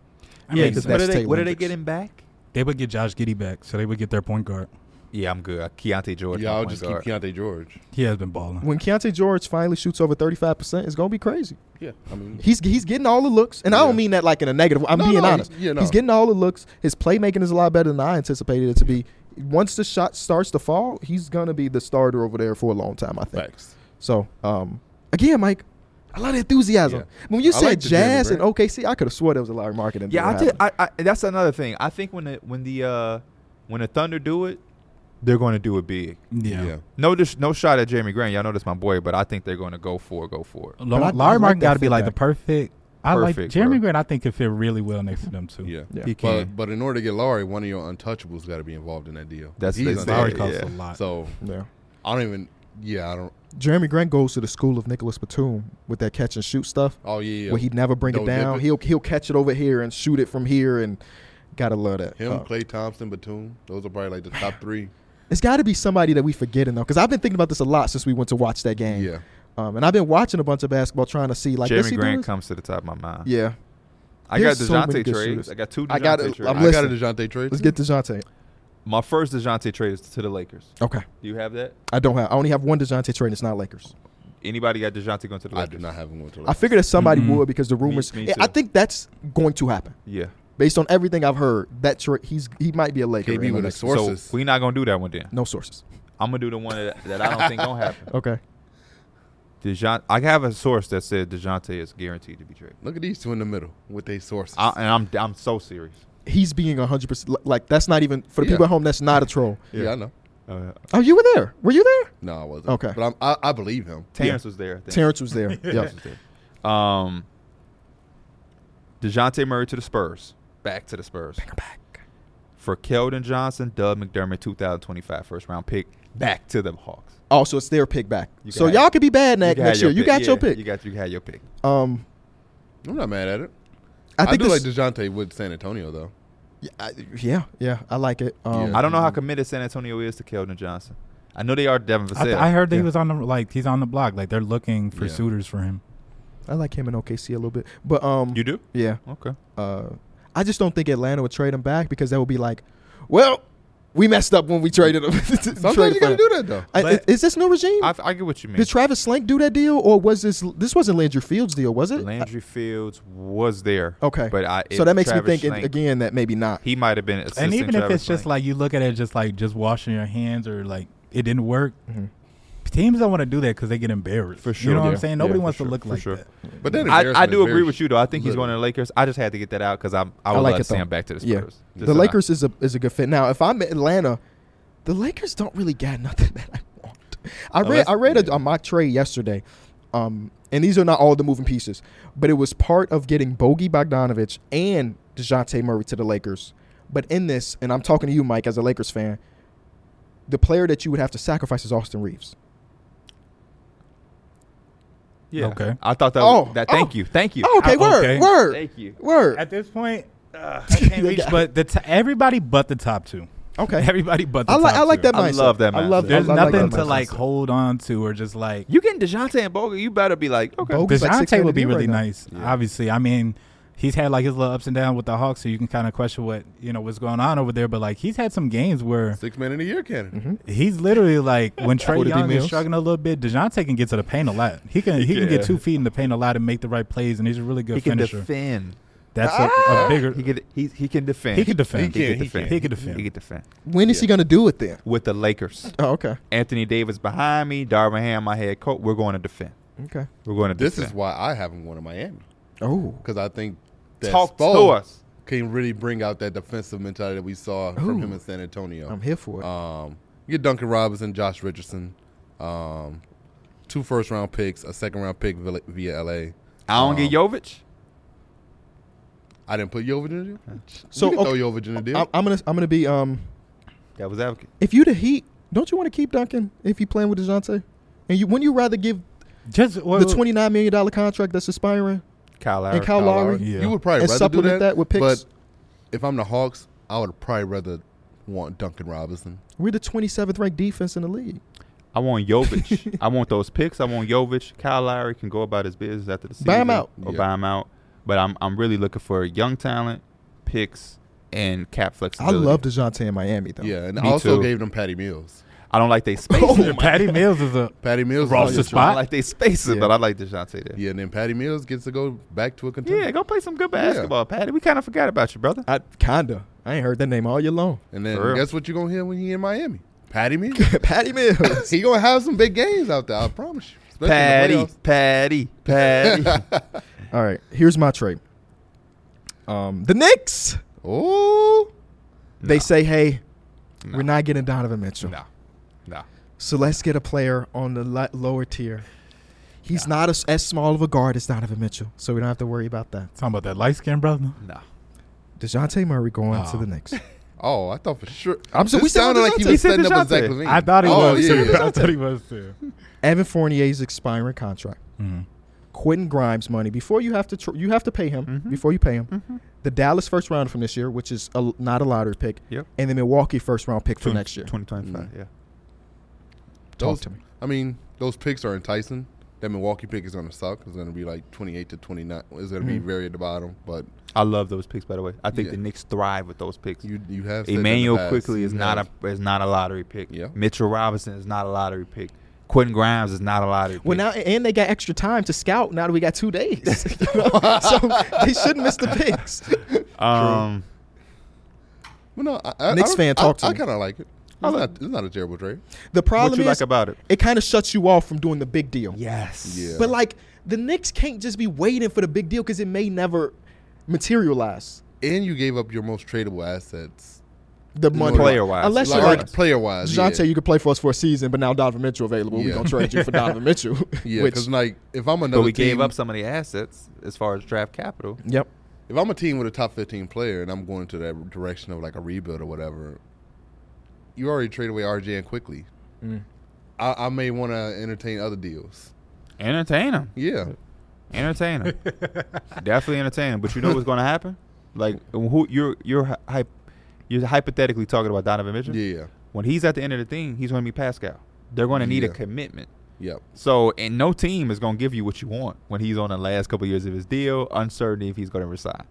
Speaker 4: I
Speaker 2: Yeah,
Speaker 4: mean,
Speaker 2: 'cause
Speaker 1: that's
Speaker 2: what are they
Speaker 1: Taylor
Speaker 2: what are they
Speaker 1: Hendricks.
Speaker 2: getting back?
Speaker 4: they would get Josh Giddy back, so they would get their point guard.
Speaker 2: Yeah, I'm good. Keontae George.
Speaker 3: Yeah,
Speaker 2: my
Speaker 3: I'll
Speaker 2: point
Speaker 3: just
Speaker 2: guard.
Speaker 3: keep Keontae George.
Speaker 4: He has been balling.
Speaker 1: When Keontae George finally shoots over thirty-five percent, it's gonna be crazy.
Speaker 3: Yeah, I mean,
Speaker 1: He's he's getting all the looks, and I
Speaker 3: Yeah.
Speaker 1: don't mean that like in a negative. I'm
Speaker 3: No,
Speaker 1: being
Speaker 3: no,
Speaker 1: honest.
Speaker 3: he's- yeah, no.
Speaker 1: He's getting all the looks. His playmaking is a lot better than I anticipated it to be. Once the shot starts to fall, he's gonna be the starter over there for a long time. I think.
Speaker 3: facts.
Speaker 1: So, um, again, Mike, a lot of enthusiasm.
Speaker 3: Yeah.
Speaker 1: When you
Speaker 3: I
Speaker 1: said
Speaker 3: like the
Speaker 1: Jazz
Speaker 3: Jeremy
Speaker 1: and OKC, I could have swore there was a lot of marketing.
Speaker 2: Yeah, I,
Speaker 1: that
Speaker 2: tell-
Speaker 1: happened.
Speaker 2: I, I that's another thing. I think when the when the uh when the Thunder do it, they're going to do it big.
Speaker 4: Yeah.
Speaker 3: Yeah.
Speaker 2: No, dis- no shot at Jeremy Grant. Y'all know that's my boy, but I think they're going to go for it, go for it.
Speaker 4: Lar-
Speaker 1: But I- I
Speaker 4: Larry
Speaker 1: like
Speaker 4: Martin
Speaker 1: that
Speaker 4: got to be like the
Speaker 1: feedback.
Speaker 4: perfect. I like
Speaker 2: Perfect,
Speaker 4: Jeremy
Speaker 2: bro.
Speaker 4: Grant. I think could fit really well next to them too.
Speaker 3: Yeah.
Speaker 1: Yeah.
Speaker 4: he
Speaker 3: But
Speaker 4: can.
Speaker 3: but in order to get Laurie, one of your untouchables got to be involved in that deal.
Speaker 2: That's
Speaker 3: He's
Speaker 2: what they
Speaker 4: Lowry
Speaker 2: Yeah,
Speaker 4: costs
Speaker 2: yeah.
Speaker 4: a lot.
Speaker 3: So
Speaker 1: yeah.
Speaker 3: I don't even. Yeah, I don't.
Speaker 1: Jeremy Grant goes to the school of Nicholas Batum with that catch and shoot stuff,
Speaker 3: Oh yeah, yeah.
Speaker 1: where he never bring it
Speaker 3: No
Speaker 1: down.
Speaker 3: dip it.
Speaker 1: He'll he'll catch it over here and shoot it from here, and gotta love that.
Speaker 3: him,
Speaker 1: Uh,
Speaker 3: Clay Thompson, Batum. Those are probably like the top three.
Speaker 1: It's got to be somebody that we forgetting though, because I've been thinking about this a lot since we went to watch that game.
Speaker 3: Yeah,
Speaker 1: Um, and I've been watching a bunch of basketball trying to see like does
Speaker 2: Jeremy
Speaker 1: he do
Speaker 2: Grant
Speaker 1: this?
Speaker 2: comes to the top of my mind.
Speaker 1: Yeah.
Speaker 2: I got
Speaker 1: There's so many
Speaker 2: DeJounte
Speaker 1: good
Speaker 2: trades.
Speaker 1: shooters.
Speaker 2: I got two DeJounte
Speaker 1: I got it.
Speaker 2: trades.
Speaker 1: I'm
Speaker 3: I got a
Speaker 1: listening.
Speaker 3: Dejounte trade.
Speaker 1: Let's
Speaker 3: too.
Speaker 1: get Dejounte.
Speaker 2: my first DeJounte trade is to the Lakers.
Speaker 1: Okay.
Speaker 2: Do you have that?
Speaker 1: I don't have. I only have one Dejounte trade. and It's not Lakers.
Speaker 2: Anybody got DeJounte going to the
Speaker 3: I
Speaker 2: Lakers?
Speaker 3: do not have him going to.
Speaker 1: I figured that somebody
Speaker 4: Mhm.
Speaker 1: would because the rumors.
Speaker 2: Mm-hmm. me too.
Speaker 1: I think that's going to happen
Speaker 2: Yeah.
Speaker 1: Based on everything I've heard, that tra- he's he might be a Laker.
Speaker 3: KB
Speaker 1: in the
Speaker 3: with
Speaker 1: next-
Speaker 3: his sources.
Speaker 2: So we not gonna do that one then.
Speaker 1: no sources.
Speaker 2: I'm gonna do the one that, that I don't think gonna happen.
Speaker 1: Okay.
Speaker 2: Dejounte, I have a source that said Dejounte is guaranteed to be traded,
Speaker 3: Look at these two in the middle with their sources.
Speaker 2: I, and I'm I'm so serious.
Speaker 1: He's being 100%. li- Like, that's not even, for the
Speaker 3: Yeah.
Speaker 1: people at home, that's not a troll.
Speaker 3: yeah.
Speaker 2: yeah.
Speaker 3: I know.
Speaker 2: Uh,
Speaker 1: Oh, you were there. Were you there?
Speaker 3: No, I wasn't.
Speaker 1: Okay.
Speaker 3: but I'm, I, I believe him.
Speaker 2: Terrence was there. I think.
Speaker 1: Terrence was there. yeah.
Speaker 2: Terrence was there. Um, Dejounte Murray to the Spurs. Back to the Spurs. For Keldon Johnson, Doug McDermott, 2025 first round pick. Back to the Hawks.
Speaker 1: Oh, so it's their pick back.
Speaker 2: You
Speaker 1: So
Speaker 2: got-
Speaker 1: y'all could be bad
Speaker 2: You
Speaker 1: next,
Speaker 2: can have
Speaker 1: next year.
Speaker 2: your
Speaker 1: You got your
Speaker 2: Yeah,
Speaker 1: pick.
Speaker 2: You got you had your pick.
Speaker 1: um,
Speaker 3: I'm not mad at it.
Speaker 1: I think
Speaker 3: do like
Speaker 1: this,
Speaker 3: Dejounte with San Antonio though.
Speaker 1: yeah, I- yeah, yeah, I like it. Um,
Speaker 3: Yeah.
Speaker 2: I don't know how committed San Antonio is to Keldon Johnson. I know they are Devin
Speaker 4: I, th-
Speaker 2: Vassell.
Speaker 4: I heard that
Speaker 1: Yeah.
Speaker 4: he was on the like he's on the block. Like they're looking for
Speaker 3: Yeah.
Speaker 4: suitors for him.
Speaker 1: I like him in OKC a little bit, but um,
Speaker 2: you do.
Speaker 1: yeah.
Speaker 2: Okay.
Speaker 1: Uh, I just don't think Atlanta would trade him back because that would be like, well, we messed up when we traded him.
Speaker 3: Sometimes you gotta do that though.
Speaker 1: I,
Speaker 2: But-
Speaker 1: is this new regime?
Speaker 2: I, I get what you mean.
Speaker 1: Did Travis Slank do that deal, or was this this wasn't Landry Fields' deal? Was it?
Speaker 2: Landry Fields was there.
Speaker 1: I- okay,
Speaker 2: But I,
Speaker 1: so that makes me think
Speaker 2: again.
Speaker 1: again that maybe not.
Speaker 2: He might have been assistant.
Speaker 4: and even if
Speaker 2: Travis
Speaker 4: it's just
Speaker 2: Lane.
Speaker 4: like you look at it, just like just washing your hands or like it didn't work.
Speaker 1: Mhm.
Speaker 4: Teams don't want to do that because they get embarrassed.
Speaker 2: For
Speaker 4: You
Speaker 2: sure,
Speaker 4: know what
Speaker 2: yeah.
Speaker 4: I'm saying?
Speaker 2: Yeah,
Speaker 4: Nobody
Speaker 2: for
Speaker 4: wants
Speaker 2: sure,
Speaker 4: to look
Speaker 2: for
Speaker 4: like
Speaker 2: sure.
Speaker 4: that.
Speaker 3: But that
Speaker 2: I, I
Speaker 3: embarrassment
Speaker 2: do
Speaker 3: is
Speaker 2: agree
Speaker 3: very
Speaker 2: with you though. I think he's
Speaker 3: little.
Speaker 2: going to the Lakers. I just had to get that out because I'm I
Speaker 1: I
Speaker 2: would
Speaker 1: like
Speaker 2: love
Speaker 1: it, though.
Speaker 2: Sam back to the
Speaker 1: Yeah.
Speaker 2: Spurs. Just uh,
Speaker 1: the
Speaker 2: that I-
Speaker 1: Lakers is a is a good fit. Now, if I'm in Atlanta, the Lakers don't really got nothing that I want. I read
Speaker 2: Unless-
Speaker 1: I read a,
Speaker 2: yeah.
Speaker 1: a mock trade yesterday, um, and these are not all the moving pieces, but it was part of getting Bogey Bogdanovich and Dejounte Murray to the Lakers. But in this, and I'm talking to you, Mike, as a Lakers fan, the player that you would have to sacrifice is Austin Reeves.
Speaker 2: Yeah.
Speaker 4: Okay.
Speaker 2: I thought that.
Speaker 1: Oh,
Speaker 2: was, that.
Speaker 1: oh.
Speaker 2: Thank you. Thank you.
Speaker 1: Oh, okay,
Speaker 4: I-
Speaker 1: word,
Speaker 4: okay.
Speaker 1: word,
Speaker 2: Ah, Thank you.
Speaker 1: word.
Speaker 4: At this point, uh, I can't
Speaker 1: They
Speaker 4: reach.
Speaker 1: got-
Speaker 4: But the t- everybody but the top two.
Speaker 1: okay,
Speaker 4: Everybody but the
Speaker 1: I like
Speaker 4: top
Speaker 1: I like
Speaker 4: two.
Speaker 1: that
Speaker 2: I
Speaker 1: mindset.
Speaker 2: love that
Speaker 1: I love.
Speaker 2: mindset.
Speaker 4: There's
Speaker 1: I like
Speaker 4: nothing
Speaker 1: that
Speaker 4: to
Speaker 1: mindset.
Speaker 4: like hold on to or just like.
Speaker 2: You getting Dejounte and Boga? You better be like okay.
Speaker 1: Bogut. He's like six
Speaker 4: Dejounte
Speaker 1: man of the
Speaker 4: would be
Speaker 1: year
Speaker 4: really
Speaker 1: right now.
Speaker 4: nice. Obviously, I mean, he's had like his little ups and downs with the Hawks, so you can kind of question what you know what's going on over there. But like, he's had some games where
Speaker 3: Six man in a year candidate.
Speaker 1: Mm-hmm.
Speaker 4: he's literally like when Trey
Speaker 1: Would it be
Speaker 4: Young is
Speaker 1: Mills?
Speaker 4: struggling a little bit, Dejounte can get to the paint a lot. He can he, can
Speaker 2: can.
Speaker 4: get two feet in the paint a lot and make the right plays, and he's a really good
Speaker 2: He can
Speaker 4: finisher.
Speaker 2: defend.
Speaker 4: That's
Speaker 1: Ah!
Speaker 4: a, a bigger.
Speaker 2: He can. He, he can defend.
Speaker 4: He can defend.
Speaker 2: He can
Speaker 3: He
Speaker 2: defend.
Speaker 4: can. He can defend.
Speaker 2: He can defend.
Speaker 1: When is he gonna do it then?
Speaker 2: With the Lakers,
Speaker 1: Oh, okay,
Speaker 2: Anthony Davis behind me, Darvin Ham, my head coach. We're going to defend.
Speaker 1: okay.
Speaker 2: We're going to
Speaker 3: This
Speaker 2: defend.
Speaker 3: is why I haven't won in Miami
Speaker 1: Oh,
Speaker 3: because I think that
Speaker 2: talk to
Speaker 3: Spo
Speaker 2: us.
Speaker 3: can really bring out that defensive mentality that we saw from him in San Antonio.
Speaker 1: I'm here for it.
Speaker 3: Um, you get Duncan Robinson, Josh Richardson, um, two first round picks, a second round pick via, via LA.
Speaker 2: I don't get Jovic.
Speaker 3: I didn't put Jovic in the deal.
Speaker 1: So,
Speaker 3: So you can
Speaker 1: okay.
Speaker 3: throw Jovic in the deal.
Speaker 1: I'm, I'm gonna I'm gonna be um.
Speaker 2: That was advocate.
Speaker 1: If you the Heat, don't you want to keep Duncan if you playing with Dejounte? And you wouldn't you rather give
Speaker 4: Just well,
Speaker 1: the twenty nine million dollar contract that's expiring
Speaker 2: Kyle Lowry.
Speaker 1: and Kyle
Speaker 3: Kyle Lowry.
Speaker 1: Lowry
Speaker 4: Yeah.
Speaker 3: You would probably
Speaker 1: and
Speaker 3: rather do
Speaker 1: supplement
Speaker 3: that,
Speaker 1: that, with picks?
Speaker 3: But if I'm the Hawks, I would probably rather want Duncan Robinson.
Speaker 1: We're the twenty seventh ranked defense in the league.
Speaker 2: I want Jovic. I want those picks. I want Jovic. Kyle Lowry can go about his business after the season.
Speaker 1: Buy him out.
Speaker 2: Or
Speaker 3: Yeah.
Speaker 2: buy him out. But I'm I'm really looking for young talent, picks, and cap
Speaker 1: I
Speaker 2: flexibility.
Speaker 1: love Dejounte in Miami though.
Speaker 3: Yeah, and I
Speaker 2: Me
Speaker 3: also
Speaker 2: too.
Speaker 3: gave them Patty Mills.
Speaker 2: I don't like they space.
Speaker 4: Oh, Patty Mills is a
Speaker 3: Patty Mills is
Speaker 4: Ross
Speaker 3: another
Speaker 4: is
Speaker 2: I
Speaker 3: choice.
Speaker 4: spot.
Speaker 2: don't like they spaces,
Speaker 1: Yeah.
Speaker 2: but I like Dejounte there.
Speaker 3: Yeah, and then Patty Mills gets to go back to a contender.
Speaker 2: Yeah, go play some good basketball, Patty. We kind of forgot about you, brother.
Speaker 1: I kinda. I ain't heard that name all year long.
Speaker 3: And then
Speaker 2: For real.
Speaker 3: guess what you're gonna hear when he in Miami? Patty Mills.
Speaker 1: Patty Mills.
Speaker 3: he gonna have some big games out there. I promise you. Especially in the
Speaker 2: Patty,
Speaker 3: playoffs.
Speaker 2: Patty, Patty.
Speaker 1: all right, here's my trade. Um, the Knicks.
Speaker 3: Oh,
Speaker 1: They say, hey,
Speaker 2: No.
Speaker 1: we're not getting Donovan Mitchell.
Speaker 2: no, no.
Speaker 1: So let's get a player on the li- lower tier. He's not as, as small of a guard as Donovan Mitchell, so we don't have to worry about that.
Speaker 4: talking about that light skinned brother.
Speaker 2: No.
Speaker 1: DeJounte Murray going to
Speaker 4: Oh.
Speaker 1: the Knicks.
Speaker 3: oh, I thought for sure.
Speaker 1: I'm so-
Speaker 3: This
Speaker 1: we said
Speaker 3: sounded like
Speaker 1: DeJounte.
Speaker 3: he
Speaker 1: He
Speaker 3: was
Speaker 2: said
Speaker 3: setting up a
Speaker 2: DeJounte.
Speaker 3: Zach Levine.
Speaker 4: I thought he
Speaker 3: oh,
Speaker 4: was.
Speaker 3: Yeah,
Speaker 4: too.
Speaker 3: yeah.
Speaker 4: I thought he was too.
Speaker 1: Evan Fournier's expiring contract. Quentin Grimes money. Before you have to tr- you have to pay him
Speaker 2: Mm-hmm.
Speaker 1: before you pay him. The Dallas first round from this year, which is a, not a lottery pick,
Speaker 2: Yep.
Speaker 1: and the Milwaukee first round pick for
Speaker 2: Twen-
Speaker 1: next year.
Speaker 2: 2025.
Speaker 1: Mm.
Speaker 2: Yeah.
Speaker 1: Talk
Speaker 3: Those-
Speaker 1: to me.
Speaker 3: I mean, those picks are enticing. That Milwaukee pick is gonna suck. It's gonna be like 28 to 29. It's gonna be very at the bottom, but
Speaker 2: I love those picks, by the way. I think
Speaker 3: Yeah.
Speaker 2: the Knicks thrive with those picks.
Speaker 3: you you have said that in the
Speaker 2: Emmanuel
Speaker 3: past.
Speaker 2: quickly is
Speaker 3: You
Speaker 2: not
Speaker 3: have.
Speaker 2: a is not a lottery pick.
Speaker 3: Yeah.
Speaker 2: Mitchell Robinson is not a lottery pick. Quentin Grimes is not a lottery
Speaker 1: Well,
Speaker 2: pick.
Speaker 1: now and they got extra time to scout. Now that we got two days, You know? so they shouldn't miss the picks.
Speaker 2: Um,
Speaker 3: Well, no, I, I,
Speaker 1: Knicks
Speaker 3: I don't-
Speaker 1: fan,
Speaker 3: I-
Speaker 1: talk to
Speaker 3: I,
Speaker 1: me.
Speaker 3: kind of like it. It's not, it's not a terrible trade.
Speaker 1: The problem
Speaker 2: what you
Speaker 1: is
Speaker 2: like about it?
Speaker 1: it kind of shuts you off from doing the big deal.
Speaker 2: Yes.
Speaker 3: Yeah.
Speaker 1: But like the Knicks can't just be waiting for the big deal because it may never materialize.
Speaker 3: And you gave up your most tradable assets,
Speaker 1: The money
Speaker 2: Player-wise.
Speaker 1: unless
Speaker 3: like,
Speaker 1: you're like
Speaker 3: player wise.
Speaker 1: Dejounte, you could play for us for a season, but now Donovan Mitchell available. We're
Speaker 3: Yeah.
Speaker 1: gonna trade you for Donovan Mitchell.
Speaker 3: yeah,
Speaker 1: which-
Speaker 3: because like if I'm another,
Speaker 2: But we
Speaker 3: team,
Speaker 2: gave up some of the assets as far as draft capital.
Speaker 1: yep.
Speaker 3: If I'm a team with a top 15 player and I'm going to that direction of like a rebuild or whatever, you already traded away RJ and quickly. I, I may want to entertain other deals.
Speaker 2: Entertain them.
Speaker 3: Yeah,
Speaker 2: Entertain them. Definitely entertain 'em. But you know what's going to happen? Like who you're you're hy- hy- you're hypothetically talking about Donovan Mitchell.
Speaker 3: yeah,
Speaker 2: When he's at the end of the thing, he's going to be Pascal. They're going to need a
Speaker 3: Yeah.
Speaker 2: commitment.
Speaker 3: yep.
Speaker 2: So, and no team is going to give you what you want when he's on the last couple years of his deal, uncertainty if he's going to resign.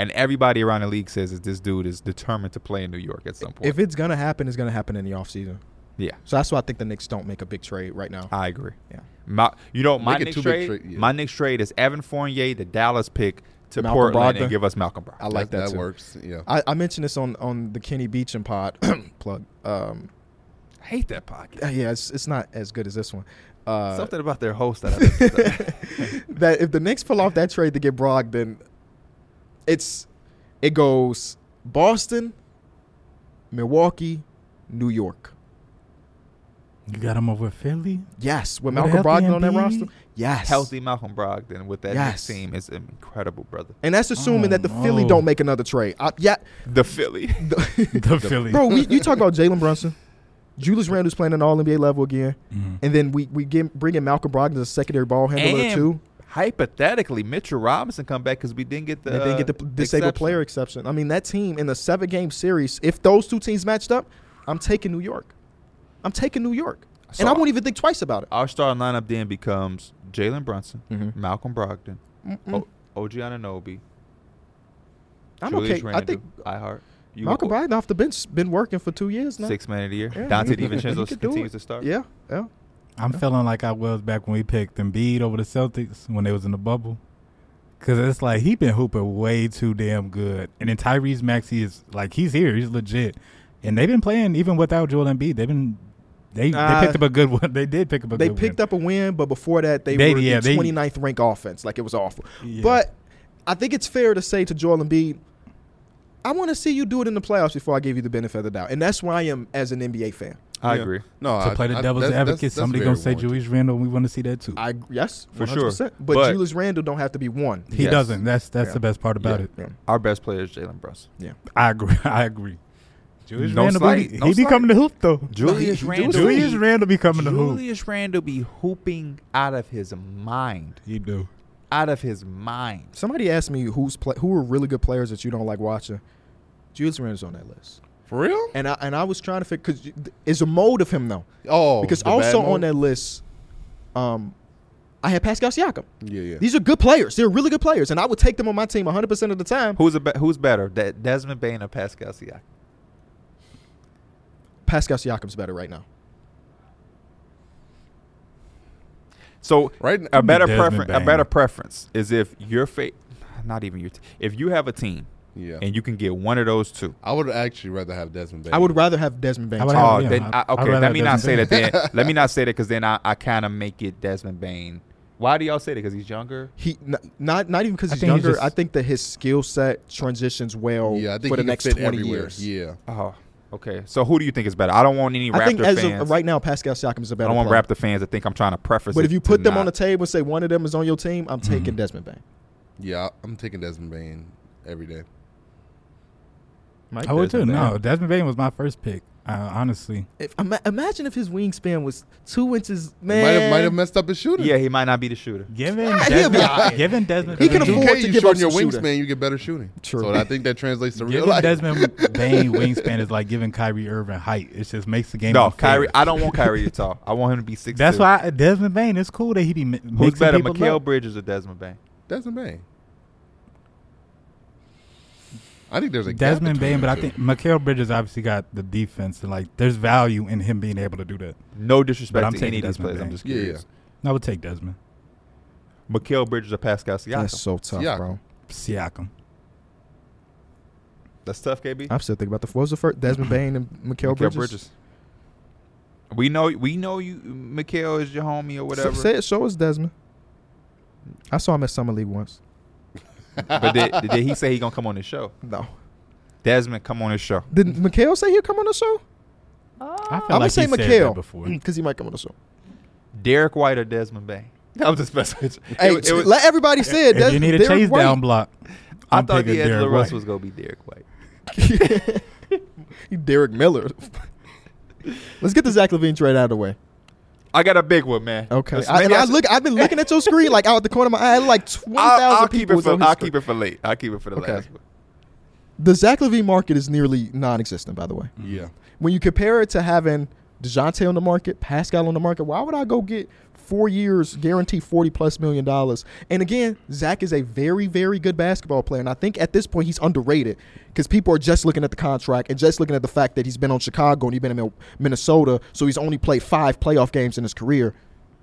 Speaker 2: And everybody around the league says that this dude is determined to play in New York at some point.
Speaker 1: If it's gonna happen, it's gonna happen in the offseason.
Speaker 2: yeah,
Speaker 1: So that's why I think the Knicks don't make a big trade right now.
Speaker 3: Ah.
Speaker 2: I agree.
Speaker 1: Yeah.
Speaker 2: My, you know, my
Speaker 3: Make it
Speaker 2: next
Speaker 3: two big
Speaker 2: trade,
Speaker 3: trade- yeah.
Speaker 2: my next trade is Evan Fournier, the Dallas pick to
Speaker 1: Malcolm
Speaker 2: Portland,
Speaker 1: Brogdon.
Speaker 2: and give us Malcolm Brogdon.
Speaker 1: I like that,
Speaker 3: that,
Speaker 1: too.
Speaker 3: works. Yeah,
Speaker 1: I, I mentioned this on on the Kenny Beecham pod plug. Um,
Speaker 2: I hate that pocket.
Speaker 1: yeah, it's, it's not as good as this one. Uh,
Speaker 2: Something about their host that I uh, don't
Speaker 1: that if the Knicks pull off that trade to get Brogdon, it's it goes Boston, Milwaukee, New York.
Speaker 4: You got him over Philly.
Speaker 1: Yes, with
Speaker 4: With a
Speaker 1: Malcolm
Speaker 4: healthy
Speaker 1: Brogdon on that
Speaker 4: Embiid?
Speaker 1: roster. Yes,
Speaker 2: healthy Malcolm Brogdon with that
Speaker 1: Yes.
Speaker 2: next team is incredible, brother.
Speaker 1: and that's assuming
Speaker 4: Oh,
Speaker 1: that the Philly
Speaker 4: no.
Speaker 1: don't make another trade. I, yeah,
Speaker 2: The Philly.
Speaker 1: the-
Speaker 4: The Philly.
Speaker 1: bro, we, you talk about Jalen Brunson, Julius Randle's playing an All NBA level again,
Speaker 4: Mhm.
Speaker 1: and then we we get, bring in Malcolm Brogdon as a secondary ball handler
Speaker 2: And
Speaker 1: too.
Speaker 2: Hypothetically, Mitchell Robinson come back because we didn't get the
Speaker 1: they didn't get the p- disabled
Speaker 2: exception.
Speaker 1: player exception. I mean, that team in the seven game series, if those two teams matched up, I'm taking New York. I'm taking New York.
Speaker 2: So- Oh,
Speaker 1: and I won't even think twice about it.
Speaker 2: Our starting lineup then becomes Jalen Brunson,
Speaker 1: Mhm.
Speaker 2: Malcolm Brogdon,
Speaker 1: Mm-mm.
Speaker 2: o- OG Ananobi,
Speaker 1: I'm
Speaker 2: Julius
Speaker 1: okay. I think
Speaker 2: Randle, iHeart. You
Speaker 1: Malcolm
Speaker 2: go-
Speaker 1: Brogdon off the bench been working for two years now.
Speaker 2: six man of the year.
Speaker 1: Yeah.
Speaker 2: Dante
Speaker 1: He
Speaker 2: DiVincenzo
Speaker 1: could do
Speaker 2: continues
Speaker 1: it.
Speaker 2: to start.
Speaker 1: Yeah, yeah.
Speaker 4: I'm feeling like I was back when we picked Embiid over the Celtics when they was in the bubble. Cause it's like he been hooping way too damn good, and then Tyrese Maxey is like he's here, he's legit, and they've been playing even without Joel Embiid. They've been they
Speaker 1: Uh,
Speaker 4: they picked up a good one. They did pick up a
Speaker 1: They
Speaker 4: good
Speaker 1: picked
Speaker 4: win.
Speaker 1: up a win, but before that, they,
Speaker 4: They-
Speaker 1: were
Speaker 4: yeah,
Speaker 1: the
Speaker 4: they-
Speaker 1: 29th ranked offense. Like, it was awful.
Speaker 4: Yeah.
Speaker 1: But I think it's fair to say to Joel Embiid, I want to see you do it in the playoffs before I give you the benefit of the doubt. And that's where I am as an NBA fan.
Speaker 2: I
Speaker 3: Yeah.
Speaker 2: agree.
Speaker 3: No,
Speaker 4: to play the devil's advocate. somebody gonna say Julius Randle. We want to see that too.
Speaker 1: I Yes,
Speaker 2: For sure.
Speaker 1: 100%. But,
Speaker 2: But-
Speaker 1: Julius Randle don't have to be one.
Speaker 4: he
Speaker 2: Yes.
Speaker 4: doesn't. That's that's
Speaker 1: Yeah.
Speaker 4: the best part about
Speaker 2: Yeah.
Speaker 4: it.
Speaker 1: Yeah.
Speaker 2: Our best player is Jalen Brunson.
Speaker 4: I agree. I agree. Julius
Speaker 2: No
Speaker 4: Randle,
Speaker 2: slight,
Speaker 4: he,
Speaker 2: no
Speaker 4: he be
Speaker 2: slight.
Speaker 4: coming to hoop though.
Speaker 2: Julius
Speaker 1: he do
Speaker 2: Randle.
Speaker 4: Julius Randle be coming to hoop.
Speaker 2: Julius Randle be hooping out of his mind.
Speaker 4: He do.
Speaker 2: Out of his mind.
Speaker 1: Somebody asked me who's play, who are really good players that you don't like watching. Julius Randle's on that list,
Speaker 3: for real.
Speaker 1: and I and I was trying to figure because it's a mode of him though.
Speaker 3: Oh,
Speaker 1: because
Speaker 3: the bad
Speaker 1: also on
Speaker 3: mode?
Speaker 1: that list, um, I had Pascal Siakam.
Speaker 3: Yeah, yeah.
Speaker 1: These are good players. They're really good players, and I would take them on my team 100 percent of the time.
Speaker 2: Who's a be- who's better, De- Desmond Bain or Pascal Siakam?
Speaker 1: Pascal Siakam's better right now.
Speaker 2: So
Speaker 3: Right-
Speaker 2: a better
Speaker 4: Desmond
Speaker 2: preference a
Speaker 4: Bain.
Speaker 2: better preference is if your fa- not even your t- if you have a team
Speaker 3: Yeah.
Speaker 2: and you can get one of those two.
Speaker 3: I would actually rather have Desmond Bain.
Speaker 1: I would rather have Desmond Bain.
Speaker 4: I would
Speaker 1: too.
Speaker 4: have-
Speaker 2: Oh,
Speaker 4: yeah,
Speaker 2: then
Speaker 4: I-
Speaker 2: I,
Speaker 4: I'd
Speaker 2: okay.
Speaker 4: rather
Speaker 2: Let me
Speaker 4: have
Speaker 2: not say
Speaker 4: Desmond
Speaker 2: that. Then let me not say that because then I, I kind of make it Desmond Bain. Why do y'all say that? Because he's younger.
Speaker 1: he n- not not even because
Speaker 4: I
Speaker 1: he's
Speaker 4: think he's
Speaker 1: younger.
Speaker 4: just-
Speaker 1: I think that his skill set transitions well
Speaker 3: Yeah, I think
Speaker 1: for the
Speaker 3: he can
Speaker 1: next
Speaker 3: fit
Speaker 1: 20
Speaker 3: everywhere.
Speaker 1: years.
Speaker 3: Yeah,
Speaker 2: Oh, okay. So who do you think is better? I don't want any Raptor
Speaker 1: I think as
Speaker 2: fans.
Speaker 1: of right now, Pascal Siakam is a
Speaker 2: I
Speaker 1: better.
Speaker 2: don't want
Speaker 1: player.
Speaker 2: Raptor fans to think I'm trying to preface.
Speaker 1: But
Speaker 2: it
Speaker 1: if you
Speaker 2: to
Speaker 1: put them on the
Speaker 2: not-
Speaker 1: table and say one of them is on your team, I'm taking Desmond Bain.
Speaker 3: yeah. I'm taking Desmond Bain every day.
Speaker 1: Mike
Speaker 4: I would too.
Speaker 1: Desmond Bain.
Speaker 4: No, Desmond Bain was my first pick. Uh, honestly,
Speaker 1: If, ima- imagine if his wingspan was two inches,
Speaker 3: Might have,
Speaker 1: man.
Speaker 3: might have messed up his shooting.
Speaker 2: yeah, he might not be the shooter.
Speaker 4: given
Speaker 1: Ah, he'll be all right.
Speaker 4: Desmond, given Desmond,
Speaker 1: He
Speaker 3: He
Speaker 1: can
Speaker 3: can
Speaker 4: Bain-
Speaker 1: afford to
Speaker 3: you
Speaker 1: give
Speaker 3: shoot
Speaker 1: up
Speaker 3: on your
Speaker 1: some shooting.
Speaker 3: wingspan, you get better shooting.
Speaker 1: True.
Speaker 3: So I think that translates to real
Speaker 4: Given
Speaker 3: life.
Speaker 4: Desmond Bain wingspan is like giving Kyrie Irving height. It just makes the game.
Speaker 2: No,
Speaker 4: unfair.
Speaker 2: Kyrie. I don't want Kyrie to talk. I want him to be six.
Speaker 4: That's why I- Desmond Bain. It's cool that he be ma-
Speaker 2: Who's
Speaker 4: mixing
Speaker 2: better,
Speaker 4: people
Speaker 2: Mikael
Speaker 4: up.
Speaker 2: Bridges or Desmond Bain?
Speaker 3: Desmond Bain. I think there's a gap
Speaker 4: Desmond
Speaker 3: between
Speaker 4: Bain, but
Speaker 3: the
Speaker 4: I
Speaker 3: two.
Speaker 4: think Mikael Bridges obviously got the defense and like there's value in him being able to do that.
Speaker 2: No
Speaker 4: But
Speaker 2: disrespect
Speaker 4: I'm
Speaker 2: to
Speaker 4: taking
Speaker 2: any of these
Speaker 4: Desmond
Speaker 2: players. I'm
Speaker 4: Bain.
Speaker 2: just
Speaker 3: Yeah,
Speaker 2: curious.
Speaker 4: I would take Desmond
Speaker 2: Mikael Bridges or Pascal Siakam?
Speaker 1: That's so tough,
Speaker 3: Siakam.
Speaker 1: bro.
Speaker 4: Siakam.
Speaker 2: That's tough, KB.
Speaker 1: I'm still thinking about the what was the first Desmond Bain and Mikael
Speaker 2: Mikael
Speaker 1: Uh, Bridges.
Speaker 2: We know we know you Mikael is your homie or whatever.
Speaker 1: Say it. Show us Desmond. I saw him at summer league once.
Speaker 2: But did, did he say he gonna come on the show?
Speaker 1: No.
Speaker 2: Desmond, come on the show.
Speaker 1: Did Mikael say he'll come on the show?
Speaker 4: I feel
Speaker 1: I'm gonna
Speaker 4: like
Speaker 1: say Mm.
Speaker 4: he said that
Speaker 1: Mikael
Speaker 4: before.
Speaker 1: because he might come on the show.
Speaker 2: Derek White or Desmond Bain? That was just messing with you.
Speaker 1: Hey,
Speaker 2: It was- it was-
Speaker 1: let everybody say it.
Speaker 4: If
Speaker 1: Des-
Speaker 4: you need a
Speaker 1: Derek
Speaker 4: chase
Speaker 1: White.
Speaker 4: down block,
Speaker 2: I
Speaker 4: I'm
Speaker 2: thought
Speaker 4: picking
Speaker 2: D'Angelo
Speaker 4: Derrick
Speaker 2: Russ
Speaker 4: White.
Speaker 2: was gonna be Derek White.
Speaker 1: Derek Miller. Let's get the Zach Levine trade out of the way.
Speaker 2: I got a big one, man.
Speaker 1: Okay.
Speaker 2: Listen,
Speaker 1: I,
Speaker 2: maybe
Speaker 1: and I
Speaker 2: should-
Speaker 1: look. I've been looking at your screen like out the corner of my eye. I had like twenty
Speaker 2: I'll, I'll
Speaker 1: thousand
Speaker 2: keep
Speaker 1: people.
Speaker 2: it
Speaker 1: was
Speaker 2: for.
Speaker 1: on his
Speaker 2: I'll
Speaker 1: screen.
Speaker 2: keep it for late. I'll keep it for the
Speaker 1: Okay.
Speaker 2: last one.
Speaker 1: The Zach Levine market is nearly non-existent, by the way.
Speaker 3: Yeah.
Speaker 1: When you compare it to having Dejounte on the market, Pascal on the market, why would I go get four years, guarantee forty plus million dollars? And again, Zach is a very, very good basketball player, and I think at this point he's underrated because people are just looking at the contract and just looking at the fact that he's been on Chicago and he's been in Mil- Minnesota, so he's only played five playoff games in his career.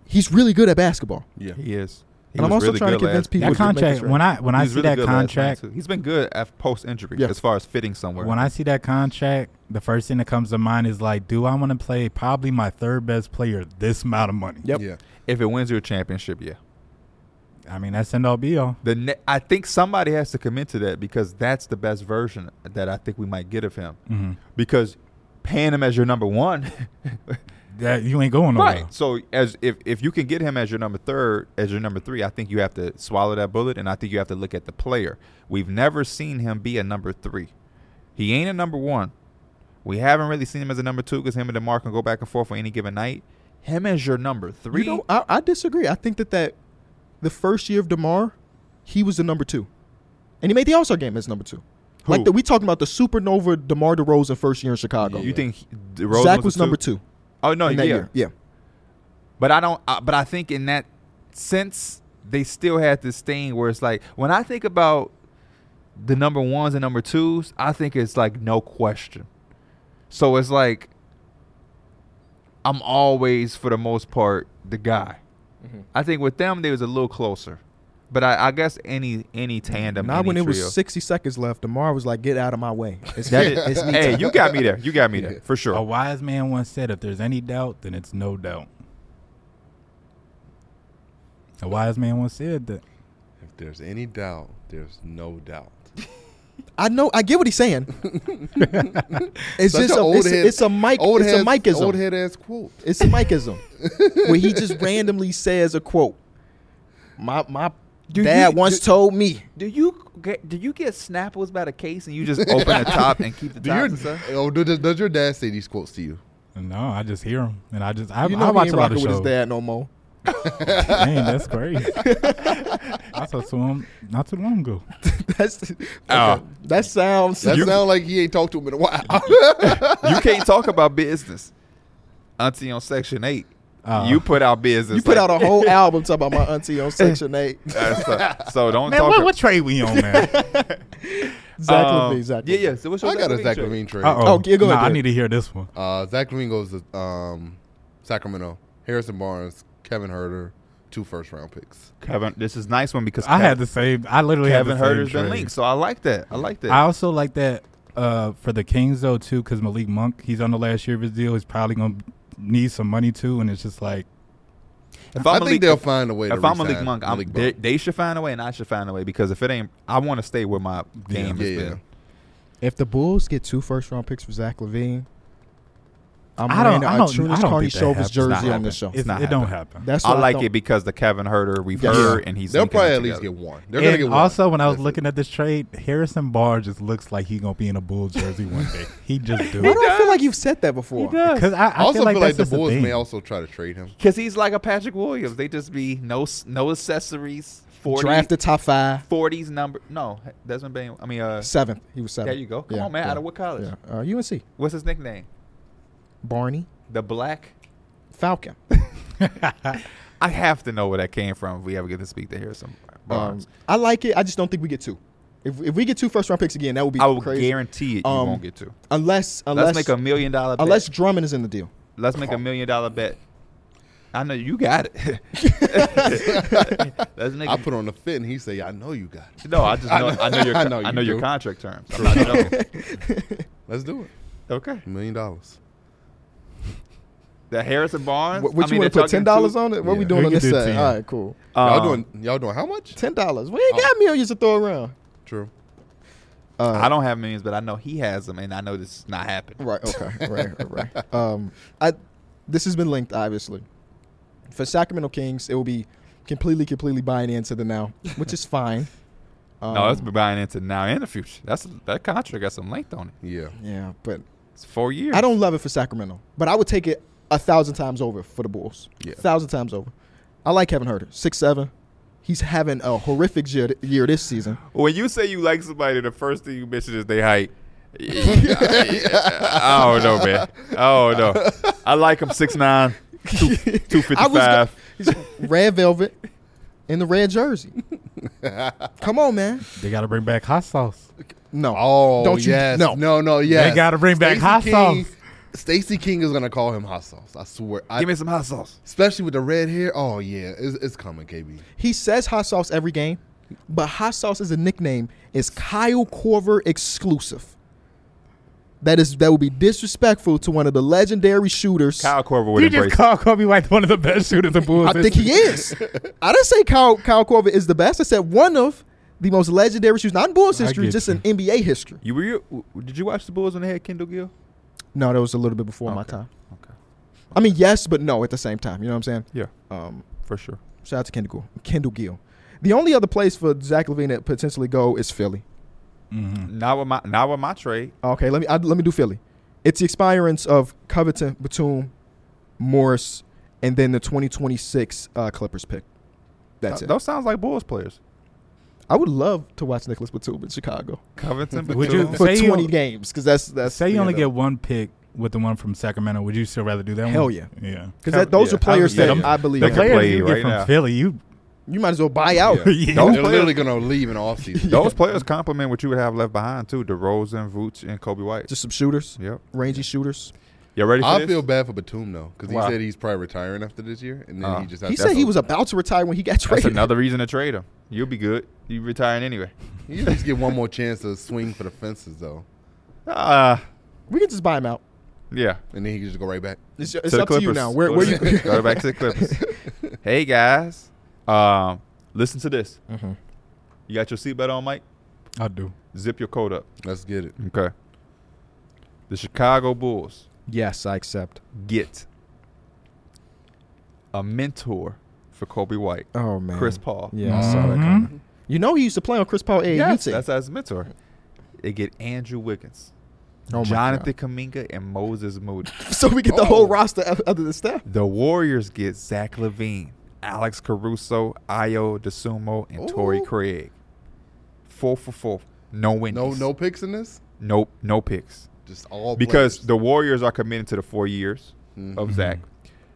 Speaker 1: He's really good at basketball.
Speaker 3: Yeah.
Speaker 2: He is. He
Speaker 1: And I'm
Speaker 2: was
Speaker 1: also
Speaker 2: really
Speaker 1: trying to
Speaker 2: good
Speaker 1: convince
Speaker 2: last-
Speaker 1: people-
Speaker 2: He
Speaker 1: was
Speaker 2: was-
Speaker 4: That
Speaker 1: good
Speaker 4: contract.
Speaker 1: making
Speaker 4: When I when
Speaker 2: he
Speaker 4: I
Speaker 2: was
Speaker 4: see
Speaker 2: really
Speaker 4: that
Speaker 2: good last night,
Speaker 4: contract,
Speaker 2: too. he's been good at post injury
Speaker 1: Yeah.
Speaker 2: as far as fitting somewhere.
Speaker 4: when I see that contract, the first thing that comes to mind is like, do I want to play probably my third best player this amount of money?
Speaker 1: Yep.
Speaker 3: Yeah.
Speaker 2: if it wins you a championship, yeah.
Speaker 4: I mean, that's end all be all.
Speaker 2: The ne- I think somebody has to commit to that because that's the best version that I think we might get of him. Because paying him as your number one,
Speaker 4: That you ain't going nowhere.
Speaker 2: right? So as if if you can get him as your number third, as your number three, I think you have to swallow that bullet, and I think you have to look at the player. We've never seen him be a number three. He ain't a number one. We haven't really seen him as a number two because him and Demar can go back and forth on any given night. Him as your number three.
Speaker 1: You know, I, I disagree. I think that that the first year of Demar, he was the number two, and he made the All Star game as number two.
Speaker 2: Who?
Speaker 1: Like the, we talking about the supernova Demar Derozan first year in Chicago.
Speaker 2: you think he- DeRozan
Speaker 1: Zach
Speaker 2: a
Speaker 1: was number two,
Speaker 2: Oh no,
Speaker 1: in that
Speaker 2: yeah.
Speaker 1: year? Yeah,
Speaker 2: But I don't. I, but I think in that sense, they still had this thing where it's like when I think about the number ones and number twos, I think it's like no question. So it's like I'm always, for the most part, the guy. I think with them, they was a little closer. But I, I guess any any tandem,
Speaker 1: not
Speaker 2: any
Speaker 1: when it
Speaker 2: trio-
Speaker 1: was sixty seconds left. Demar was like, "Get out of my way." It's
Speaker 2: That
Speaker 1: me-
Speaker 2: is-
Speaker 1: it's me
Speaker 2: hey,
Speaker 1: time.
Speaker 2: you got me there. You got me there for
Speaker 4: A
Speaker 2: sure.
Speaker 4: wise man once said, if there's any doubt, then it's no doubt. A wise man once said that.
Speaker 3: If there's any doubt, there's no doubt.
Speaker 1: I know. I get what he's saying. it's
Speaker 3: Such
Speaker 1: just
Speaker 3: a
Speaker 1: a,
Speaker 3: old
Speaker 1: it's,
Speaker 3: head-
Speaker 1: it's a mic.
Speaker 3: Old
Speaker 1: it's
Speaker 3: head,
Speaker 1: a micism.
Speaker 3: Old head ass quote.
Speaker 1: It's a micism where he just randomly says a quote. My my dad
Speaker 2: you-
Speaker 1: once
Speaker 2: do-
Speaker 1: told me.
Speaker 2: Do you get do you get snapples by the case and you just open the top and keep the
Speaker 3: Do
Speaker 2: top?
Speaker 3: your,
Speaker 2: and stuff?
Speaker 3: oh, does, does your dad say these quotes to you?
Speaker 4: No, I just hear him, and I just I,
Speaker 1: You
Speaker 4: I
Speaker 1: know he
Speaker 4: watch
Speaker 1: ain't
Speaker 4: a lot of
Speaker 1: rocking with
Speaker 4: shows.
Speaker 1: his dad no more.
Speaker 4: Dang, that's crazy. I talked to him not too long ago.
Speaker 1: That's
Speaker 2: Oh.
Speaker 1: okay. that sounds.
Speaker 3: That
Speaker 1: You-
Speaker 3: sound like he ain't talked to him in a while.
Speaker 2: you can't talk about business. Auntie on Section Eight,
Speaker 4: Uh,
Speaker 3: Uh-huh.
Speaker 2: you put out business.
Speaker 1: you put
Speaker 2: like-
Speaker 1: out a whole album talking about my auntie on Section Eight.
Speaker 2: Uh, so, so don't
Speaker 4: Man,
Speaker 2: talk.
Speaker 4: what, what trade we on, man?
Speaker 1: Zach
Speaker 2: um,
Speaker 1: Levine, Zach.
Speaker 2: Yeah,
Speaker 1: Levine.
Speaker 2: yeah. So what's your
Speaker 3: I got a Zach
Speaker 2: trade?
Speaker 3: Levine trade.
Speaker 4: Uh-oh.
Speaker 1: Oh, yeah, go ahead,
Speaker 4: Nah, I
Speaker 1: Derek.
Speaker 4: need to hear this one.
Speaker 3: Uh, Zach Levine goes to um, Sacramento. Harrison Barnes, Kevin Herter, two first round picks.
Speaker 2: Kevin, this is nice one because
Speaker 4: I had
Speaker 2: Kev-
Speaker 4: the same. I literally
Speaker 2: Kevin
Speaker 4: had the same
Speaker 2: Herter's been
Speaker 4: trade.
Speaker 2: linked, so I like that. I like that.
Speaker 4: I also like that uh, for the Kings though too, because Malik Monk, he's on the last year of his deal. He's probably gonna need some money too, and it's just like
Speaker 2: if
Speaker 3: i
Speaker 2: I'm
Speaker 3: think
Speaker 2: Malik-
Speaker 3: they'll find a way.
Speaker 2: If
Speaker 3: to
Speaker 2: I'm Malik
Speaker 3: re-sign
Speaker 2: Monk, I'm,
Speaker 3: Malik
Speaker 2: they,
Speaker 3: Monk.
Speaker 2: they should find a way, and I should find a way because if it ain't, I want to stay where my game
Speaker 3: Yeah,
Speaker 2: is.
Speaker 3: yeah.
Speaker 2: been.
Speaker 1: If the Bulls get two first round picks for Zach Levine, I'm
Speaker 4: I don't-
Speaker 1: wearing a
Speaker 4: I don't- I
Speaker 1: Artunas
Speaker 4: don't
Speaker 1: Carney
Speaker 4: think
Speaker 1: Chauvin's
Speaker 4: that happens. It's
Speaker 2: not
Speaker 1: jersey on
Speaker 2: happening.
Speaker 1: this show.
Speaker 4: it's,
Speaker 2: not
Speaker 4: it don't
Speaker 2: happening.
Speaker 4: happen.
Speaker 1: That's
Speaker 2: I
Speaker 1: what
Speaker 2: like
Speaker 1: thought.
Speaker 2: it because the Kevin Herter we've
Speaker 1: Yes.
Speaker 2: heard, and he's
Speaker 3: They'll
Speaker 2: linking it
Speaker 3: probably at least
Speaker 2: together.
Speaker 3: get one. They're gonna
Speaker 4: And
Speaker 3: get one.
Speaker 4: also, when I was
Speaker 3: That's
Speaker 4: looking
Speaker 3: it.
Speaker 4: at this trade, Harrison Barr just looks like he gonna be in a Bull jersey one day. he just do.
Speaker 1: Why do I feel like you've said that before?
Speaker 4: Because I, I
Speaker 3: I also
Speaker 4: feel like, that's
Speaker 3: the
Speaker 4: just a
Speaker 3: Bulls
Speaker 4: thing.
Speaker 3: may also try to trade him.
Speaker 2: Because he's like a Patrick Williams. They just be no s- no accessories. 40,
Speaker 1: Drafted top five,
Speaker 2: forties number. No, Desmond Bain. I mean, uh,
Speaker 1: seventh. He was seventh.
Speaker 2: there you go. Come on, man. Out of what college?
Speaker 1: Yeah. Uh, UNC.
Speaker 2: What's his nickname?
Speaker 1: Barney
Speaker 2: The Black.
Speaker 1: Falcon.
Speaker 2: I have to know where that came from. If we ever get to speak to Harrison
Speaker 1: Um,
Speaker 2: Barnes,
Speaker 1: I like it. I just don't think we get two. If, if we get two first round picks again, that would be
Speaker 2: I will
Speaker 1: crazy.
Speaker 2: guarantee it. You
Speaker 1: um,
Speaker 2: won't get to.
Speaker 1: Unless
Speaker 2: Let's
Speaker 1: unless Oh.
Speaker 2: make a million dollar. Bet.
Speaker 1: unless Drummond is in the deal.
Speaker 2: Let's make a million dollar bet. I know you got it. That's nigga.
Speaker 3: I put on the fit and he say, I know you got it.
Speaker 2: no, I just know. I know your.
Speaker 3: I
Speaker 2: con-
Speaker 3: know
Speaker 2: I
Speaker 3: you
Speaker 2: know your
Speaker 3: do.
Speaker 2: contract terms. I'm not dumb.
Speaker 3: Let's do it.
Speaker 2: okay.
Speaker 3: Million dollars.
Speaker 2: The Harrison Barnes.
Speaker 1: What, what
Speaker 2: I
Speaker 1: you
Speaker 2: mean,
Speaker 1: want
Speaker 2: they're
Speaker 1: to put ten dollars on it? What we
Speaker 3: Yeah.
Speaker 1: doing
Speaker 4: We
Speaker 1: on
Speaker 4: can
Speaker 1: this
Speaker 4: do
Speaker 1: side?
Speaker 4: 10.
Speaker 1: All right, cool.
Speaker 3: y'all
Speaker 2: Um,
Speaker 3: doing y'all doing how much?
Speaker 1: Ten dollars. We ain't got millions to throw around.
Speaker 3: True.
Speaker 1: Uh,
Speaker 2: I don't have millions, but I know he has them, and I know this is not happening.
Speaker 1: Right. Okay. right. Right. right. Um, I this has been linked obviously. For Sacramento Kings, it will be completely, completely buying into the now, which is fine. Um,
Speaker 2: no, that's been buying into now and the future. That's that contract got some length on it.
Speaker 3: Yeah.
Speaker 1: yeah, but
Speaker 2: It's four years.
Speaker 1: I don't love it for Sacramento, but I would take it a thousand times over for the Bulls.
Speaker 3: Yeah.
Speaker 1: A thousand times over. I like Kevin Herter, six seven. He's having a horrific year, year this season.
Speaker 2: When you say you like somebody, the first thing you mention is they height. I don't know, man. I don't know. I like him 6'9", 2- 255.
Speaker 1: red velvet in the red jersey. Come on, man.
Speaker 4: They got to bring back hot sauce.
Speaker 1: No.
Speaker 3: Oh
Speaker 1: Don't you-
Speaker 3: yes.
Speaker 1: no.
Speaker 3: No, no, yes.
Speaker 4: gotta bring back hot
Speaker 3: King,
Speaker 4: sauce.
Speaker 3: Stacey King is gonna call him hot sauce. I swear. I,
Speaker 2: Give me some hot sauce.
Speaker 3: especially with the red hair. Oh yeah, it's, it's coming, KB.
Speaker 1: He says hot sauce every game, but hot sauce as a nickname is Kyle Corver exclusive. That is that would be disrespectful to one of the legendary shooters.
Speaker 2: Kyle Corver would embrace it.
Speaker 4: called Kobe White one of the best shooters in Bulls
Speaker 1: I think he is. I didn't say Kyle, Kyle Corver is the best. I said one of the most legendary shooters, not in Bulls
Speaker 4: I
Speaker 1: history,
Speaker 4: get
Speaker 1: just
Speaker 4: you.
Speaker 1: in NBA history.
Speaker 2: You were you, w- did you watch the Bulls when they had Kendall Gill?
Speaker 1: No, that was a little bit before my
Speaker 2: Okay.
Speaker 1: time.
Speaker 2: Okay.
Speaker 1: I mean, yes, but no at the same time. You know what I'm saying?
Speaker 2: Yeah,
Speaker 1: Um,
Speaker 2: for sure.
Speaker 1: shout out to Kendall Gill. Kendall Gill. The only other place for Zach Levine to potentially go is Philly.
Speaker 4: hmm
Speaker 2: Mm. Not with my not with my trade.
Speaker 1: Okay, let me I, let me do Philly. It's the expirance of Covington, Batum, Morris, and then the 2026 uh, Clippers pick. That's
Speaker 2: Th-
Speaker 1: it.
Speaker 2: Those sounds like Bulls
Speaker 1: Uh,
Speaker 2: players.
Speaker 1: I would love to watch Nicholas Batum in Chicago
Speaker 2: Covington,
Speaker 4: Would
Speaker 2: Batum.
Speaker 4: you-
Speaker 1: for
Speaker 4: Say
Speaker 1: 20 games because that's that's
Speaker 4: Say you
Speaker 1: the
Speaker 4: only
Speaker 1: end
Speaker 4: get
Speaker 1: of
Speaker 4: one pick with the one from Sacramento. Would you still rather do that
Speaker 1: Hell
Speaker 4: one?
Speaker 1: yeah.
Speaker 4: Yeah.
Speaker 1: it. 'Cause that- those
Speaker 2: Yeah,
Speaker 1: are players
Speaker 2: I would
Speaker 1: that
Speaker 2: get him.
Speaker 1: I believe
Speaker 2: They
Speaker 1: in.
Speaker 2: can play
Speaker 4: Players you get
Speaker 2: right
Speaker 4: from
Speaker 2: now.
Speaker 4: Philly, you
Speaker 1: you might as well buy out.
Speaker 4: Yeah.
Speaker 2: Those
Speaker 3: They're
Speaker 2: players-
Speaker 3: literally gonna leave in off season.
Speaker 2: Those players complement what you would have left behind too: DeRozan, Vooch, and Kobe White.
Speaker 1: Just some shooters,
Speaker 2: yep.
Speaker 1: rangy shooters.
Speaker 2: You ready for
Speaker 3: I
Speaker 2: this?
Speaker 3: feel bad for Batum though, because he
Speaker 2: Why?
Speaker 3: said he's probably retiring after this year, and then
Speaker 2: Uh,
Speaker 3: he just has
Speaker 1: He
Speaker 3: to-
Speaker 1: said he was about to retire when he got
Speaker 2: That's
Speaker 1: traded.
Speaker 2: another reason to trade him. You'll be good. You retiring anyway.
Speaker 3: He just get one more chance to swing for the fences though,
Speaker 1: Ah.
Speaker 2: Uh
Speaker 1: We can just buy him out.
Speaker 2: yeah.
Speaker 3: and then he can just go right back.
Speaker 1: It's, it's
Speaker 2: the
Speaker 1: up to you
Speaker 2: Clippers.
Speaker 1: now. Where,
Speaker 2: Go
Speaker 1: where
Speaker 2: to-
Speaker 1: you?
Speaker 2: go back to the Clippers? hey guys, um, listen to this.
Speaker 1: Mm-hmm.
Speaker 2: You got your seatbelt on, Mike.
Speaker 4: I do.
Speaker 2: Zip your coat up.
Speaker 3: Let's get it.
Speaker 2: Okay. The Chicago Bulls
Speaker 1: yes, I accept.
Speaker 2: get a mentor for Kobe White,
Speaker 1: Oh man,
Speaker 2: Chris Paul. Mm-hmm.
Speaker 1: Yeah, I saw that
Speaker 4: Mhm.
Speaker 1: coming. You know he used to play on Chris Paul AAU
Speaker 2: Yes,
Speaker 1: team.
Speaker 2: that's as mentor. They get Andrew Wiggins,
Speaker 1: Oh my
Speaker 2: Jonathan Kaminga, and Moses Moody.
Speaker 1: so we get the whole roster o- other than Steph.
Speaker 2: The Warriors get Zach Levine, Alex Caruso, Io DeSumo, and Torrey
Speaker 3: Ooh.
Speaker 2: Craig. Four for four. No wins.
Speaker 3: No, no picks in this.
Speaker 2: Nope. No picks.
Speaker 3: Just all
Speaker 2: Because
Speaker 3: players. Mm-hmm.
Speaker 2: the Warriors are committing to the four years of Zach.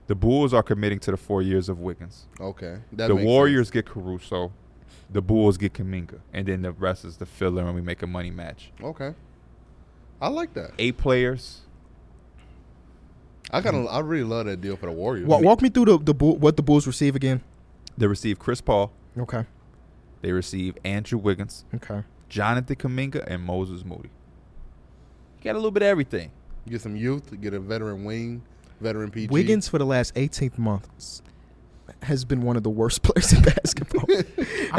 Speaker 2: The Bulls are committing to the four years of Wiggins.
Speaker 3: okay, that
Speaker 2: the
Speaker 3: makes
Speaker 2: Warriors get Caruso. The Bulls get Kaminga. And then the rest is the filler and we make a money match.
Speaker 3: Sense. Okay, I like that.
Speaker 2: Eight players.
Speaker 3: I kind of, I really love that deal for the Warriors.
Speaker 1: Wa- walk me through the, the Bull, what the Bulls receive again.
Speaker 2: They receive Chris Paul.
Speaker 1: Okay,
Speaker 2: They receive Andrew Wiggins,
Speaker 1: okay.
Speaker 2: Jonathan Kaminga, and Moses Moody. You got a little bit of everything.
Speaker 3: Get some youth. Get a veteran wing, veteran PG.
Speaker 1: Wiggins for the last 18 months has been one of the worst players in basketball,
Speaker 4: On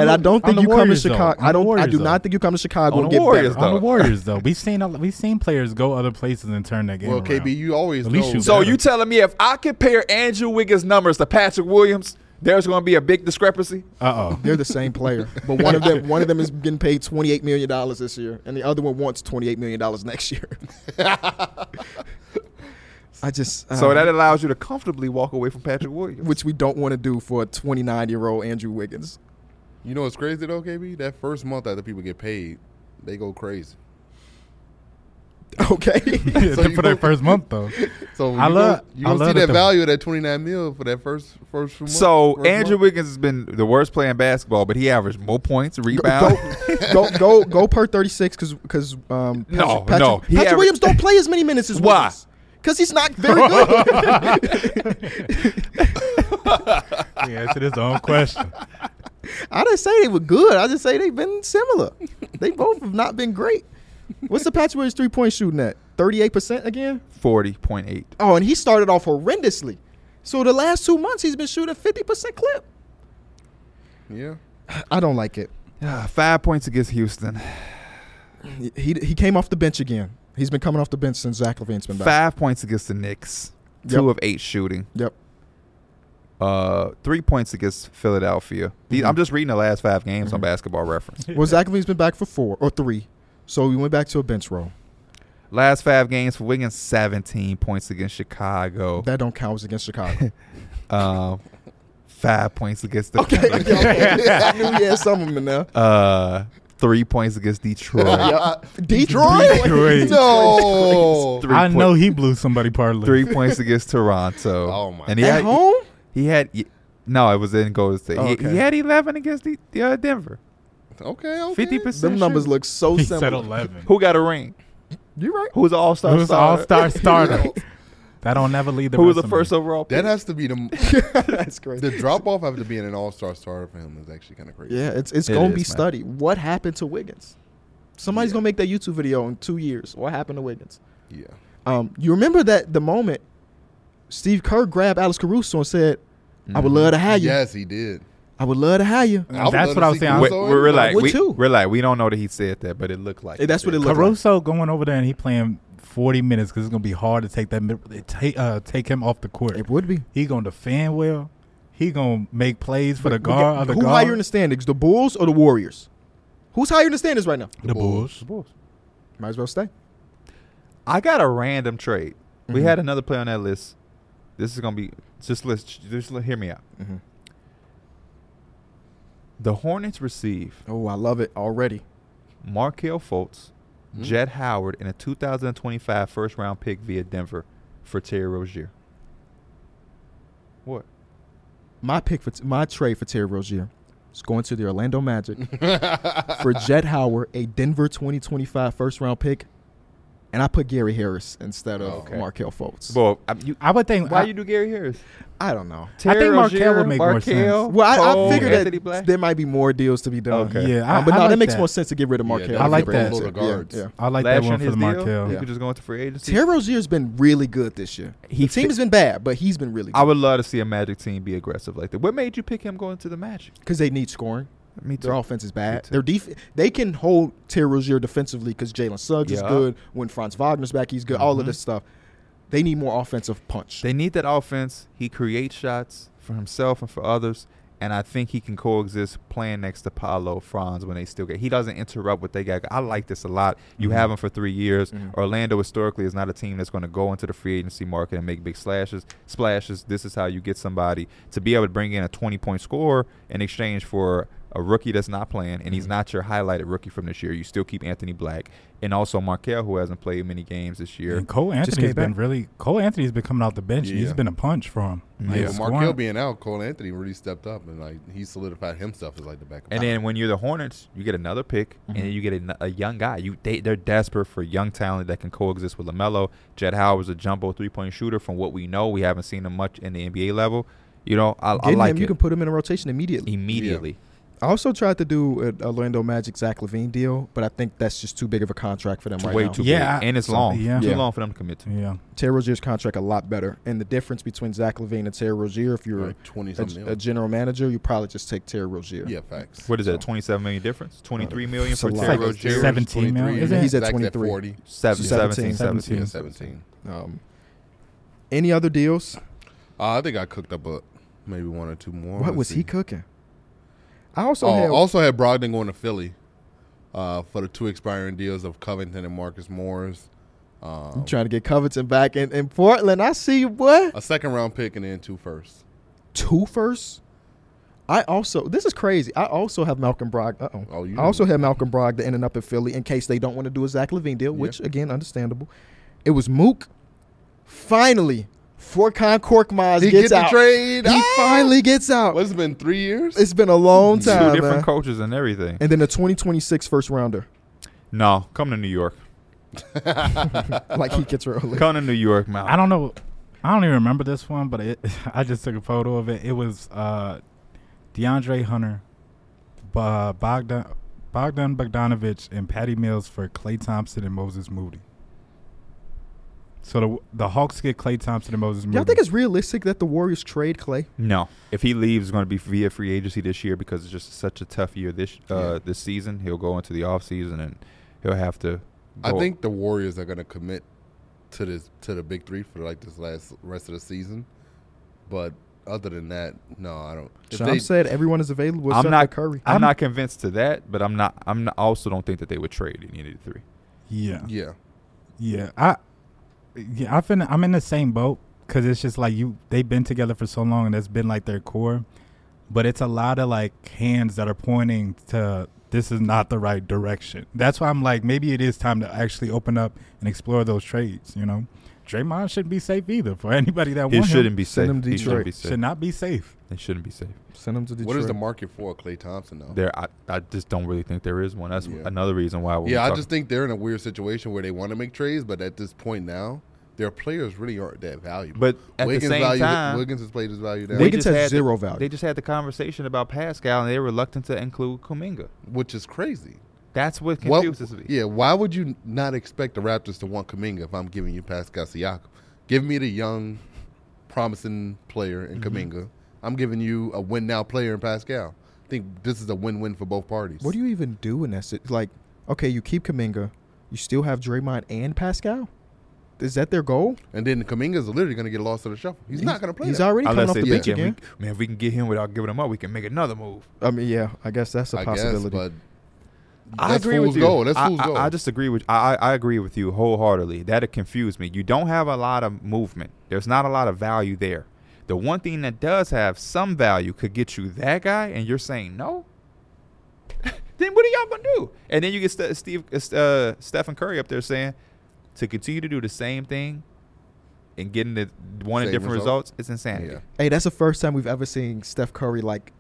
Speaker 1: and I
Speaker 4: the-
Speaker 1: don't
Speaker 4: on
Speaker 1: think
Speaker 4: the
Speaker 1: you come to
Speaker 4: Warriors, though.
Speaker 1: Chicago.
Speaker 4: On
Speaker 1: I
Speaker 4: the
Speaker 1: don't. I
Speaker 4: Warriors,
Speaker 1: do
Speaker 4: though.
Speaker 1: not think you come to Chicago
Speaker 2: On
Speaker 1: and
Speaker 2: the
Speaker 1: get
Speaker 2: Warriors,
Speaker 1: better.
Speaker 4: On
Speaker 2: though.
Speaker 4: the Warriors, though, we've seen a, we've seen players go other places and turn that game.
Speaker 3: Well,
Speaker 4: around.
Speaker 3: KB, you always
Speaker 4: At least
Speaker 3: know
Speaker 4: you
Speaker 2: So
Speaker 4: better.
Speaker 2: you telling me if I compare Andrew Wiggins' numbers to Patrick Williams, there's going to be a big discrepancy?
Speaker 4: Uh oh.
Speaker 1: They're the same player, but one of them one of them is getting paid 28 million dollars this year, and the other one wants 28 million dollars next year. I just
Speaker 2: so
Speaker 1: uh,
Speaker 2: that allows you to comfortably walk away from Patrick Williams.
Speaker 1: which we don't want to do for a 29 year old Andrew Wiggins.
Speaker 3: You know what's crazy though, KB? That first month after people get paid, they go crazy.
Speaker 1: Okay.
Speaker 3: So you
Speaker 4: for that
Speaker 3: go-
Speaker 4: first month though.
Speaker 3: So
Speaker 4: I
Speaker 3: you
Speaker 4: love-
Speaker 3: Gonna, you
Speaker 4: I
Speaker 3: gonna
Speaker 4: love
Speaker 3: see
Speaker 4: that
Speaker 3: that
Speaker 4: the-
Speaker 3: value of that twenty nine mil for that first first. few months-
Speaker 2: so
Speaker 3: first
Speaker 2: Andrew
Speaker 3: month.
Speaker 2: Wiggins has been the worst player in basketball, but he averaged more points,
Speaker 1: go,
Speaker 2: rebound.
Speaker 1: go go go per 36 because because um Patrick,
Speaker 2: No,
Speaker 1: Patrick,
Speaker 2: no. He
Speaker 1: Patrick
Speaker 2: aver-
Speaker 1: Williams don't play as many minutes as
Speaker 2: Why?
Speaker 1: Wiggins. because he's not very good.
Speaker 4: He answered his own question.
Speaker 1: I didn't say they were good. I just say they've been similar. They both have not been great. What's the Patrick Williams three point shooting at? Thirty eight percent again.
Speaker 2: Forty point eight.
Speaker 1: Oh, and he started off horrendously. So the last two months he's been shooting fifty percent clip.
Speaker 3: Yeah.
Speaker 1: I don't like it.
Speaker 2: Ah, Five points against Houston.
Speaker 1: He he came off the bench again. He's been coming off the bench since Zach Levine's been back.
Speaker 2: Five points against the Knicks. Two
Speaker 1: Yep.
Speaker 2: of eight shooting.
Speaker 1: Yep.
Speaker 2: Uh, three points against Philadelphia. The- I'm just reading the last five games on Basketball Reference.
Speaker 1: Well, Zach Levine's been back for four or three, so we went back to a bench role.
Speaker 2: Last five games for Wiggins, 17 points against Chicago.
Speaker 1: That don't count. It was against Chicago.
Speaker 2: Um, five points against the
Speaker 1: okay.
Speaker 2: Pelic-
Speaker 1: I knew he had some of them in there.
Speaker 2: Uh, three points against Detroit.
Speaker 1: Detroit.
Speaker 4: Detroit.
Speaker 3: No.
Speaker 2: Three
Speaker 4: I
Speaker 2: point-
Speaker 4: know he blew somebody partly.
Speaker 2: Three points against Toronto.
Speaker 3: Oh, my
Speaker 2: And he
Speaker 1: At
Speaker 2: had,
Speaker 1: home.
Speaker 2: He had y- no. It was in Golden State.
Speaker 1: Oh,
Speaker 2: He-
Speaker 1: okay.
Speaker 2: he, had 11 against the, the uh, Denver.
Speaker 3: Okay. okay.
Speaker 2: 50 percent.
Speaker 1: Them numbers look so
Speaker 4: He said
Speaker 1: similar.
Speaker 4: eleven.
Speaker 2: Who got a ring?
Speaker 1: You're right.
Speaker 2: Who's an All Star?
Speaker 4: Who's all star starter? That don't never leave the.
Speaker 2: Who was the
Speaker 4: rest of me.
Speaker 2: first overall? Pick?
Speaker 3: That has to be the
Speaker 1: That's crazy.
Speaker 3: the drop off after being an all star starter for him is actually kind of crazy.
Speaker 1: Yeah, it's it's
Speaker 2: It
Speaker 1: gonna
Speaker 2: is,
Speaker 1: be
Speaker 2: man.
Speaker 1: studied. What happened to Wiggins? Somebody's gonna make that YouTube video in two years. What happened to Wiggins?
Speaker 3: Yeah.
Speaker 1: Um, you remember that the moment Steve Kerr grabbed Alex Caruso and said, "I would love to have you.
Speaker 3: Yes, he did.
Speaker 1: I would love to have you."
Speaker 3: I would
Speaker 4: That's
Speaker 3: love to
Speaker 4: what I was
Speaker 3: see
Speaker 4: saying. I
Speaker 2: we,
Speaker 4: was-
Speaker 3: Caruso in
Speaker 2: we're
Speaker 3: the-
Speaker 2: like
Speaker 1: Would
Speaker 2: we,
Speaker 1: too.
Speaker 2: we're like we don't know that he said that, but it looked like
Speaker 1: Hey, that's what it looked like.
Speaker 4: Caruso going over there and he playing forty minutes because it's gonna be hard to take that mid- take uh, take him off the court.
Speaker 1: It would be.
Speaker 4: He gonna defend well. He gonna make plays for the
Speaker 1: We
Speaker 4: guard.
Speaker 1: got-
Speaker 4: other
Speaker 1: who
Speaker 4: guard.
Speaker 1: higher in the standings, the Bulls or the Warriors? Who's higher in the standings right now?
Speaker 4: the Bulls.
Speaker 1: Might as well stay.
Speaker 2: I got a random trade.
Speaker 4: Mm-hmm.
Speaker 2: We had another player on that list. This is gonna be just let just let- hear me out.
Speaker 1: Mhm.
Speaker 2: The Hornets receive
Speaker 1: Oh, I love it already.
Speaker 2: Markel Fultz,
Speaker 4: Mm-hmm.
Speaker 2: Jed Howard, and a 2025 first round pick via Denver for Terry Rozier. What?
Speaker 1: My pick for t- my trade for Terry Rozier is going to the Orlando Magic for Jet Howard, a Denver 2025 first round pick, and I put Gary Harris instead of
Speaker 2: Okay.
Speaker 1: Markel Fultz.
Speaker 2: Well, I, you,
Speaker 4: I would think.
Speaker 2: why
Speaker 4: I-
Speaker 2: you do Gary Harris?
Speaker 1: I don't know.
Speaker 4: I think Markelle would make more sense.
Speaker 1: Well, I, I
Speaker 2: Cole,
Speaker 1: figured
Speaker 2: oh, Anthony
Speaker 1: that
Speaker 2: Black.
Speaker 1: there might be more deals to be done.
Speaker 2: Okay.
Speaker 4: Yeah, I-
Speaker 1: Um, but
Speaker 4: I
Speaker 1: no, that
Speaker 4: like
Speaker 1: makes
Speaker 4: that.
Speaker 1: more sense to get rid of Markel.
Speaker 3: that
Speaker 4: I like
Speaker 1: Fultz.
Speaker 4: that.
Speaker 1: Yeah,
Speaker 3: Guards.
Speaker 1: yeah.
Speaker 4: I like
Speaker 2: Last
Speaker 4: that
Speaker 2: year
Speaker 4: one
Speaker 2: on
Speaker 4: for
Speaker 2: his
Speaker 4: the
Speaker 2: deal,
Speaker 4: Markel.
Speaker 2: he could just go into free agency.
Speaker 1: Terry Rozier's been really good this year.
Speaker 2: He
Speaker 1: the team's been bad, but he's been really
Speaker 2: I
Speaker 1: good
Speaker 2: would love to see a Magic team be aggressive like that. What made you pick him going to the Magic?
Speaker 1: because they need scoring.
Speaker 2: Me
Speaker 1: Their offense is bad.
Speaker 2: too.
Speaker 1: Their def- they can hold Terry Rozier defensively because Jalen Suggs is
Speaker 2: Yeah. Mm-hmm.
Speaker 1: good. When Franz Wagner's back, he's good. All of this stuff. They need more offensive punch.
Speaker 2: They need that offense. He creates shots for himself and for others, and I think he can coexist playing next to Paolo Franz when they still get. He doesn't interrupt what they got. I like this a lot. You have him for three years. Orlando historically is not a team that's going to go into the free agency market and make big slashes, splashes. This is how you get somebody to be able to bring in a twenty-point scorer in exchange for a rookie that's not playing, and he's not your highlighted rookie from this year. You still keep Anthony Black and also Markel, who hasn't played many games this year.
Speaker 4: And Cole Anthony's
Speaker 1: came
Speaker 4: been
Speaker 1: back.
Speaker 4: really. Cole Anthony's been coming out the bench. and
Speaker 3: Yeah.
Speaker 4: He's been a punch for him. Like,
Speaker 3: Yeah, with
Speaker 4: scoring-
Speaker 3: Markel being out, Cole Anthony really stepped up and like he solidified himself as like the backup.
Speaker 4: Uh-huh.
Speaker 2: And then when you're the Hornets, you get another pick, and
Speaker 4: Mm-hmm.
Speaker 2: then you get a, a young guy. You they, they're desperate for young talent that can coexist with Lamelo. Jed Howard is a jumbo three point shooter. From what we know, we haven't seen him much in the NBA level. You know, I, I
Speaker 1: Getting
Speaker 2: like
Speaker 1: him,
Speaker 2: it
Speaker 1: you can put him in a rotation immediately.
Speaker 2: immediately.
Speaker 1: I also tried to do an Orlando Magic Zach Levine deal, but I think that's just too big of a contract for them right
Speaker 2: Way
Speaker 1: now.
Speaker 2: too
Speaker 4: Yeah,
Speaker 2: big, and it's
Speaker 4: so-
Speaker 2: long.
Speaker 4: yeah.
Speaker 2: Too
Speaker 1: Yeah.
Speaker 2: long for them to commit to.
Speaker 4: yeah.
Speaker 1: Terry Rozier's contract a lot better, and the difference between Zach Levine and Terry Rozier, if you're
Speaker 3: Like 20
Speaker 1: a,
Speaker 3: something
Speaker 1: a
Speaker 3: else.
Speaker 1: general manager, you probably just take Terry Rozier.
Speaker 3: yeah, facts.
Speaker 2: What is that? A twenty-seven million difference? Twenty-three million
Speaker 1: It's a
Speaker 2: for
Speaker 1: lot.
Speaker 2: Terry
Speaker 1: It's like
Speaker 2: Rozier.
Speaker 3: Terry's
Speaker 4: 17 now,
Speaker 3: 23,
Speaker 4: isn't it?
Speaker 1: He's at
Speaker 3: Zach's
Speaker 1: 23.
Speaker 3: 40.
Speaker 2: Seven-
Speaker 1: 17,
Speaker 2: 17,
Speaker 4: 17.
Speaker 3: Yeah,
Speaker 2: 17.
Speaker 3: 17.
Speaker 1: Um, any other deals?
Speaker 3: Uh, I think I cooked up a maybe one or two more.
Speaker 1: what
Speaker 3: Let's
Speaker 1: was
Speaker 3: see.
Speaker 1: he cooking? I also
Speaker 3: oh,
Speaker 1: had
Speaker 3: also had Brogdon going to Philly uh, for the two expiring deals of Covington and Marcus Morris. Um,
Speaker 1: trying to get Covington back in, in Portland. I see you, boy.
Speaker 3: a second round pick and then two firsts.
Speaker 1: Two first. I also this is crazy. I also have Malcolm Brog. Uh
Speaker 3: Oh,
Speaker 1: oh.
Speaker 3: you
Speaker 1: I also
Speaker 3: know.
Speaker 1: have Malcolm Brogdon ending up in Philly in case they don't want to do a Zach Levine deal, which again understandable. It was Mook. Finally, Forcon Korkmaz
Speaker 3: He
Speaker 1: gets
Speaker 3: get the
Speaker 1: out.
Speaker 3: trade.
Speaker 1: He
Speaker 3: Ah!
Speaker 1: finally gets out.
Speaker 3: What's it been three years?
Speaker 1: It's been a long
Speaker 2: Two
Speaker 1: time.
Speaker 2: different
Speaker 1: man.
Speaker 2: coaches and everything.
Speaker 1: and then the 2026 first rounder.
Speaker 2: No, come to New York.
Speaker 1: like he gets early.
Speaker 2: Come to New York, Mal.
Speaker 4: I don't know. I don't even remember this one, but it, I just took a photo of it. It was uh, DeAndre Hunter, Bo- Bogdan Bogdan Bogdanovich, and Patty Mills for Clay Thompson and Moses Moody. So the the Hawks get Clay Thompson and Moses Moody.
Speaker 1: Y'all think it's realistic that the Warriors trade Clay?
Speaker 2: No, if he leaves, it's going to be via free agency this year because it's just such a tough year this uh, this season. He'll go into the off season and he'll have to.
Speaker 3: I
Speaker 1: Oh.
Speaker 2: go-
Speaker 3: think the Warriors are going to commit to this to the big three for like this last rest of the season. But other than that, no, I don't. If
Speaker 1: Sean
Speaker 3: they-
Speaker 1: said everyone is available.
Speaker 2: I'm
Speaker 1: except
Speaker 2: not
Speaker 1: for Curry.
Speaker 2: I'm,
Speaker 4: I'm-
Speaker 2: not convinced to that, but I'm not. I'm not, also don't think that they would trade any of the three.
Speaker 4: yeah.
Speaker 3: yeah,
Speaker 4: Yeah, I, yeah, I fin- I'm in the same boat because it's just like you. They've been together for so long, and that's been like their core. But it's a lot of like hands that are pointing to this is not the right direction. That's why I'm like, maybe it is time to actually open up and explore those trades. You know, Draymond shouldn't be safe either for anybody that
Speaker 2: He
Speaker 4: wants
Speaker 2: shouldn't be safe.
Speaker 1: Send him
Speaker 2: He shouldn't
Speaker 1: Detroit.
Speaker 2: be
Speaker 4: should
Speaker 2: safe.
Speaker 4: not be safe.
Speaker 2: They shouldn't be safe.
Speaker 1: Send him to Detroit.
Speaker 3: what is the market for Clay Thompson though?
Speaker 2: There, I, I just don't really think there is one. That's
Speaker 3: Yeah.
Speaker 2: another reason why. we
Speaker 3: yeah, I
Speaker 2: talk-
Speaker 3: just think they're in a weird situation where they want to make trades, but at this point now, their players really aren't that valuable.
Speaker 2: But at the same
Speaker 3: value,
Speaker 2: time,
Speaker 3: Wiggins has played his value down,
Speaker 1: They Wiggins
Speaker 2: just
Speaker 1: has
Speaker 2: had the-
Speaker 1: zero value.
Speaker 2: They just had the conversation about Pascal, and they were reluctant to include Kuminga.
Speaker 3: which is crazy.
Speaker 2: That's what
Speaker 3: What-
Speaker 2: confuses me.
Speaker 3: yeah, why would you not expect the Raptors to want Kaminga if I'm giving you Pascal Siakam? Give me the young, promising player in
Speaker 1: Mm-hmm.
Speaker 3: Kaminga. I'm giving you a win now player in Pascal. I think this is a win win for both parties.
Speaker 1: What do you even do in that? sit- Like, okay, you keep Kaminga, you still have Draymond and Pascal. Is that their goal?
Speaker 3: and then Kaminga's literally going to get lost to the shuffle. He's, not going to play.
Speaker 1: He's
Speaker 3: that.
Speaker 1: already coming
Speaker 2: Unless
Speaker 1: off
Speaker 2: they
Speaker 1: the bench
Speaker 2: think,
Speaker 1: again.
Speaker 2: "Man, we- man, if we can get him without giving him up, we can make another move.
Speaker 1: I mean, yeah, I guess that's a
Speaker 3: I guess,
Speaker 1: possibility.
Speaker 3: but
Speaker 2: I
Speaker 3: that's
Speaker 2: agree
Speaker 3: fool's
Speaker 2: with you.
Speaker 3: gold. That's
Speaker 2: I,
Speaker 3: fool's
Speaker 2: I-
Speaker 3: gold.
Speaker 2: I just agree with I I I agree with you wholeheartedly. That confused me. You don't have a lot of movement. There's not a lot of value there. The one thing that does have some value could get you that guy, and you're saying no. then what are y'all gonna do? And then you get Ste Steve uh, Stephen Curry up there saying to continue to do the same thing and getting the one
Speaker 3: Same
Speaker 2: of different
Speaker 3: result.
Speaker 2: results. It's insanity.
Speaker 3: yeah.
Speaker 1: hey, that's the first time we've ever seen Steph Curry like.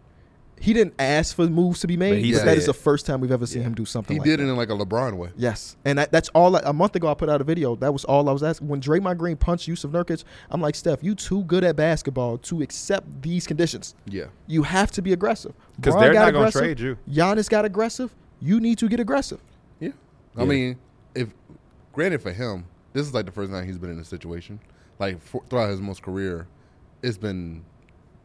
Speaker 1: He didn't ask for moves to be made.
Speaker 2: he
Speaker 1: but
Speaker 2: said-
Speaker 1: that is the first time we've ever seen him do something.
Speaker 3: He
Speaker 1: like
Speaker 3: did
Speaker 1: that.
Speaker 3: it in like a LeBron way.
Speaker 1: Yes, and that, that's all. I, a month ago, I put out a video. That was all I was asking. When Draymond Green punched Yusuf Nurkic, I'm like, Steph, you too good at basketball to accept these conditions.
Speaker 3: Yeah.
Speaker 1: You have to be aggressive.
Speaker 2: 'Cause
Speaker 1: Bron
Speaker 2: they're
Speaker 1: got
Speaker 2: not gonna
Speaker 1: aggressive.
Speaker 2: trade you.
Speaker 1: Giannis got aggressive. You need to get aggressive.
Speaker 3: Yeah. I mean, if granted for him, this is like the first time he's been in a situation. Like for, throughout his most career, it's been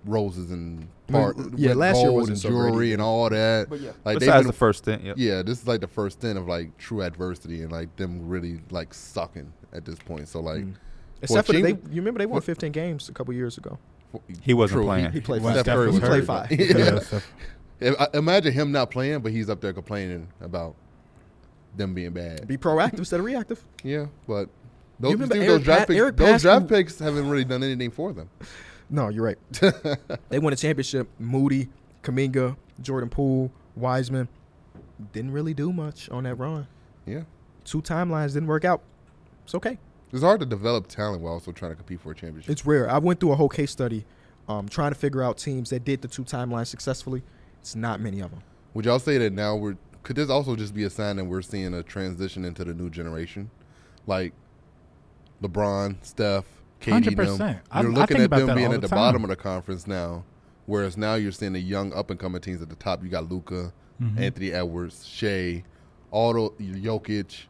Speaker 3: roses and
Speaker 1: Well,
Speaker 3: part,
Speaker 1: yeah,
Speaker 3: with
Speaker 1: last year
Speaker 3: gold
Speaker 1: wasn't
Speaker 3: and
Speaker 1: so
Speaker 3: jewelry
Speaker 1: great
Speaker 3: and all that. But yeah, like they've
Speaker 2: Besides
Speaker 3: been,
Speaker 2: the first thing, yeah.
Speaker 3: yeah, this is like the first thing of like true adversity and like them really like sucking at this point. So like,
Speaker 1: Mm. Except for
Speaker 3: Ching-
Speaker 1: they, you remember they won 15 games a couple years ago.
Speaker 3: for-
Speaker 2: He wasn't
Speaker 3: true,
Speaker 2: playing.
Speaker 1: He played
Speaker 4: When
Speaker 1: five.
Speaker 4: Steph Curry
Speaker 1: he
Speaker 4: was
Speaker 1: played
Speaker 4: hurt.
Speaker 1: five.
Speaker 3: Yeah.
Speaker 4: Yeah, Steph-
Speaker 3: If- I- imagine him not playing, but he's up there complaining about them being bad.
Speaker 1: Be proactive instead of reactive.
Speaker 3: Yeah, but those,
Speaker 1: remember
Speaker 3: think
Speaker 1: Eric
Speaker 3: those draft
Speaker 1: Pa-
Speaker 3: picks,
Speaker 1: Eric
Speaker 3: those draft
Speaker 1: Pascal-
Speaker 3: picks haven't really done anything for them.
Speaker 1: No, you're right. they won a championship. Moody, Kaminga, Jordan Poole, Wiseman didn't really do much on that run.
Speaker 3: Yeah,
Speaker 1: Two timelines didn't work out. It's okay.
Speaker 3: it's hard to develop talent while also trying to compete for a championship.
Speaker 1: It's rare. I went through a whole case study um, trying to figure out teams that did the two timelines successfully. It's not many of them.
Speaker 3: Would y'all say that now we're could this also just be a sign that we're seeing a transition into the new generation, like LeBron, Steph, KD?
Speaker 4: 100%.
Speaker 3: Them.
Speaker 4: I-
Speaker 3: You're
Speaker 4: I
Speaker 3: looking
Speaker 4: think
Speaker 3: at
Speaker 4: about
Speaker 3: them
Speaker 4: that
Speaker 3: being
Speaker 4: all
Speaker 3: at the
Speaker 4: the time.
Speaker 3: bottom of the conference now, whereas now you're seeing the young up and coming teams at the top. You got Luca, Anthony Edwards, Shea, all those, Jokic,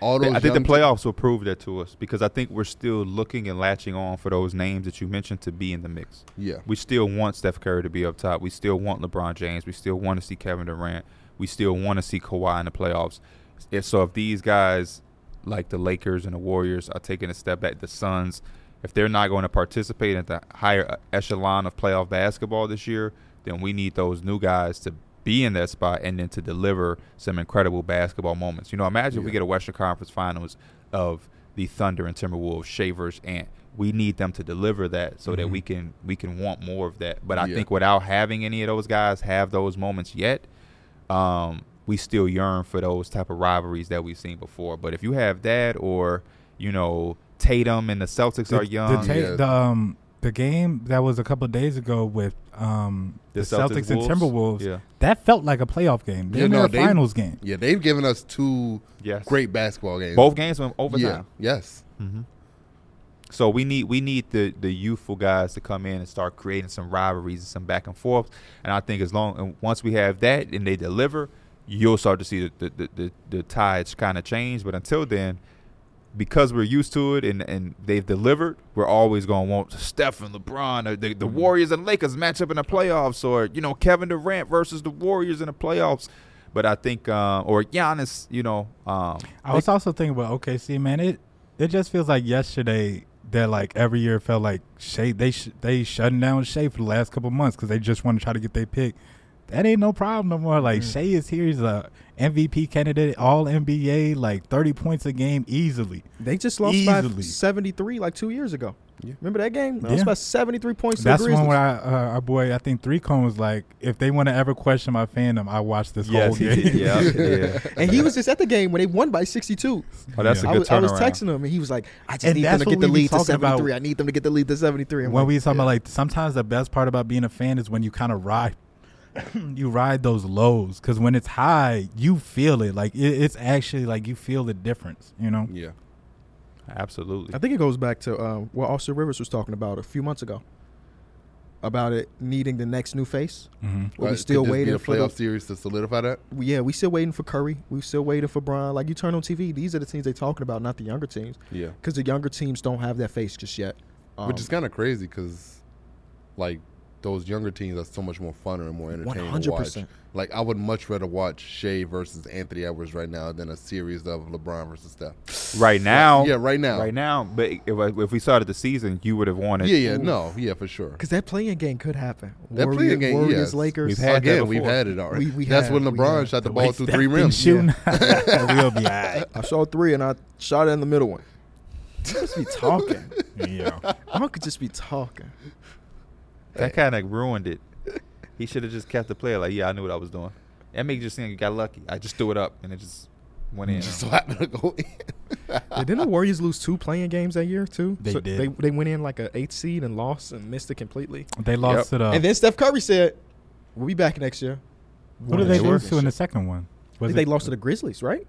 Speaker 3: all those.
Speaker 2: I think the
Speaker 3: young
Speaker 2: playoffs will prove that to us because I think we're still looking and latching on for those names that you mentioned to be in the mix.
Speaker 3: Yeah.
Speaker 2: We still want Steph Curry to be up top. We still want LeBron James. We still want to see Kevin Durant. We still want to see Kawhi in the playoffs. If, so if these guys like the Lakers and the Warriors are taking a step back, the Suns, if they're not going to participate at the higher uh, echelon of playoff basketball this year, then we need those new guys to be in that spot and then to deliver some incredible basketball moments. You know, imagine if we get a Western Conference Finals of the Thunder and Timberwolves, Shavers, and we need them to deliver that so that we can we can want more of that. But I
Speaker 3: Yeah.
Speaker 2: think without having any of those guys have those moments yet, um, we still yearn for those type of rivalries that we've seen before. But if you have that, or you know Tatum and the Celtics are
Speaker 4: The,
Speaker 2: young,
Speaker 4: ta-
Speaker 3: Yeah.
Speaker 4: the, um, the game that was a couple of days ago with um, the,
Speaker 2: The
Speaker 4: Celtics,
Speaker 2: Celtics
Speaker 4: and
Speaker 2: Wolves?
Speaker 4: Timberwolves,
Speaker 2: Yeah.
Speaker 4: that felt like a playoff game. They
Speaker 3: Yeah,
Speaker 4: yeah,
Speaker 3: no,
Speaker 4: a
Speaker 3: they-
Speaker 4: finals game.
Speaker 3: Yeah, they've given us two
Speaker 2: Yes.
Speaker 3: great basketball games.
Speaker 2: Both games went
Speaker 3: yeah,
Speaker 2: overtime.
Speaker 3: yes.
Speaker 2: So we need we need the the youthful guys to come in and start creating some rivalries and some back and forth. And I think as long and once we have that and they deliver, you'll start to see the the the, the, the tides kind of change. But until then. Because we're used to it and, and they've delivered, we're always going to want Steph and LeBron, or the, the
Speaker 1: Mm-hmm.
Speaker 2: Warriors and Lakers match up in the playoffs, or you know Kevin Durant versus the Warriors in the playoffs. But I think, uh, or Giannis, you know, um,
Speaker 4: I was also thinking about OKC, man. It it just feels like yesterday that like every year it felt like Shea they sh- they shutting down Shea for the last couple months because they just want to try to get their pick. That ain't no problem no more.
Speaker 3: Mm.
Speaker 4: Like Shea is here. He's a MVP candidate, All NBA, like thirty points a game easily.
Speaker 1: They just lost by
Speaker 4: Easily.
Speaker 1: 73 like two years ago. Remember that game? They
Speaker 4: Yeah.
Speaker 1: lost by 73 points
Speaker 4: That's
Speaker 1: to the
Speaker 4: one
Speaker 1: Grizzlies.
Speaker 4: where I, uh, our boy, I think Three Cone was like, if they want to ever question my fandom, I watch this whole
Speaker 2: yes,
Speaker 4: game.
Speaker 2: yeah, yeah.
Speaker 1: and he was just at the game when they won by 62.
Speaker 2: Oh, that's
Speaker 1: I
Speaker 2: a good
Speaker 1: was, I was
Speaker 2: turnaround.
Speaker 1: texting him, and he was like, I just
Speaker 4: And
Speaker 1: need them
Speaker 4: that's
Speaker 1: to
Speaker 4: what
Speaker 1: get the
Speaker 4: we be
Speaker 1: lead to
Speaker 4: talking
Speaker 1: 73.
Speaker 4: about.
Speaker 1: I need them to get the lead to 73. I'm
Speaker 4: when
Speaker 1: like,
Speaker 4: we was talking about like sometimes the best part about being a fan is when you kind of ride you ride those lows because when it's high you feel it like it, it's actually like you feel the difference you know
Speaker 2: Mm-hmm.
Speaker 3: Yeah.
Speaker 2: Absolutely.
Speaker 1: I think it goes back to um, what Austin Rivers was talking about a few months ago about it needing the next new face.
Speaker 4: Mhm.
Speaker 1: Well, we
Speaker 3: Uh, could
Speaker 1: still
Speaker 3: this be
Speaker 1: waiting
Speaker 3: a
Speaker 1: for
Speaker 3: playoff
Speaker 1: the,
Speaker 3: series to solidify that.
Speaker 1: yeah, we still waiting for Curry. We still waiting for Bron. Like you turn on TV, these are the teams they talking about, not the younger teams.
Speaker 3: Yeah.
Speaker 1: because the younger teams don't have that face just yet. Um,
Speaker 3: Which is kind of crazy because, like, those younger teams are so much more funner and more entertaining to watch.
Speaker 1: 100%.
Speaker 3: Like, I would much rather watch Shea versus Anthony Edwards right now than a series of LeBron versus Steph.
Speaker 2: right now.
Speaker 3: yeah, right now.
Speaker 2: Right now. But if, if we started the season, you would have wanted.
Speaker 3: Yeah, yeah, no, yeah, for sure.
Speaker 1: because that playing game could happen.
Speaker 3: That
Speaker 1: Warrior-
Speaker 3: play-in game,
Speaker 1: Warriors,
Speaker 3: yes.
Speaker 1: Lakers.
Speaker 2: We've had that
Speaker 3: Again, we've
Speaker 2: before.
Speaker 3: had it already.
Speaker 1: We- we
Speaker 3: That's
Speaker 1: have,
Speaker 3: when
Speaker 1: we
Speaker 3: LeBron
Speaker 1: have.
Speaker 3: shot the
Speaker 4: Like,
Speaker 3: ball through
Speaker 4: Steph
Speaker 3: three
Speaker 4: been
Speaker 3: rims.
Speaker 4: shooting we'll be all right.
Speaker 1: I shot three and I shot it in the middle one. Just be talking.
Speaker 4: yeah
Speaker 1: I could just be talking.
Speaker 2: That kind of ruined it. He should have just kept the player like, yeah, I knew what I was doing. That makes you think you got lucky. I just threw it up and it just went in.
Speaker 3: Just so happened to go in.
Speaker 1: Yeah, didn't the Warriors lose two playing games that year too?
Speaker 4: They did.
Speaker 1: They, they went in like a eight seed and lost and missed it completely.
Speaker 4: they lost
Speaker 2: Yep.
Speaker 4: it up
Speaker 1: And then Steph Curry said, "We'll be back next year."
Speaker 4: what
Speaker 1: Won
Speaker 4: did
Speaker 1: the
Speaker 4: they lose
Speaker 1: championship.
Speaker 4: to in the second one
Speaker 1: I
Speaker 4: was
Speaker 1: think they lost to the Grizzlies, right?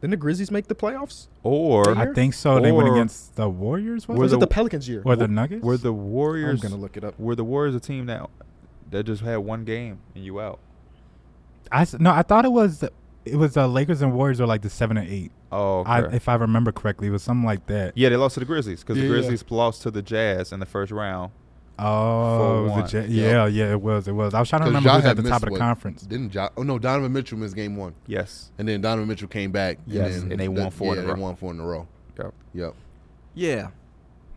Speaker 1: Didn't the Grizzlies make the playoffs?
Speaker 2: Or
Speaker 4: i think so they went
Speaker 2: Or-
Speaker 4: against the warriors was
Speaker 2: Were
Speaker 1: Was
Speaker 4: it?
Speaker 1: it
Speaker 2: the-
Speaker 1: the Pelicans year?
Speaker 4: or the nuggets
Speaker 2: were the Warriors.
Speaker 1: I'm gonna look it up.
Speaker 2: Were the Warriors a team that that just had one game and you out?
Speaker 4: i s- no i thought it was it was the lakers and warriors were like the seven and eight
Speaker 2: Oh, okay.
Speaker 4: I, if i remember correctly it was something like that
Speaker 2: yeah, they lost to the Grizzlies because
Speaker 3: Yeah,
Speaker 2: the
Speaker 3: yeah.
Speaker 2: Grizzlies lost to the Jazz in the first round.
Speaker 4: Oh, it was the
Speaker 2: one.
Speaker 4: Jet- yeah, yeah, it was, it was. I was trying to
Speaker 3: 'Cause
Speaker 4: remember
Speaker 3: Ja
Speaker 4: who was
Speaker 3: had
Speaker 4: at the top
Speaker 3: missed
Speaker 4: of the
Speaker 3: what-
Speaker 4: conference.
Speaker 3: Didn't Ja? Oh no, Donovan Mitchell missed game one,
Speaker 2: Yes.
Speaker 3: and then Donovan Mitchell came back.
Speaker 2: Yes,
Speaker 3: and, then
Speaker 2: and they won four in
Speaker 3: Yeah,
Speaker 2: a
Speaker 3: they
Speaker 2: row.
Speaker 3: won four in a row.
Speaker 2: Yep.
Speaker 3: Yep.
Speaker 1: Yeah.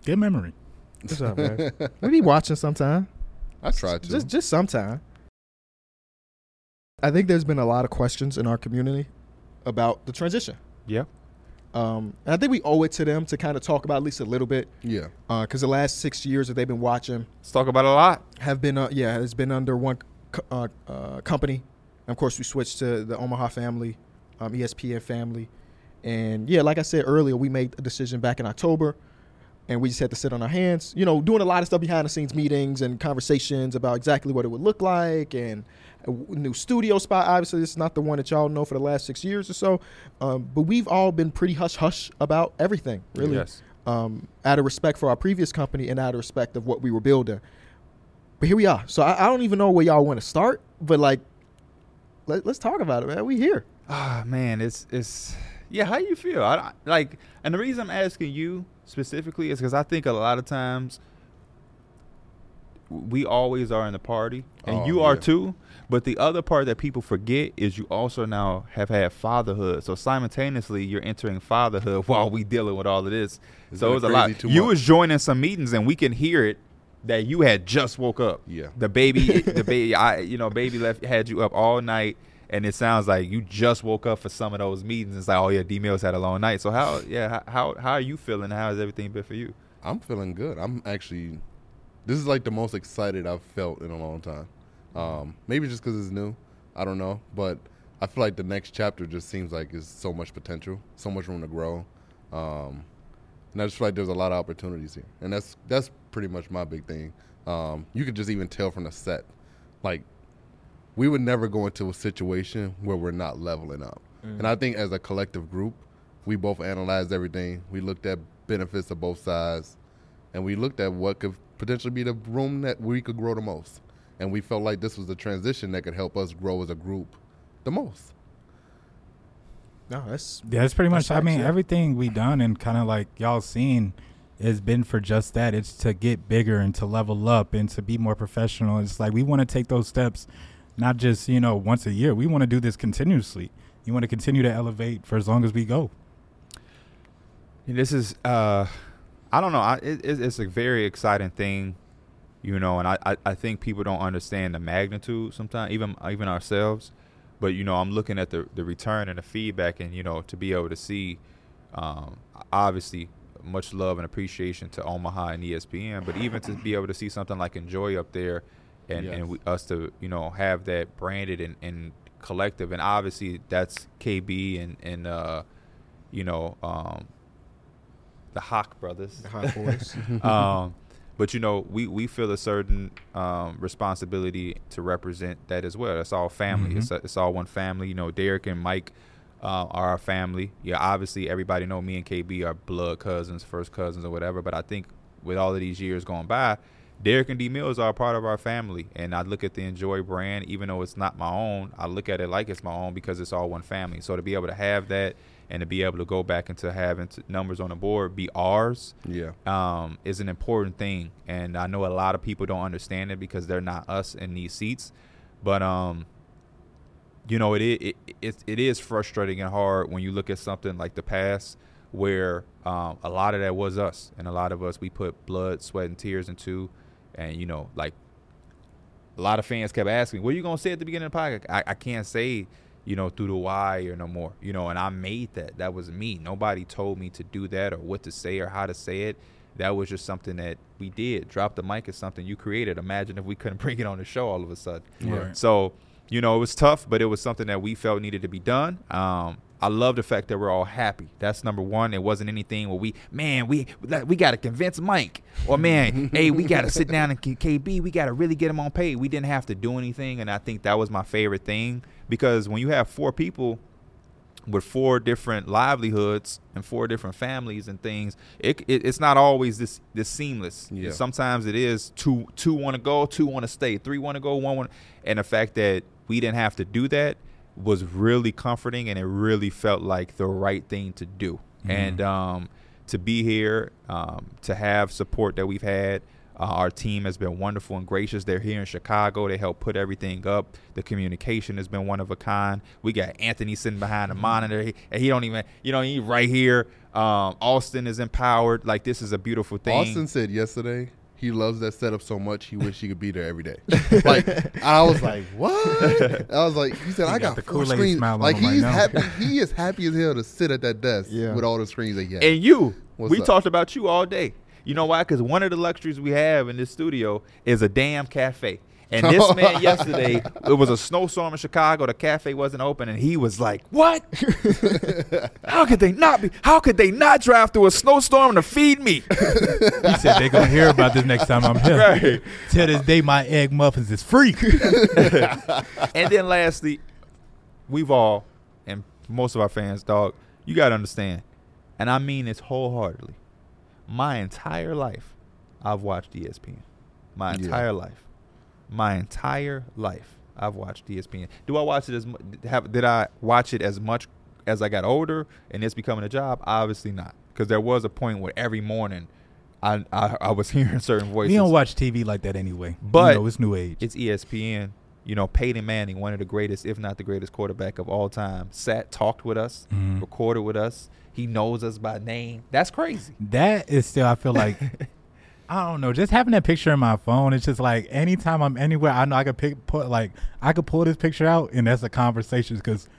Speaker 4: Good memory.
Speaker 1: What's up, man? we be watching sometime.
Speaker 3: I tried to.
Speaker 1: Just just sometime. I think there's been a lot of questions in our community about the transition.
Speaker 2: Yep.
Speaker 1: Um, and I think we owe it to them to kind of talk about at least a little bit
Speaker 3: yeah.
Speaker 1: because the last six years that they've been watching
Speaker 2: Let's talk about it a lot.
Speaker 1: have been, uh, yeah, it's been under one co- uh, uh, company. And of course, we switched to the Omaha family, um, ESPN family. And yeah, like I said earlier, we made a decision back in October and we just had to sit on our hands, you know, doing a lot of stuff behind the scenes, meetings and conversations about exactly what it would look like and a w- new studio spot. Obviously, this is not the one that y'all know for the last six years or so, um, but we've all been pretty hush hush about everything, really.
Speaker 2: Yes.
Speaker 1: Um, out of respect for our previous company and out of respect of what we were building. But here we are. So I, I don't even know where y'all want to start, but like, let, let's talk about it, man. We here.
Speaker 2: Ah man, it's it's yeah. How you feel? I, I- like, and the reason I'm asking you specifically is because I think a lot of times we always are in the party, and
Speaker 3: Oh,
Speaker 2: you are
Speaker 3: yeah.
Speaker 2: too. But the other part that people forget is you also now have had fatherhood. So simultaneously, you're entering fatherhood while we dealing with all of this.
Speaker 3: It's
Speaker 2: so
Speaker 3: been
Speaker 2: it was a
Speaker 3: crazy
Speaker 2: lot.
Speaker 3: two
Speaker 2: You
Speaker 3: months.
Speaker 2: was joining some meetings, and we can hear it that you had just woke up.
Speaker 3: Yeah.
Speaker 2: The baby, the baby, I, you know, baby left had you up all night, and it sounds like you just woke up for some of those meetings. It's like, oh yeah, D Mills had a long night. So how, yeah, how how are you feeling? How has everything been for you?
Speaker 3: I'm feeling good. I'm actually. This is like the most excited I've felt in a long time. Um, maybe just because it's new. I don't know, but I feel like the next chapter just seems like it's so much potential, so much room to grow. Um, And I just feel like there's a lot of opportunities here, and that's that's pretty much my big thing. Um, you could just even tell from the set, like we would never go into a situation where we're not leveling up. And I think as a collective group, we both analyzed everything. We looked at benefits of both sides, and we looked at what could potentially be the room that we could grow the most. And we felt like this was the transition that could help us grow as a group the most.
Speaker 1: No, that's
Speaker 4: Yeah, that's pretty much.
Speaker 1: That's
Speaker 4: I mean,
Speaker 1: facts, yeah.
Speaker 4: everything we done and kind of like y'all seen has been for just that. It's to get bigger and to level up and to be more professional. It's like we want to take those steps, not just you know once a year. We want to do this continuously. You want to continue to elevate for as long as we go.
Speaker 2: And this is uh i don't know I, it, it's it's a very exciting thing you know and I, I i think people don't understand the magnitude sometimes even even ourselves but you know i'm looking at the the return and the feedback and you know to be able to see um obviously much love and appreciation to omaha and E espn but even to be able to see something like enjoy up there and
Speaker 3: Yes.
Speaker 2: and we, us to you know have that branded and, and collective and obviously that's kb and and uh you know um the Hawk brothers.
Speaker 1: the hot boys.
Speaker 2: um, but you know, we, we feel a certain um, responsibility to represent that as well. It's all family. It's a, it's all one family. You know, Derek and Mike uh, are our family. Yeah, obviously everybody know me and KB are blood cousins, first cousins or whatever. But I think with all of these years going by, Derek and D Mills are a part of our family, and I look at the Enjoy brand, even though it's not my own. I look at it like it's my own because it's all one family. So to be able to have that, and to be able to go back into having t- numbers on the board be ours,
Speaker 3: Yeah.
Speaker 2: um, is an important thing, and I know a lot of people don't understand it because they're not us in these seats. But um, you know, it i- it it, it is frustrating and hard when you look at something like the past, where um, a lot of that was us, and a lot of us we put blood, sweat, and tears into, and you know, like a lot of fans kept asking, "What are you gonna say at the beginning of the podcast?" I, I can't say, you know, through the wire no more. You know, and I made that. That was me. Nobody told me to do that or what to say or how to say it. That was just something that we did. Drop the mic is something you created. Imagine if we couldn't bring it on the show all of a sudden.
Speaker 4: Right.
Speaker 2: So, you know, it was tough, but it was something that we felt needed to be done. Um, I love the fact that we're all happy. That's number one. It wasn't anything where we, man, we we got to convince Mike, or man, hey, we got to sit down and K- KB, we got to really get him on pay. We didn't have to do anything, and I think that was my favorite thing because when you have four people with four different livelihoods and four different families and things, it, it it's not always this this seamless.
Speaker 3: Yeah.
Speaker 2: Sometimes it is two two want to go, two want to stay, three want to go, one want. And the fact that we didn't have to do that was really comforting, and it really felt like the right thing to do.
Speaker 3: Mm-hmm.
Speaker 2: And um, to be here, um, to have support that we've had. Uh, our team has been wonderful and gracious. They're here in Chicago. They help put everything up. The communication has been one of a kind. We got Anthony sitting behind
Speaker 3: Mm-hmm.
Speaker 2: the monitor, he, and he don't even, you know, he right here. Um, Austin is empowered. Like this is a beautiful thing.
Speaker 3: Austin said yesterday he loves that setup so much he wish he could be there every day. like I was like, what? I was like, he said I got,
Speaker 4: got the
Speaker 3: four
Speaker 4: Kool-Aid
Speaker 3: screens.
Speaker 4: smile on
Speaker 3: Like
Speaker 4: him right
Speaker 3: he's
Speaker 4: now.
Speaker 3: happy. He is happy as hell to sit at that desk
Speaker 1: Yeah.
Speaker 3: with all the screens that he has.
Speaker 2: And you,
Speaker 3: What's
Speaker 2: we
Speaker 3: up?
Speaker 2: talked about you all day. You know why? Because one of the luxuries we have in this studio is a damn cafe. And this man yesterday, it was a snowstorm in Chicago. The cafe wasn't open, and he was like, "What? how could they not be? How could they not drive through a snowstorm to feed me?"
Speaker 4: He said they gonna hear about this next time I'm here.
Speaker 2: Right.
Speaker 4: To this day, my egg muffins is free.
Speaker 2: and then lastly, we've all and most of our fans, dog, you gotta understand, and I mean this wholeheartedly. My entire life, I've watched E ESPN. My
Speaker 3: Yeah.
Speaker 2: entire life, my entire life, I've watched E ESPN. Do I watch it as mu- have? Did I watch it as much as I got older and it's becoming a job? Obviously not, because there was a point where every morning, I I, I was hearing certain voices.
Speaker 4: we don't watch TV like that anyway.
Speaker 2: But-
Speaker 4: you know, it's new age.
Speaker 2: It's E ESPN. You know, Peyton Manning, one of the greatest, if not the greatest quarterback of all time, sat, talked with us,
Speaker 4: Mm-hmm.
Speaker 2: recorded with us. He knows us by name. That's crazy.
Speaker 4: that is still I feel like I don't know. Just having that picture in my phone, it's just like anytime I'm anywhere, I know I could pick put like I could pull this picture out and that's a conversation because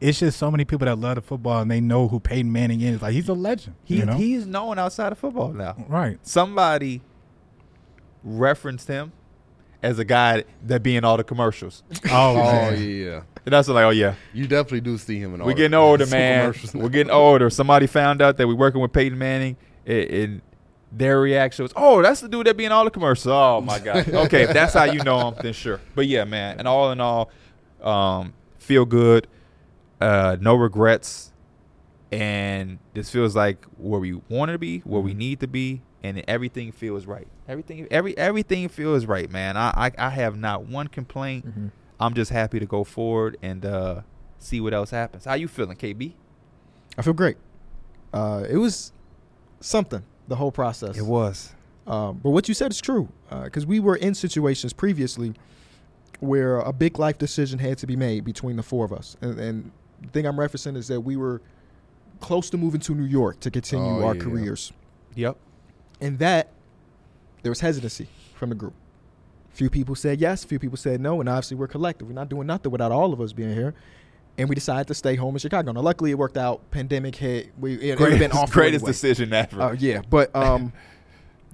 Speaker 4: it's just so many people that love the football and they know who Peyton Manning is. Like he's a legend.
Speaker 2: He,
Speaker 4: you know?
Speaker 2: He's known outside of football now.
Speaker 4: right.
Speaker 2: Somebody referenced him as a guy that be in all the commercials.
Speaker 4: Oh,
Speaker 3: oh
Speaker 4: man.
Speaker 3: yeah,
Speaker 2: And that's like, oh, yeah,
Speaker 3: you definitely do see him in all.
Speaker 2: we're
Speaker 3: the-
Speaker 2: getting older,
Speaker 3: the
Speaker 2: man.
Speaker 3: commercials.
Speaker 2: We're getting older. Somebody found out that we're working with Peyton Manning it, it their reaction was, "Oh, that's the dude that be in all the commercials." Oh my god. Okay, if that's how you know him, then sure. But yeah, man. And all in all, um, feel good, uh, no regrets, and this feels like where we want to be, where we need to be, and everything feels right. Everything, every everything feels right, man. I I, I have not one complaint. I'm just happy to go forward and uh, see what else happens. How you feeling, KB?
Speaker 1: I feel great. Uh, it was something the whole process.
Speaker 2: was.
Speaker 1: Um, but what you said is true because we were in situations previously where a big life decision had to be made between the four of us. And, and the thing I'm referencing is that we were close to moving to New York to continue
Speaker 3: Oh,
Speaker 1: our
Speaker 3: yeah.
Speaker 1: careers.
Speaker 2: Yep.
Speaker 1: And that there was hesitancy from the group. Few people said yes, few people said no, and obviously we're collective. We're not doing nothing without all of us being here. And we decided to stay home in Chicago. Now, luckily, it worked out. Pandemic hit. We it, it would've been off for
Speaker 2: greatest
Speaker 1: anyway.
Speaker 2: decision ever.
Speaker 1: Uh, yeah, but um,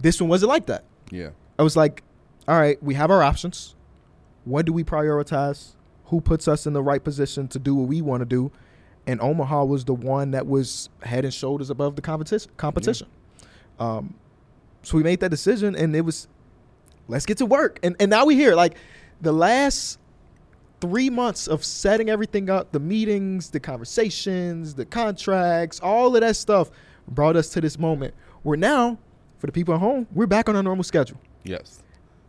Speaker 1: this one wasn't like that.
Speaker 3: Yeah.
Speaker 1: I was like, all right, we have our options. What do we prioritize? Who puts us in the right position to do what we want to do? And Omaha was the one that was head and shoulders above the competition. Competition. Um, so we made that decision, and it was, let's get to work. And and now we here. Like the last three months of setting everything up, the meetings, the conversations, the contracts, all of that stuff brought us to this moment where now, for the people at home, we're back on our normal schedule.
Speaker 3: Yes.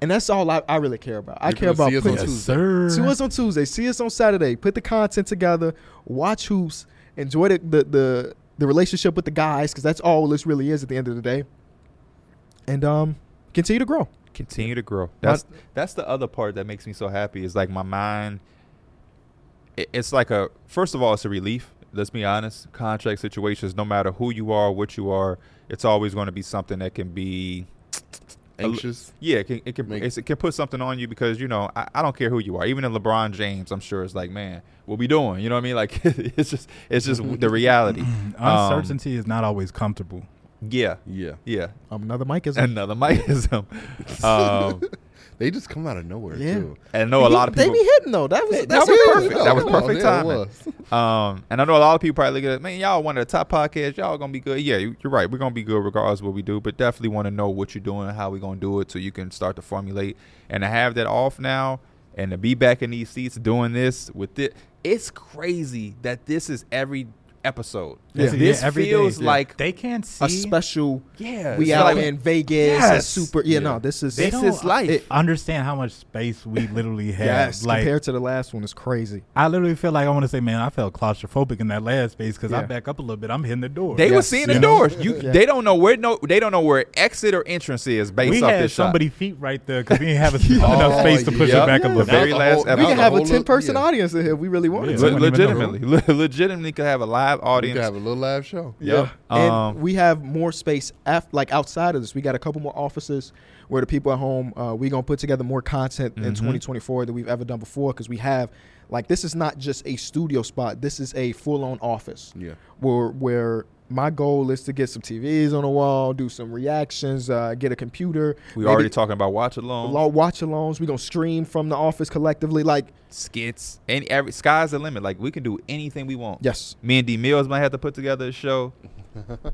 Speaker 1: And that's all I, I really care about. I
Speaker 3: You're
Speaker 1: care about
Speaker 3: gonna see us
Speaker 1: putting
Speaker 3: on
Speaker 4: Yes,
Speaker 3: Tuesday.
Speaker 4: sir.
Speaker 1: see us on Tuesday. See us on Saturday. Put the content together. Watch hoops. Enjoy the the the, the relationship with the guys because that's all this really is at the end of the day. And um, continue to grow.
Speaker 2: continue to grow. That's that's the other part that makes me so happy. Is like my mind. it- It's like a first of all, it's a relief. Let's be honest. Contract situations, no matter who you are, what you are, it's always going to be something that can be a li-
Speaker 3: Anxious.
Speaker 2: Yeah, it can it can,
Speaker 3: Make-
Speaker 2: it's, it can put something on you because you know I, I don't care who you are. Even in LeBron James, I'm sure it's like, man, what we doing? You know what I mean? Like it's just it's just the reality. Um,
Speaker 4: Uncertainty is not always comfortable.
Speaker 2: yeah,
Speaker 3: Yeah.
Speaker 2: yeah.
Speaker 1: Um, another mic is
Speaker 2: Another micism. um,
Speaker 3: They just come out of nowhere
Speaker 1: Yeah.
Speaker 3: too.
Speaker 2: and I know a lot of people.
Speaker 1: They be hitting though. That was
Speaker 2: That
Speaker 1: that's
Speaker 2: was
Speaker 1: huge.
Speaker 2: perfect. That was
Speaker 3: Come on,
Speaker 2: perfect
Speaker 3: yeah, it
Speaker 2: timing.
Speaker 3: was.
Speaker 2: Um, and I know a lot of people probably look at it, man, y'all one of the top podcasts. Y'all gonna be good. Yeah, you- you're right. We're gonna be good regardless of what we do, but definitely want to know what you're doing, how we gonna do it, so you can start to formulate and to have that off now and to be back in these seats doing this with it. It's crazy that this is every episode.
Speaker 1: Yeah.
Speaker 2: This
Speaker 4: Yeah, every day.
Speaker 2: feels like
Speaker 4: they can't see.
Speaker 1: a special.
Speaker 2: yeah,
Speaker 1: We
Speaker 2: it's
Speaker 1: out
Speaker 2: like-
Speaker 1: in Vegas. and
Speaker 2: Yes.
Speaker 1: super. Yeah, no, this is
Speaker 4: They
Speaker 2: this
Speaker 4: don't-
Speaker 2: is life.
Speaker 1: it-
Speaker 4: understand how much space we literally have.
Speaker 1: yes
Speaker 4: like
Speaker 1: compared to the last one. It's crazy.
Speaker 4: I literally feel like I want to say, man, I felt claustrophobic in that last space because I
Speaker 1: Yeah.
Speaker 4: back up a little bit. I'm hitting the door.
Speaker 2: they were
Speaker 1: Yes.
Speaker 2: seeing
Speaker 4: You
Speaker 2: the
Speaker 4: know?
Speaker 2: doors. You,
Speaker 1: Yeah.
Speaker 2: they don't know where no, they don't know where exit or entrance is based
Speaker 4: we
Speaker 2: off
Speaker 4: had
Speaker 2: this shot.
Speaker 4: somebody feet right there because we didn't have enough
Speaker 3: Oh,
Speaker 4: space to push
Speaker 2: yep.
Speaker 4: it back
Speaker 2: The
Speaker 4: a little
Speaker 2: very
Speaker 3: That was
Speaker 4: bit.
Speaker 2: last
Speaker 3: whole-
Speaker 2: episode.
Speaker 1: We
Speaker 2: That
Speaker 1: can
Speaker 2: was
Speaker 1: have a
Speaker 3: whole little-
Speaker 1: ten person
Speaker 3: yeah.
Speaker 1: audience in here. if We really wanted
Speaker 4: Yeah.
Speaker 1: to.
Speaker 2: Le-
Speaker 4: Someone even know.
Speaker 2: legitimately, le- legitimately could have a live
Speaker 3: We
Speaker 2: audience.
Speaker 3: could have a little live show.
Speaker 2: Yep.
Speaker 1: And
Speaker 2: Um,
Speaker 1: we have more space af- like outside of this. We got a couple more offices where the people at home, uh, we going to put together more content in
Speaker 2: Mm-hmm.
Speaker 1: 2024 than we've ever done before because we have, like, this is not just a studio spot. This is a full on office.
Speaker 3: Yeah.
Speaker 1: Where, where my goal is to get some TVs on the wall, do some reactions, uh, get a computer.
Speaker 2: We
Speaker 1: maybe
Speaker 2: already talking about watch along,
Speaker 1: law watch alongs. we going to stream from the office collectively. Like,
Speaker 2: skits, and every sky's the limit. Like we can do anything we want.
Speaker 1: yes.
Speaker 2: Me and D Mills might have to put together a show.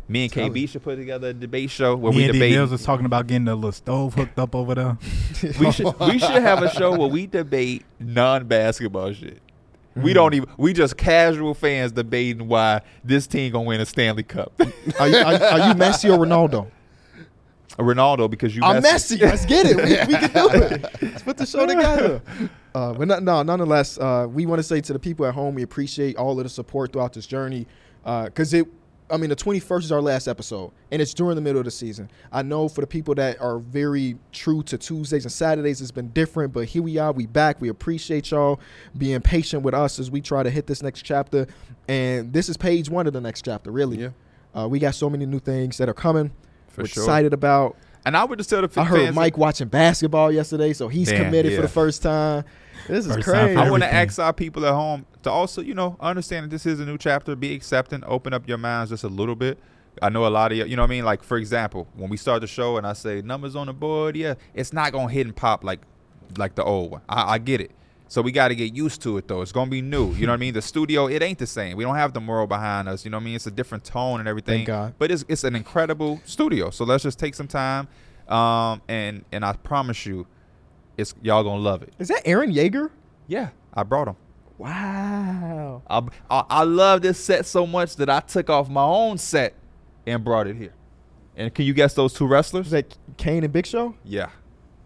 Speaker 2: Me and
Speaker 1: Telling
Speaker 2: KB should put together a debate show where
Speaker 4: Me
Speaker 2: we
Speaker 4: and D
Speaker 2: debate.
Speaker 4: Mills was talking about getting a little stove hooked up over there.
Speaker 2: We should we should have a show where we debate non basketball shit. We
Speaker 1: Mm.
Speaker 2: don't even. We just casual fans debating why this team gonna win a Stanley Cup.
Speaker 1: Are you, are, you- are you Messi or Ronaldo?
Speaker 2: Ronaldo because you.
Speaker 1: I'm
Speaker 2: messed-
Speaker 1: messy. Let's get it. We, we can do it. Let's put the show together. Uh, but no, no, nonetheless, uh, we want to say to the people at home, we appreciate all of the support throughout this journey. Because it, I mean, the 21st is our last episode, and it's during the middle of the season. I know for the people that are very true to Tuesdays and Saturdays, it's been different. But here we are. We back. We appreciate y'all being patient with us as we try to hit this next chapter. And this is page one of the next chapter, really.
Speaker 3: Yeah.
Speaker 1: Uh, we got so many new things that are coming.
Speaker 2: For
Speaker 1: We're
Speaker 2: sure.
Speaker 1: excited about.
Speaker 2: And I would just tell the
Speaker 1: I
Speaker 2: fans
Speaker 1: heard Mike watching basketball yesterday, so he's
Speaker 2: Damn,
Speaker 1: committed for
Speaker 2: yeah.
Speaker 1: the first time. This is
Speaker 4: First time
Speaker 1: crazy.
Speaker 4: for
Speaker 2: I want to
Speaker 4: everything.
Speaker 2: ask our people at home to also, you know, understand that this is a new chapter. Be accepting. Open up your minds just a little bit. I know a lot of you, you know what I mean? Like, for example, when we start the show and I say numbers on the board, yeah, it's not going to hit and pop like like the old one. I, I get it. So we got to get used to it, though. It's gonna be new. You know what I mean? The studio, it ain't the same. We don't have the mural behind us. You know what I mean? It's a different tone and everything.
Speaker 1: God.
Speaker 2: But it's it's an incredible studio. So let's just take some time, um, and and I promise you, it's y'all gonna love it.
Speaker 1: Is that Aaron Yeager?
Speaker 2: Yeah, I brought them.
Speaker 1: Wow.
Speaker 2: I, I, I love this set so much that I took off my own set and brought it here. And can you guess those two
Speaker 1: Is
Speaker 2: wrestlers?
Speaker 1: that Kane and Big Show?
Speaker 2: Yeah.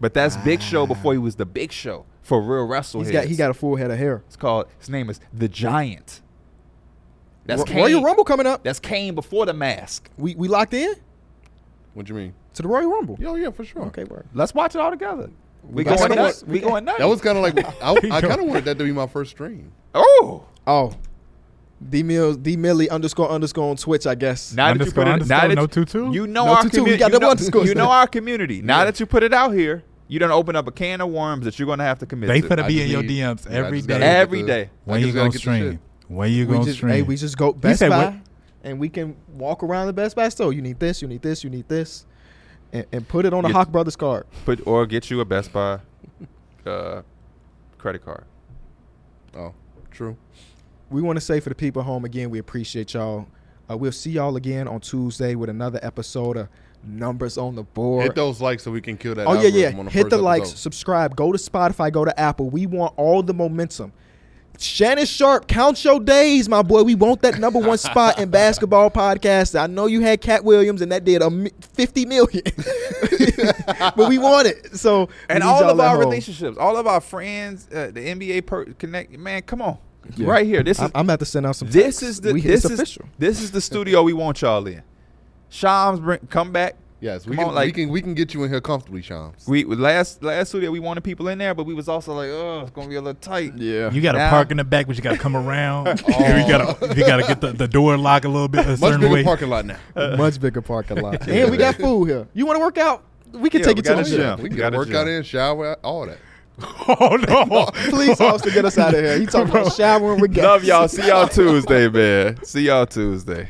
Speaker 2: But that's Big Show before he was the Big Show for real wrestle.
Speaker 1: Ah. He's got he
Speaker 2: heads.
Speaker 1: got a full head of hair.
Speaker 2: It's called. His name is the Giant. That's
Speaker 1: Ro-
Speaker 2: Kane.
Speaker 1: Royal Rumble coming up.
Speaker 2: That's Kane before the mask.
Speaker 1: We we locked in
Speaker 3: What you mean?
Speaker 1: to the Royal Rumble.
Speaker 3: Yeah, oh, yeah, for sure.
Speaker 1: Okay, word.
Speaker 2: Let's watch it all together. We
Speaker 1: got
Speaker 2: going
Speaker 1: some
Speaker 2: nuts.
Speaker 1: work.
Speaker 2: We going nuts.
Speaker 3: That was kind of like I, I kind of wanted that to be my first stream.
Speaker 2: oh.
Speaker 1: Oh, D Mills D Millie underscore underscore on Twitch. I guess.
Speaker 2: Now that you
Speaker 4: Underscore,
Speaker 2: put it,
Speaker 4: underscore,
Speaker 2: now that
Speaker 4: no
Speaker 2: you-
Speaker 4: tutu?
Speaker 2: you know
Speaker 1: No
Speaker 2: our
Speaker 1: tutu, we
Speaker 2: community.
Speaker 1: got
Speaker 2: You,
Speaker 1: double
Speaker 2: know,
Speaker 1: underscores
Speaker 2: you know
Speaker 1: now.
Speaker 2: our community. Now that you put it out here, you done open up a can of worms that you're gonna have to commit
Speaker 4: They
Speaker 2: to.
Speaker 4: finna
Speaker 3: I
Speaker 4: be
Speaker 3: just
Speaker 4: in your
Speaker 3: need-
Speaker 4: DMs
Speaker 3: yeah, I
Speaker 4: every
Speaker 3: just
Speaker 4: day.
Speaker 3: gotta get
Speaker 2: Every
Speaker 3: the-
Speaker 2: day.
Speaker 3: I
Speaker 4: When
Speaker 3: just
Speaker 4: you
Speaker 3: gotta
Speaker 4: gonna
Speaker 3: get the shit.
Speaker 4: stream? When you
Speaker 1: we
Speaker 4: gonna
Speaker 1: just
Speaker 4: stream?
Speaker 1: hey, we just go Best
Speaker 4: said
Speaker 1: Buy,
Speaker 4: what?
Speaker 1: and we can walk around the Best Buy store. You need this. You need this. You need this, and, and put it on the
Speaker 2: Yeah.
Speaker 1: Hawk Brothers card.
Speaker 2: Put or get you a Best Buy uh, credit card.
Speaker 3: Oh, true.
Speaker 1: we want to say for the people at home again, we appreciate y'all. Uh, we'll see y'all again on Tuesday with another episode of Numbers on the Board.
Speaker 3: Hit those likes so we can kill that.
Speaker 1: oh yeah, yeah.
Speaker 3: algorithm on
Speaker 1: Hit
Speaker 3: first
Speaker 1: the likes,
Speaker 3: episode.
Speaker 1: subscribe, go to Spotify, go to Apple. We want all the momentum. Shannon Sharp, count your days, my boy. We want that number one spot in basketball podcast. I know you had Cat Williams, and that did a mi- fifty million, but we want it. So we
Speaker 2: And
Speaker 1: need
Speaker 2: all
Speaker 1: y'all
Speaker 2: of
Speaker 1: at
Speaker 2: our
Speaker 1: home.
Speaker 2: relationships, all of our friends, uh, the NBA per- connect. Man, come on,
Speaker 1: Yeah.
Speaker 2: right here. This is
Speaker 1: I'm, I'm about to send out some.
Speaker 2: this
Speaker 1: texts.
Speaker 2: is the
Speaker 1: We- it's
Speaker 2: this is
Speaker 1: official.
Speaker 2: this is the studio we want y'all in. Shams, bring, come back.
Speaker 3: Yes,
Speaker 2: Come
Speaker 3: we can,
Speaker 2: on, like-
Speaker 3: we can we can get you in here comfortably, Shams.
Speaker 2: We last last studio we wanted people in there, but we was also like, oh, it's gonna be a little tight.
Speaker 1: Yeah.
Speaker 4: You got to
Speaker 2: Now-
Speaker 4: park in the back, but you got to come around. You got to you got to get the, the door locked a little bit a
Speaker 3: Much
Speaker 4: certain
Speaker 3: bigger
Speaker 4: way.
Speaker 3: parking lot now.
Speaker 1: much bigger parking lot. and we got food here. You want to work out? We can
Speaker 2: Yeah,
Speaker 1: take
Speaker 2: we
Speaker 1: you to
Speaker 2: got
Speaker 1: the
Speaker 2: a
Speaker 1: gym.
Speaker 2: gym.
Speaker 3: We can
Speaker 2: Got
Speaker 3: get
Speaker 2: a
Speaker 3: a workout
Speaker 2: gym.
Speaker 3: in, shower, all that.
Speaker 4: Oh no!
Speaker 1: Please, Austin, get us out of here. He talking about showering. We got
Speaker 2: Love y'all. See y'all Tuesday, man. See y'all Tuesday.